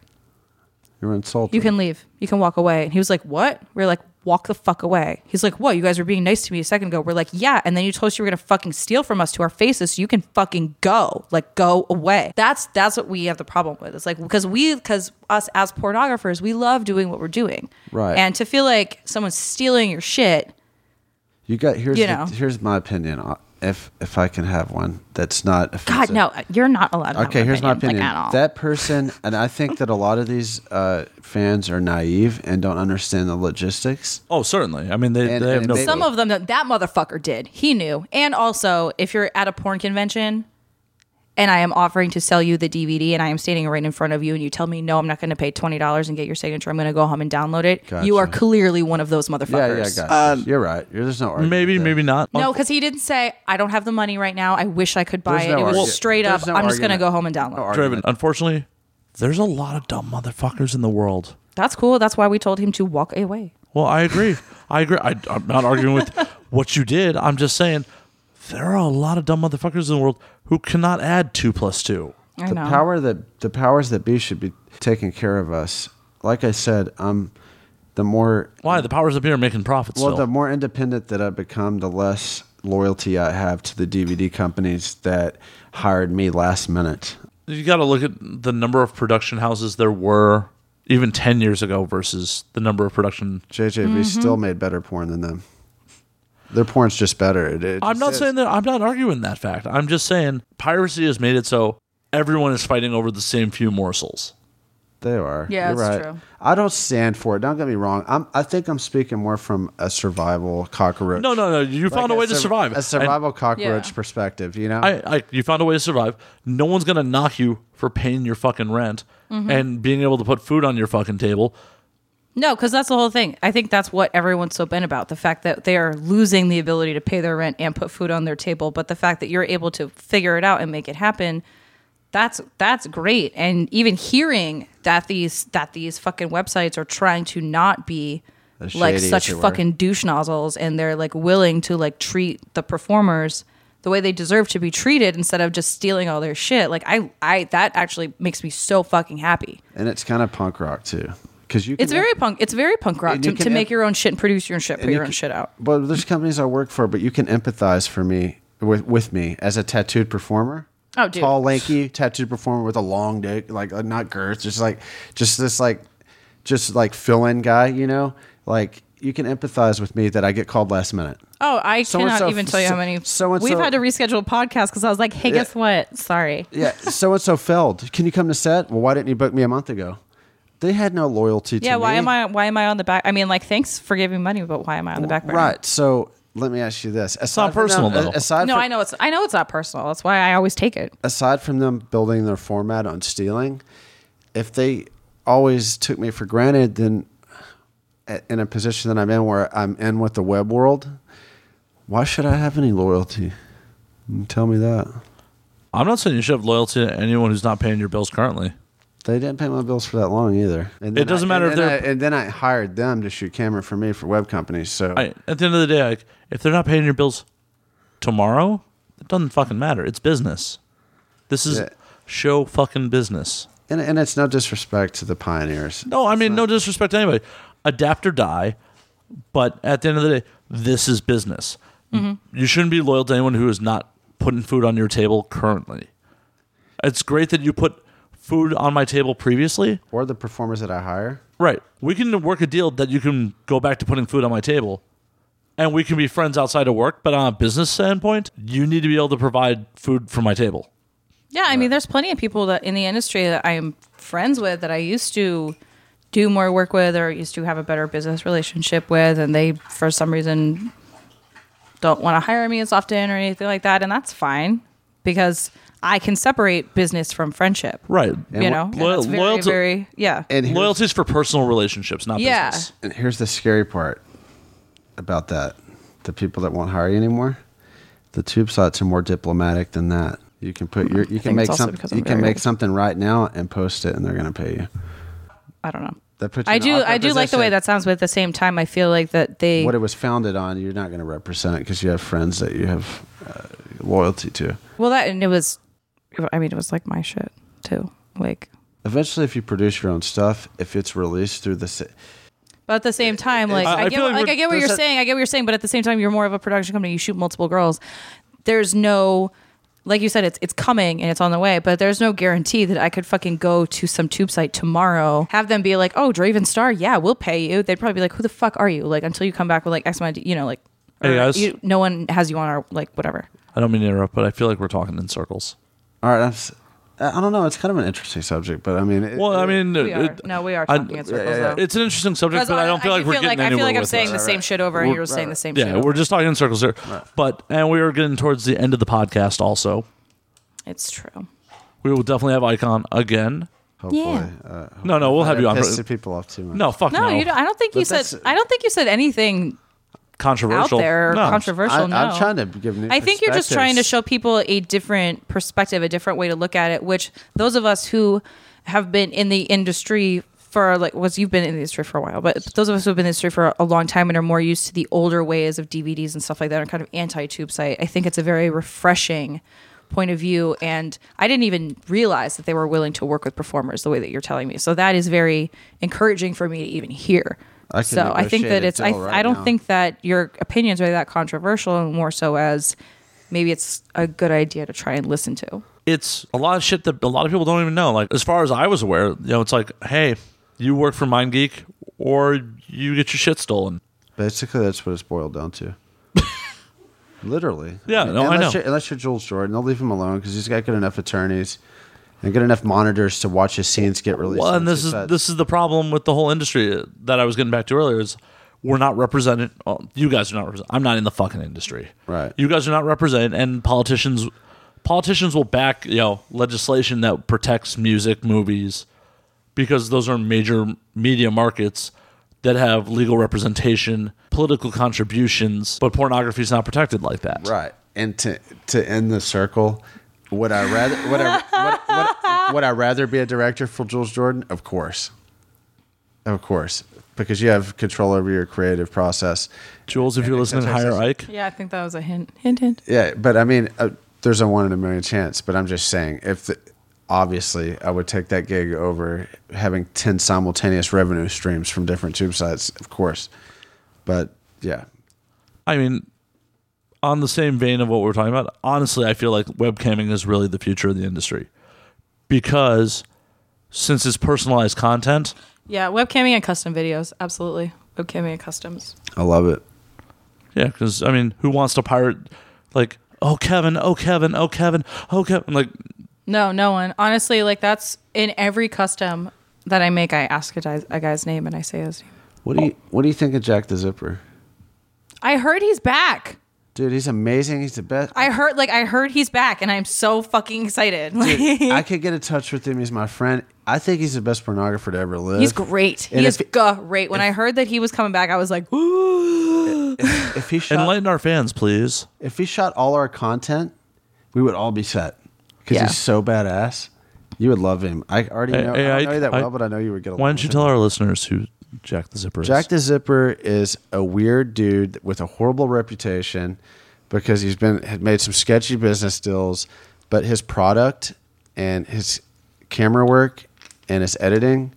S5: you were insulted.
S4: you can leave. You can walk away. And he was like, what? We were like, walk the fuck away. He's like, what? You guys were being nice to me a second ago. We're like, yeah. And then you told us you were going to fucking steal from us to our faces. So you can fucking go. Like, go away. That's, that's what we have the problem with. It's like, because we, because us as pornographers, we love doing what we're doing.
S5: Right.
S4: And to feel like someone's stealing your shit
S5: You got here's
S4: you
S5: the-
S4: know.
S5: here's my opinion. uh, If if I can have one, that's not
S4: God,
S5: offensive.
S4: no, you're not allowed. To have
S5: Okay,
S4: an
S5: here's my
S4: like,
S5: opinion.
S4: at all.
S5: That person, and I think that a lot of these uh, fans are naive and don't understand the logistics.
S3: Oh, certainly. I mean, they,
S5: And-
S3: they have
S5: and
S3: no.
S5: they-
S4: some of them that that motherfucker did. He knew. And also, if you're at a porn convention and I am offering to sell you the DVD and I am standing right in front of you and you tell me no, I'm not going to pay twenty dollars and get your signature. I'm going to go home and download it. You are
S5: Gotcha.
S4: clearly one of those
S5: Yeah,
S4: motherfuckers.
S5: yeah, guys, you're right. You're, there's no argument
S3: Um, maybe,
S5: there.
S3: maybe not. Oh,
S4: No, because he didn't say I don't have the money right now. I wish I could buy
S5: There's
S4: it.
S5: no
S4: it was
S5: argu-
S4: straight up.
S5: there's no
S4: I'm just going to
S5: argument.
S4: go home and download.
S5: No
S4: it.
S5: argument.
S3: Draven, unfortunately, there's a lot of dumb motherfuckers in the world.
S4: That's cool. That's why we told him to walk away.
S3: Well, I agree. I agree. I, I'm not arguing with what you did. I'm just saying there are a lot of dumb motherfuckers in the world who cannot add two plus two.
S4: I
S5: the
S4: know.
S5: power that the powers that be should be taking care of us. Like I said, I'm the more
S3: Why? The powers up here are making profits.
S5: well,
S3: still.
S5: the more independent that I become, the less loyalty I have to the DVD companies that hired me last minute.
S3: you got to look at the number of production houses there were even 10 years ago versus the number of production
S5: JJV
S3: Mm-hmm.
S5: still made better porn than them. Their porn's just better. It, it
S3: i'm
S5: just
S3: not
S5: is.
S3: saying that i'm not arguing that fact i'm just saying piracy has made it so everyone is fighting over the same few morsels
S5: They are.
S4: Yeah,
S5: You're
S4: that's
S5: right.
S4: true.
S5: I don't stand for it. Don't get me wrong. I'm. I think I'm speaking more from a survival cockroach.
S3: no no no you found a way to
S5: sur-
S3: survive
S5: A survival cockroach
S4: Yeah.
S5: perspective. You know.
S3: I, I you found a way to survive no one's gonna knock you for paying your fucking rent and being able to put food on your fucking table
S4: No, because that's the whole thing. I think that's what everyone's so bent about the fact that they are losing the ability to pay their rent and put food on their table. But the fact that you're able to figure it out and make it happen, that's that's great. And even hearing that these that these fucking websites are trying to not be
S5: As
S4: like
S5: shady as
S4: such
S5: they were.
S4: fucking douche nozzles and they're like willing to like treat the performers the way they deserve to be treated instead of just stealing all their shit. Like I I that actually makes me so fucking happy.
S5: and it's kind of punk rock too, because you. Can
S4: It's very punk. It's very punk rock
S5: And you
S4: to,
S5: can
S4: to
S5: em-
S4: make your own shit and produce your own shit, put
S5: and you
S4: your own
S5: can-
S4: shit out.
S5: But there's companies I work for, but you can empathize for me with with me as a tattooed performer.
S4: Oh, dude.
S5: tall, lanky, tattooed performer with a long dick, like uh, not girth, just like just this like just like fill in guy. You know, like you can empathize with me that I get called last minute.
S4: Oh, I
S5: So-and-so
S4: cannot
S5: f-
S4: even tell you how
S5: so-
S4: many.
S5: so-and-so-
S4: We've had to reschedule a podcast because I was like, "Hey, guess what? Sorry."
S5: Yeah, so and so failed. Can you come to set? Well, why didn't you book me a month ago? They had no loyalty to
S4: Yeah. Why
S5: me.
S4: am I? Why am I on the back? I mean, like, thanks for giving money, but why am I on the back? burner?
S5: Right. So let me ask you this: aside
S3: not
S5: from them-
S3: personal, though.
S5: Aside
S4: No,
S5: from,
S4: I know it's. I know it's not personal. That's why I always take it.
S5: aside from them building their format on stealing, if they always took me for granted than a- in a position that I'm in where I'm in with the web world. Why should I have any loyalty? You Tell me that.
S3: I'm not saying you should have loyalty to anyone who's not paying your bills currently.
S5: They didn't pay my bills for that long either. And then
S3: It doesn't
S5: I-
S3: matter
S5: and
S3: if
S5: then
S3: they're-
S5: I- and then I hired them to shoot camera for me for web companies. So
S3: I, at the end of the day, like, if they're not paying your bills tomorrow, it doesn't fucking matter. It's business. This is
S5: Yeah.
S3: show fucking business.
S5: and, and it's no disrespect to the pioneers.
S3: No, I mean, no disrespect to anybody. Adapt or die. But at the end of the day, this is business. You shouldn't be loyal to anyone who is not putting food on your table currently. It's great that you put food on my table previously.
S5: Or the performers that I hire.
S3: Right. We can work a deal that you can go back to putting food on my table and we can be friends outside of work. But on a business standpoint, you need to be able to provide food for my table.
S4: Yeah, I mean, there's plenty of people that in the industry that I am friends with that I used to do more work with or used to have a better business relationship with, and they for some reason don't want to hire me as often or anything like that, and that's fine because I can separate business from friendship.
S3: Right.
S5: And
S4: You
S5: wh-
S4: know, And
S3: Loyal-
S4: that's very,
S3: loyalty-
S4: very, yeah.
S5: And here's,
S3: Loyalty is for personal relationships, not
S4: Yeah.
S3: business.
S5: and here's the scary part about that: the people that won't hire you anymore. The tube sites are more diplomatic than that. You can put your, you
S4: think
S5: can make
S4: it's also
S5: some,
S4: because I'm
S5: you can
S4: very
S5: make
S4: old.
S5: something right now and post it, and they're going to pay you.
S4: I don't know.
S5: That puts you
S4: I
S5: in an
S4: do,
S5: awkward
S4: I do like the way
S5: position.
S4: that sounds, but at the same time, I feel like that they
S5: what it was founded on. You're not going to represent because you have friends that you have uh, loyalty to.
S4: well that and it was, I mean, it was like my shit too, like.
S5: Eventually, if you produce your own stuff, if it's released through the, sa-
S4: But at the same time, like
S3: I-
S4: I,
S3: I
S4: get,
S3: feel like
S4: like,
S3: we're-
S4: I get what
S3: there's
S4: you're
S3: that-
S4: saying. I get what you're saying. But at the same time, you're more of a production company. You shoot multiple girls. There's no, like you said, it's it's coming and it's on the way. But there's no guarantee that I could fucking go to some tube site tomorrow, have them be like, "Oh, Draven Star, yeah, we'll pay you." They'd probably be like, "Who the fuck are you?" Like until you come back with like X amount, of- you know, like.
S3: Hey,
S4: or
S3: guys.
S4: you- no one has you on our like whatever.
S3: I don't mean to interrupt, but I feel like we're talking in circles.
S5: all right, I'm, s- I I don't know. It's kind of an interesting subject, but I mean, it-
S3: Well, I mean,
S4: We are.
S3: it-
S4: No, we are
S3: I-
S4: talking in circles though.
S3: It's an interesting subject,
S4: Because
S3: but I don't feel like
S4: do
S3: we're getting
S4: like, I
S3: anywhere
S4: feel like I'm
S3: with
S4: saying
S3: this.
S4: the same shit over, and
S5: We're-
S4: you're saying the same shit.
S3: Yeah,
S4: over.
S3: we're just talking in circles here. But and we are getting towards the end of the podcast. Also,
S4: it's true.
S3: we will definitely have Icon again.
S5: hopefully,
S4: Yeah.
S5: uh,
S3: No, no, we'll have you on.
S5: pissed the people off too much.
S3: No, fuck
S4: No,
S3: no.
S4: you don't, I don't think you
S5: But
S4: said.
S5: that's-
S4: I don't think you said anything out
S3: Controversial.
S4: there
S3: No.
S4: controversial.
S5: I,
S4: no,
S5: I'm trying to give. New
S4: I think you're just trying to show people a different perspective, a different way to look at it. Which those of us who have been in the industry for like, was you've been in the industry for a while, but those of us who've been in the industry for a long time and are more used to the older ways of DVDs and stuff like that, are kind of anti-tube site. I think it's a very refreshing point of view, and I didn't even realize that they were willing to work with performers the way that you're telling me. So that is very encouraging for me to even hear.
S5: I can
S4: so I think
S5: negotiate
S4: that
S5: a
S4: it's I,
S5: deal right
S4: I don't
S5: now.
S4: think that your opinions are that controversial and more so as maybe it's a good idea to try and listen to.
S3: It's a lot of shit that a lot of people don't even know. Like as far as I was aware, you know, it's like, hey, you work for MindGeek or you get your shit stolen.
S5: Basically, that's what it's boiled down to. Literally.
S3: Yeah, no, I
S5: unless
S3: know.
S5: You're, unless you're Jules Jordan, they'll leave him alone because he's got good enough attorneys and good enough monitors to watch his scenes get released.
S3: Well, and
S5: onto
S3: this is
S5: set.
S3: this is the problem with the whole industry that I was getting back to earlier is we're not represented. Well, you guys are not represented. I'm not in the fucking industry.
S5: Right.
S3: You guys are not represented, and politicians politicians will back you know legislation that protects music, movies, because those are major media markets that have legal representation, political contributions, but pornography is not protected like that.
S5: Right. And to to end the circle, would I rather would I would, would, would I rather be a director for Jules Jordan? Of course. Of course. Because you have control over your creative process.
S3: Jules, if you're listening,
S5: that's-
S3: hire
S5: that's-
S3: Ike.
S4: Yeah, I think that was a hint. Hint, hint.
S5: Yeah, but I mean, uh, there's a one in a million chance. But I'm just saying, if the, obviously I would take that gig over having ten simultaneous revenue streams from different tube sites, of course. But yeah,
S3: I mean, on the same vein of what we're talking about, honestly, I feel like webcamming is really the future of the industry because since it's personalized content,
S4: Yeah, webcamming and custom videos, absolutely. Webcamming and customs.
S5: I love it.
S3: yeah, because I mean, who wants to pirate like, oh Kevin, oh Kevin, oh Kevin, oh Kevin, like,
S4: No, no one. Honestly, like that's in every custom that I make. I ask a guy's, a guy's name and I say his name.
S5: What do you What do you think of Jack the Zipper?
S4: I heard he's back.
S5: Dude, he's amazing. He's the best.
S4: I heard like I heard he's back, and I'm so fucking excited. Like,
S5: I could get in touch with him. He's my friend. I think he's the best pornographer to ever live.
S4: He's great.
S5: And
S4: He is
S5: if-
S4: great. When I heard that he was coming back, I was like, ooh.
S5: If he shot,
S3: Enlighten our fans, please.
S5: if he shot all our content, we would all be set because
S4: Yeah.
S5: he's so badass. You would love him. I already know.
S3: Hey,
S5: I don't
S3: hey,
S5: know you that
S3: I-
S5: well, but I know you would get. Along
S3: Why don't you
S5: with
S3: tell
S5: him.
S3: our listeners who Jack the Zipper is?
S5: Jack the Zipper is a weird dude with a horrible reputation because he's been had made some sketchy business deals, but his product and his camera work and his editing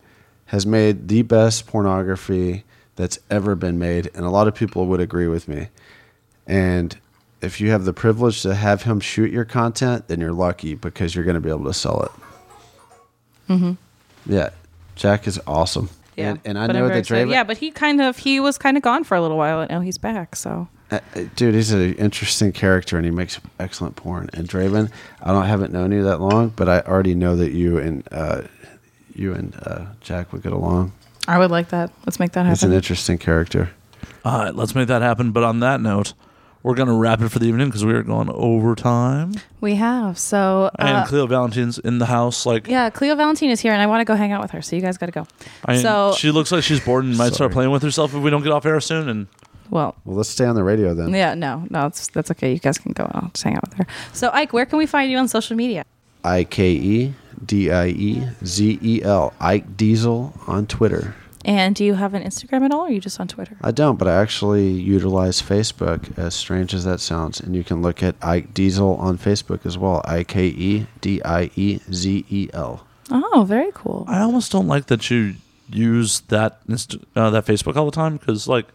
S5: has made the best pornography that's ever been made, and a lot of people would agree with me. And if you have the privilege to have him shoot your content, then you're lucky because you're going to be able to sell it. Mm-hmm. Yeah, Jack is awesome.
S4: Yeah.
S5: and, and I
S4: But I'm
S5: know
S4: very
S5: that
S4: excited.
S5: Draven.
S4: Yeah, but he kind of he was kind of gone for a little while, and now he's back. So
S5: Uh, dude, he's an interesting character, and he makes excellent porn. And Draven, I don't haven't known you that long, but I already know that you and uh, you and uh, Jack would get along.
S4: I would like that. Let's make that
S5: He's an
S4: happen.
S5: interesting character.
S3: All right, let's make that happen. But on that note, we're going to wrap it for the evening because we are going overtime.
S4: We have so.
S3: and
S4: Uh,
S3: Cleo Valentine's in the house. Like,
S4: yeah, Cleo Valentine is here, and I want to go hang out with her. So you guys got to go.
S3: I,
S4: so
S3: she looks like she's bored and might start
S5: Sorry.
S3: playing with herself if we don't get off air soon. And
S4: well,
S5: Well, let's stay on the radio then.
S4: yeah, no, no, that's that's okay. You guys can go. I'll just hang out with her. So Ike, where can we find you on social media?
S5: I K E D I E Z E L Ike Diesel on Twitter.
S4: And do you have an Instagram at all, or are you just on Twitter?
S5: I don't, but I actually utilize Facebook, as strange as that sounds. And you can look at Ike Diesel on Facebook as well. I K E D I E Z E L.
S4: Oh, very cool.
S3: I almost don't like that you use that Inst- uh, that Facebook all the time because, like,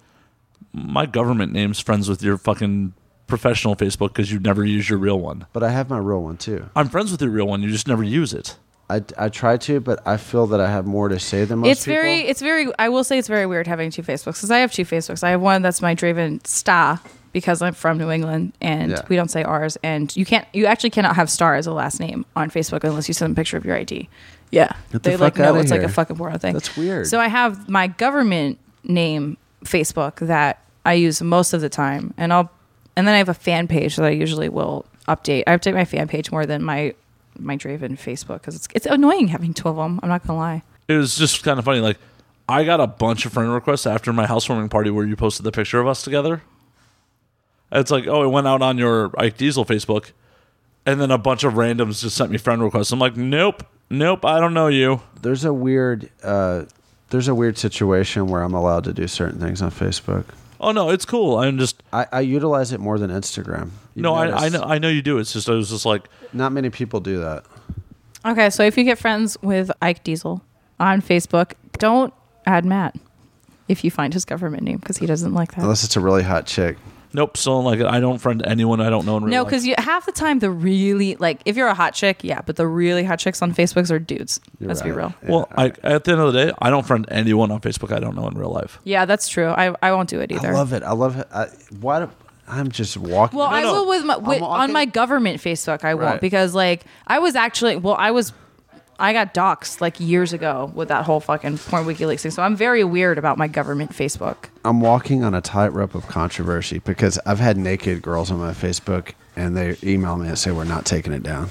S3: my government name's friends with your fucking professional Facebook because you never use your real one.
S5: But I have my real one too.
S3: I'm friends with your real one. You just never use it.
S5: I, I try to, but I feel that I have more to say than most
S4: it's
S5: people.
S4: very it's very i will say it's very weird having two facebooks because i have two facebooks i have one that's my draven star because i'm from new england and
S5: Yeah.
S4: we don't say ours and you can't you actually cannot have star as a last name on facebook unless you send a picture of your id yeah
S5: Get the
S4: they like
S5: fuck
S4: know
S5: outta
S4: it's
S5: here.
S4: like a fucking porno thing
S5: That's weird.
S4: so i have my government name facebook that i use most of the time and i'll and then i have a fan page that i usually will update i update my fan page more than my my draven facebook because it's, it's annoying having two of them i'm not gonna lie
S3: it was just kind of funny. Like, I got a bunch of friend requests after my housewarming party where you posted the picture of us together. It's like, oh, it went out on your Ike Diesel Facebook, and then a bunch of randoms just sent me friend requests. I'm like, nope, nope, I don't know you.
S5: There's a weird uh, there's a weird situation where I'm allowed to do certain things on Facebook.
S3: Oh no, it's cool. I'm just
S5: I, I utilize it more than Instagram. You've
S3: no, I, I
S5: noticed.
S3: know, I know you do. It's just I was just like,
S5: Not many people do that.
S4: Okay, so if you get friends with Ike Diesel on Facebook, don't add Matt if you find his government name because he doesn't like that.
S5: Unless it's a really hot chick.
S3: nope, still don't like it. I don't friend anyone I don't know in real
S4: No,
S3: life.
S4: because you half the time the really like if you're a hot chick, yeah, but the really hot chicks on Facebooks are dudes.
S5: You're
S4: Let's be
S5: right.
S4: real.
S5: Yeah.
S3: well, I, at the end of the day, I don't friend anyone on Facebook I don't know in real life.
S4: Yeah, that's true. I, I won't do it either.
S5: I love it. I love it. I, why do, I'm just walking.
S4: Well,
S3: No,
S4: I
S3: no.
S4: will with my with, on
S5: walking-
S4: my government Facebook. I
S5: Right.
S4: won't because like I was actually well, I was I got doxxed like years ago with that whole fucking porn WikiLeaks thing. So I'm very weird about my government Facebook.
S5: I'm walking on a tightrope of controversy because I've had naked girls on my Facebook and they email me and say we're not taking it down.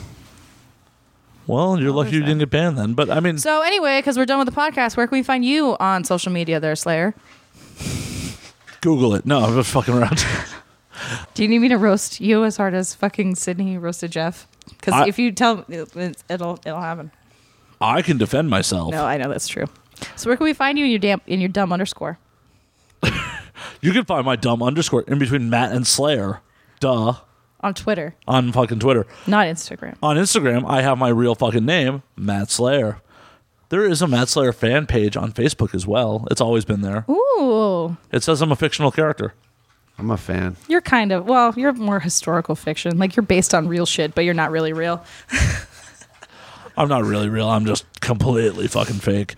S3: Well, you're lucky you
S4: that?
S3: didn't get banned then. But I mean,
S4: So anyway, because we're done with the podcast, where can we find you on social media there, Slayer?
S3: Google it. No, I'm just fucking around.
S4: Do you need me to roast you as hard as fucking Sydney roasted Jeff?
S3: I-
S4: Because if you tell me, it- it'll it'll happen.
S3: I can defend myself.
S4: No, I know that's true. So where can we find you in your damn in your dumb underscore?
S3: You can find my dumb underscore in between Matt and Slayer, duh,
S4: On Twitter,
S3: on fucking Twitter.
S4: not Instagram.
S3: On Instagram, I have my real fucking name, Matt Slayer. There is a Matt Slayer fan page on Facebook as well. It's always been there.
S4: Ooh,
S3: It says I'm a fictional character.
S5: I'm a fan.
S4: you're kind of well, you're more historical fiction. Like you're based on real shit, but you're not really real.
S3: I'm not really real. I'm just completely fucking fake.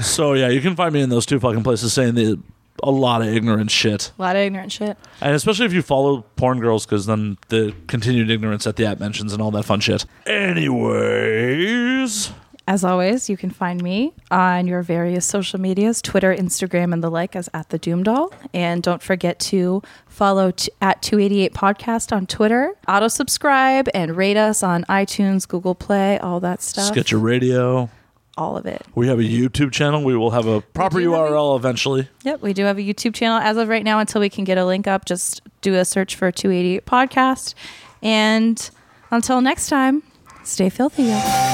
S3: So yeah, you can find me in those two fucking places saying the, a lot of ignorant shit,
S4: A lot of ignorant shit.
S3: and especially if you follow porn girls, because then the continued ignorance that the app mentions and all that fun shit. Anyways.
S4: As always, you can find me on your various social medias Twitter, Instagram, and the like as at the Doom Doll. And don't forget to follow t- at 288 Podcast on Twitter. Auto subscribe and rate us on iTunes, Google Play, all that stuff.
S3: Sketcher Radio.
S4: all of it.
S3: We have a YouTube channel. We will have a proper
S4: do have a-
S3: URL eventually.
S4: Yep, we do have a YouTube channel as of right now until we can get a link up. Just do a search for 288 podcast. And until next time, stay filthy. Y'all.